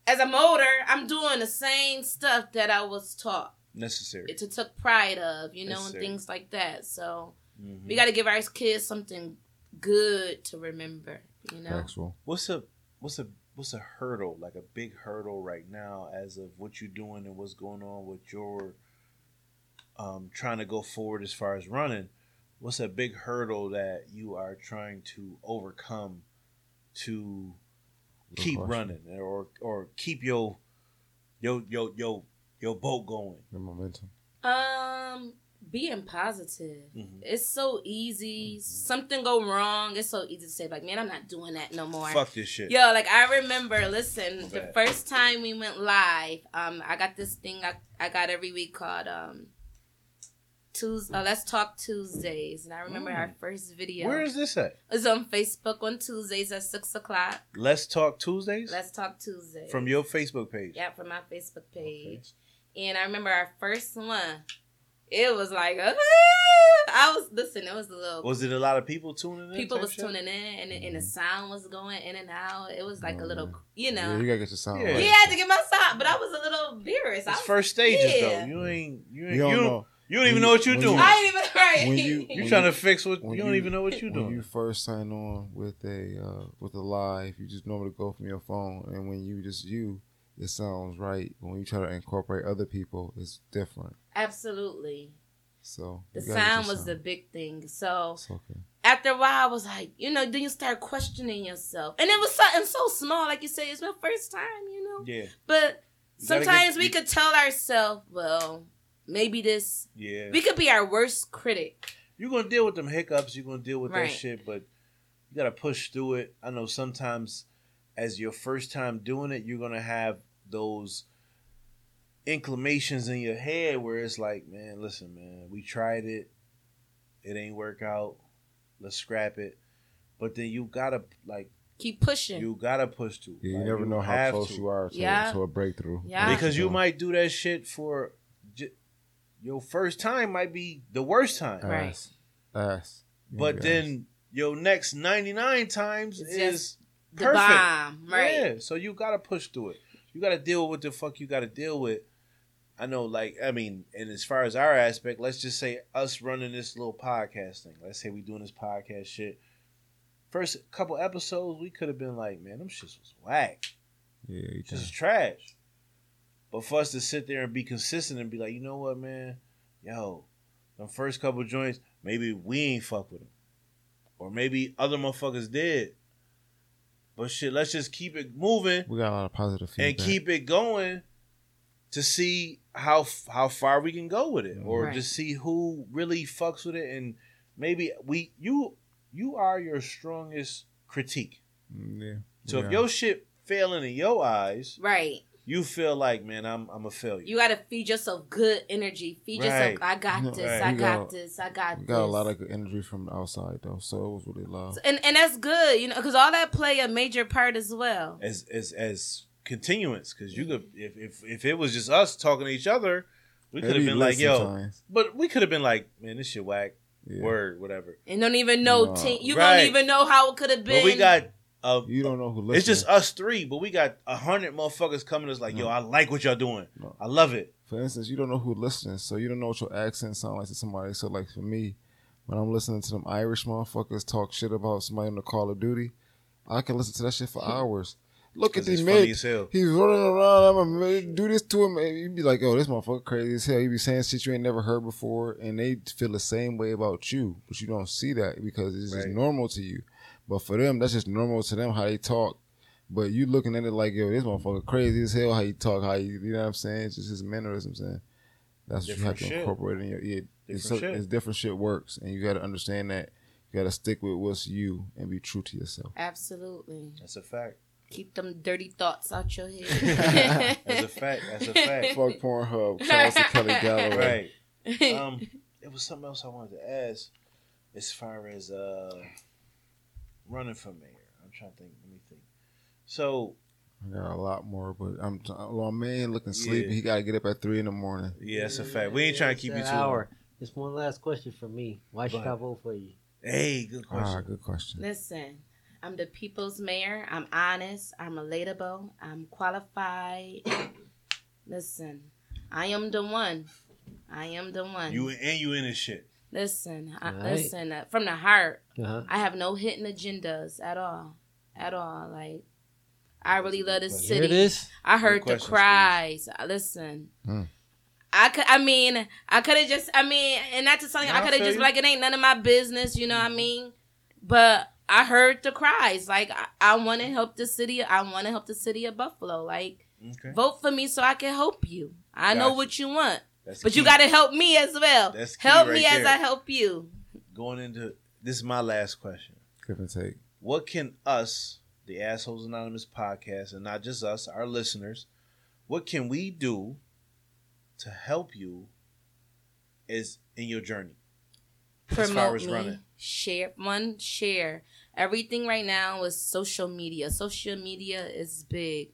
as I'm older, I'm doing the same stuff that I was taught
Necessary.
to took pride of, you know,
Yes,
and
sir.
things like that. So
Mhm.
we got to give our kids something good to remember, you know.
Factual.
what's a what's a what's a hurdle like a big hurdle right now as of what you're doing and what's going on with your um, trying to go forward as far as running, what's a big hurdle that you are trying to overcome to
Good
keep
question.
running or or keep your your your your your boat going?
The momentum.
Um, being positive. It's so easy. Something go wrong. It's so easy to say like, man, I'm not doing that no more.
Fuck this shit.
Yo, like I remember, listen, the
Bad.
first time we went live, um, I got this thing I, I got every week called um Tuesday uh, let's talk Tuesdays. And I remember our first video.
Mm. Where is this at?
It's on Facebook on Tuesdays at six o'clock.
Let's talk Tuesdays
Let's talk Tuesday.
from your Facebook page.
yeah, from my Facebook page. And I remember our first one. It was like "Ah!" I was listen. It was a little
Was it Mm-hmm. a lot of people tuning in?
people
type
was
shit?
tuning in, and, and the sound was going in and out. It was like a
Oh,
little,
man.
you know.
Yeah, you gotta get your sound
Mm-hmm. Yeah.
He
right.
had to get my sound, but I was a little embarrassed. I
It's
was,
first stages
yeah.
though. You ain't you ain't
You
you
don't
don't, you don't,
know
even know what you're
When you-
doing.
I ain't even (laughs) right.
When you-
You
when
trying to fix what
when
you don't
you-
even know what you're
when you
doing.
first sign on with a uh, with a live, you just normally go from your phone, and when you just you, it sounds right. When you try to incorporate other people, it's different.
Absolutely,
So
the
you gotta get
sound
your
was the big thing. So
It's okay.
after a while, I was like, you know, then you start questioning yourself, and it was something so small, like you said, it's my first time, you know.
yeah,
But
You gotta
sometimes
get-
we
you-
could tell ourselves, well, maybe this.
yeah.
We could be our worst critic.
You're gonna deal with them hiccups. You're gonna deal with
Right.
that shit, but you gotta push through it. I know sometimes, as your first time doing it, you're gonna have those inclinations in your head where it's like, man, listen, man, we tried it, it ain't work out. Let's scrap it. But then you gotta like
Keep pushing.
you gotta push through.
Yeah, you
Like,
never know how
have
close
to.
you are to,
Yeah.
to a breakthrough.
Yeah.
because you might do that shit for j- your first time might be the worst time,
Right.
Ass. Ass. Uh, You
but
gotta ask.
then your next ninety nine times
It's
is
the
perfect.
bomb, right?
Yeah, so you gotta push through it. You gotta deal with the fuck you gotta deal with. I know, like, I mean, and as far as our aspect, let's just say us running this little podcast thing. Let's say we doing this podcast shit. First couple episodes, we could have been like, man, them shits was whack
yeah, you
just
just
trash. But for us to sit there and be consistent and be like, you know what, man, yo, the first couple joints, maybe we ain't fuck with them, or maybe other motherfuckers did. But shit, let's just keep it moving
we got a lot of positive
and
feedback.
keep it going to see how how far we can go with it, or
Right.
just see who really fucks with it, and maybe we you you are your strongest critique.
Mm, yeah.
So
Yeah.
if your shit failing in your eyes,
Right.
you feel like, man, I'm I'm a failure.
You gotta feed yourself good energy. Feed
Right.
yourself. I
(laughs)
got
No,
this.
right.
I
We
got,
got-
this. I got.
we
this.
got a lot of good energy from the outside though, so it was really loud.
And and that's good, you know, because all that play a major part as well.
as as as continuance, because you could if, if if it was just us talking to each other, we could have been like, yo, but we could have been like, man, this shit whack, word, whatever.
And don't even know.
No.
ten- you
Right.
don't even know how it could have been.
But we got uh,
You don't know who listened.
it's just us three, but we got a hundred motherfuckers coming to us like, yo,
No.
I like what y'all doing,
No.
I love it.
for instance, you don't know who listens, so you don't know what your accent sounds like to somebody. So, like for me, when I'm listening to them Irish motherfuckers talk shit about somebody on the Call of Duty, I can listen to that shit for hours. Look at
'Cause
these
it's funny
mid.
as hell.
He's running around. I'm gonna do this to him. And you'd be like, "Oh, this motherfucker crazy as hell." You be saying shit you ain't never heard before, and they feel the same way about you, but you don't see that because it's just
Right.
normal to you. But for them, that's just normal to them how they talk. But you looking at it like, "Yo, this motherfucker crazy as hell." How you talk? How you? You know what I'm saying? It's just his mannerisms, and that's what you have
Different
to
shit.
incorporate in your. Yeah, it's,
Different shit.
it's different shit works, and you got to understand that. You got to stick with what's you and be true to yourself.
Absolutely.
That's a
(laughs)
fact.
Keep them dirty thoughts out
(laughs)
your head. (laughs)
That's a fact. That's a fact.
(laughs) Fuck Pornhub. Shout out to Kelly Galloway.
right. um,
(laughs)
it was something else I wanted to ask as far as uh, running for mayor. I'm trying to think. Let me think. So
I got a lot more, but I'm t- well, man looking
Yeah.
sleepy. He got to get up at three in the morning.
yeah, that's a fact. We ain't trying to keep you too long.
Just one last question from me. Why should I
But-
vote for you?
Hey, good
Ah,
question.
good question.
Listen, I'm the people's mayor. I'm honest. I'm relatable. I'm qualified. Listen, I am the one. I am the one.
You and you in this shit.
Listen, I,
Right.
listen uh, from the heart.
Uh-huh.
I have no hidden agendas at all, at all. Like I really love this
Here it
city.
is.
I heard
Good
the
question,
cries. I- Listen,
Mm.
I could, I mean, I could have just, I mean, and not to something,
No, I
I could have
feel
just
you. Mm-hmm.
be like, it ain't none of my business, you know what I mean? But I heard the cries, like, I, I want to help the city, I want to help the city of Buffalo, like,
Okay.
vote for me so I can help you. I know
Gotcha.
what you want,
That's
but you
key.
got to help me as well.
That's key
help
right
me as
there.
I help you.
going into this is my last question.
Give and take.
What can us, the Assholes Anonymous podcast, and not just us, our listeners, what can we do to help you is in your journey? as far as running.
Share one share. Everything right now is social media. Social media is big.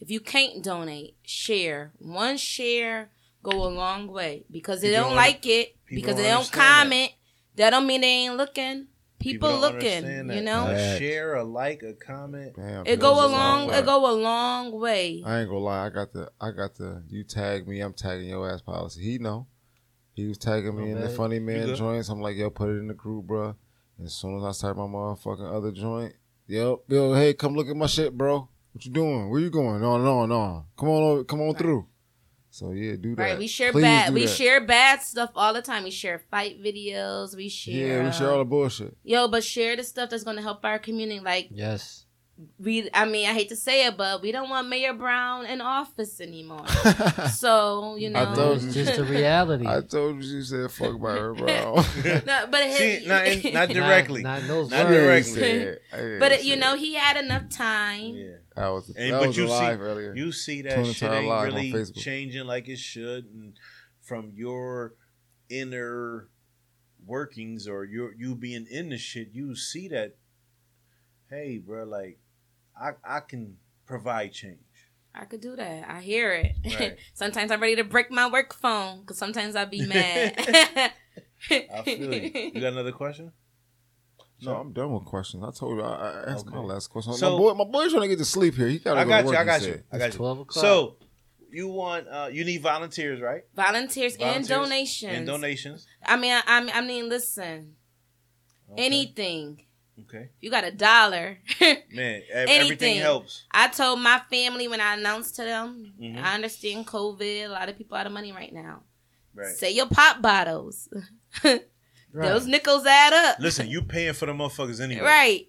If you can't donate, share. One share go a long way because they
People
don't
don't
like it
people
because
don't
they don't
understand that.
comment. That. don't mean they ain't looking. People,
don't
looking,
understand
you
that.
know.
Right.
A share, a like, a comment.
Damn,
It
goes
go a
a
long
way.
it go a long way.
I ain't gonna lie. I got the. I got the. You tag me. I'm tagging your ass policy. He know. He was tagging me
Oh,
in the
man.
funny
good?
man joints. I'm like, yo, put it in the group, bro. And as soon as I start my motherfucking other joint, yo, yo, hey, come look at my shit, bro. What you doing? Where you going? No, no, no. Come on, over, come on through. So yeah, do that.
Right, we share
Please
bad
do
we
that.
share bad stuff all the time. We share fight videos, we share
Yeah, we share all the bullshit.
(laughs)
Yo, but share the stuff that's gonna help our community. Like
Yes.
we, I mean, I hate to say it, but we don't want Mayor Brown in office anymore. so you know,
I
Man,
thought-
it's just
(laughs)
the reality.
I told you, you said fuck about her, bro. (laughs)
no, but
See, not,
(laughs)
in, not
Not-
directly.
Not, those
Not
words.
direct-
I said- I didn't
but
say
you
it.
know, he had enough time.
Yeah.
that was, that
And- but
was
you
a
see-
live earlier.
You see that
Twenty
shit
Time
ain't
Live on
really
Facebook.
changing like it should, and from your inner workings or your you being in the shit, you see that. Hey, bro, like I I can provide change.
I could do that. I hear it.
Right.
(laughs) sometimes I'm ready to break my work phone because sometimes
(laughs)
I'll be mad.
I feel you.
(laughs)
You got another
(laughs)
question?
No, I'm done with questions. I told you I, I asked my
Okay.
last question.
So-
my boy, my boy's trying to get to sleep here. He gotta
I
go
got
to work.
you. I
he
got
said.
you. I
It's
got you.
12 o'clock.
So you want uh you need volunteers, right?
Volunteers, and
Volunteers
donations.
And donations.
I mean, I, I mean- I mean, listen,
Okay.
anything.
okay,
You got a dollar. (laughs)
(laughs) man. ev-
Anything.
Everything helps.
I told my family when I announced to them,
Mhm.
I understand COVID. A lot of people out of money right now.
Right.
Say your pop bottles.
Right.
Those nickels add up.
Listen, you paying for the motherfuckers anyway.
Right.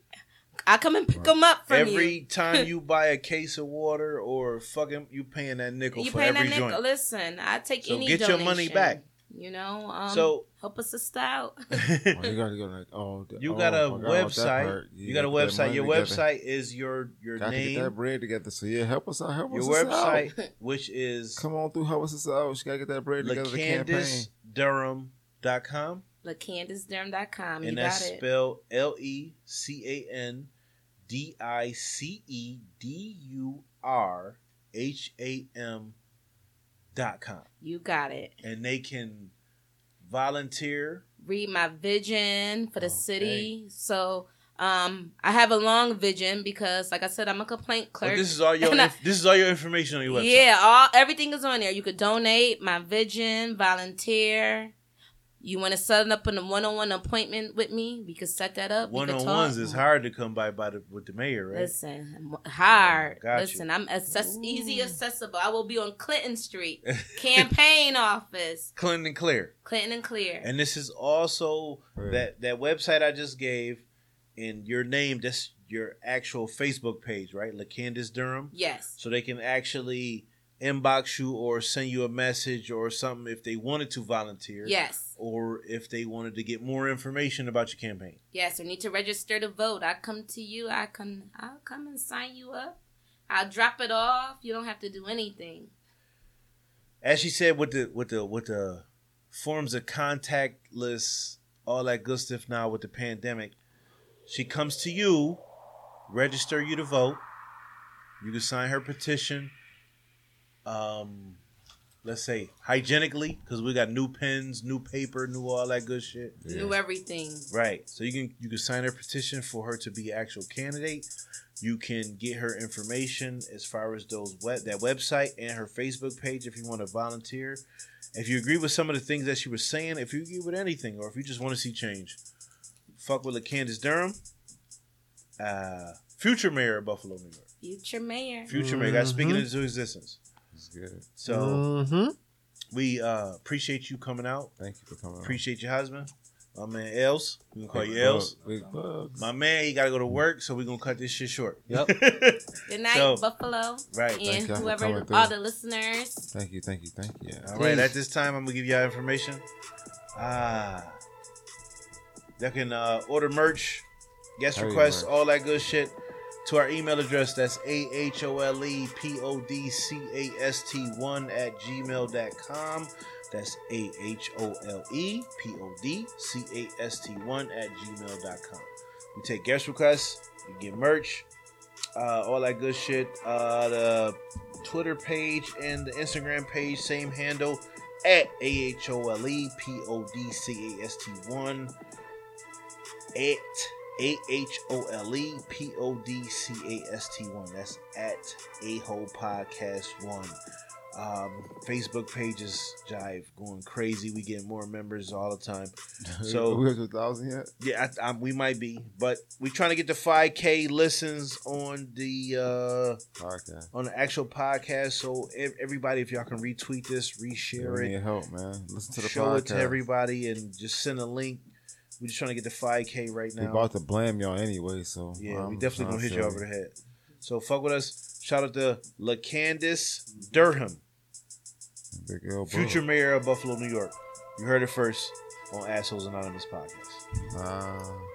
I come and pick them up from
every
you. (laughs)
time you buy a case of water or fucking you paying that nickel
You
for
pay that
every
nickel.
joint.
Listen, I take
So
any
get your money
donation,
back.
You know, um, (laughs)
So- (laughs)
help us assist out.
Oh, you gotta go. Like, oh, th-
you
oh,
got a
my God, that
website.
part.
You got a
gotta put that
website. Your
money together.
website is your your
Gotta get that
name.
bread together. So yeah, help us out. Help
Your
us out. (laughs)
website, which is
Come on through. Help us out. She gotta get that bread together. The campaign.
LaCandiceDurham.com,
Look, CandiceDerm.com. Um, You
and
got
that's
it.
spelled L E C A N D I C E D U R H A M dot com,
you got it.
and they can volunteer.
read my vision for the
Okay.
city. So um, I have a long vision because, like I said, I'm a complaint
But
clerk.
this is all
(laughs)
your
And I-
inf- this is all your information on your website.
yeah, all everything is on there. You could donate, my vision, volunteer. You want to set up a one-on-one appointment with me? We could set that up. We could
One on
talk.
ones is hard to come by by the, with the mayor, right?
Listen, hard.
Got you.
Listen, I'm access- easy accessible. I will be on
(laughs)
Clinton Street, campaign office,
Clean and clear.
Clinton and Clear.
And this is also
Right.
that that website I just gave, and your name. That's your actual Facebook page, right? LaCandice Durham,
yes,
so they can actually inbox you or send you a message or something if they wanted to volunteer.
yes.
Or if they wanted to get more information about your campaign.
Yes, we need to register to vote. I come to you. I come. I'll come and sign you up. I'll drop it off. You don't have to do anything.
As she said, with the with the with the forms of contactless, all that good stuff now with the pandemic, she comes to you, register you to vote. You can sign her petition. Um, let's say hygienically, because we got new pens, new paper, new all that good shit.
Do everything.
Right. So you can you can sign her petition for her to be actual candidate. You can get her information as far as those web that website and her Facebook page if you want to volunteer. If you agree with some of the things that she was saying, if you agree with anything, or if you just want to see change, fuck with Candace Durham, uh, future mayor of Buffalo, New York.
Future mayor.
Future mayor, guys, speaking
Mhm.
into existence.
It's good.
So
Mhm.
We uh, appreciate you coming out.
Thank you for coming.
Appreciate your husband. My man Els. We gonna call
Big
you Els.
plug, Big plugs.
My man, he gotta go to work, so we gonna cut this shit short.
Yep.
Good night,
So-
Buffalo,
(laughs) right.
and
you. I'm
whoever,
coming through.
all the listeners.
Thank you, thank you, thank you.
All right. At this time, I'm gonna give y'all information. Ah, y'all can uh, order merch, guest
Hurry,
requests,
merch.
all that good shit to our email address. That's a h o l e p o d c a s t one at gmail.com. That's a h o l e p o d c a s t one at gmail.com. We take guest requests. We get merch. Uh, all that good shit. Uh, the Twitter page and the Instagram page, same handle at E A-H-O-L-E-P-O-D-C-A-S-T-1 at E A-H-O-L-E-P-O-D-C-A-S-T-1. That's at A-Hole Podcast 1. Um, Facebook page is Jive going crazy. We get more members all the time. (laughs) So-
we up to a thousand yet?
Yeah, I, I, we might be, but we trying to get to 5K listens on the uh,
Podcast.
on the actual podcast. So ev- everybody, if y'all can retweet this,
Yeah,
reshare
we
it,
need help, man. Listen to the
show
podcast.
it to everybody, and just send a link. We're just trying to get to 5K right
We
now.
about to blame y'all anyway, so
yeah, we
I'm
definitely
trying
gonna
to
hit
tell
you over the head. So fuck with us. Shout out to LaCandice Durham,
Big L, bro.
future mayor of Buffalo, New York. You heard it first on Assholes Anonymous podcast.
Ah.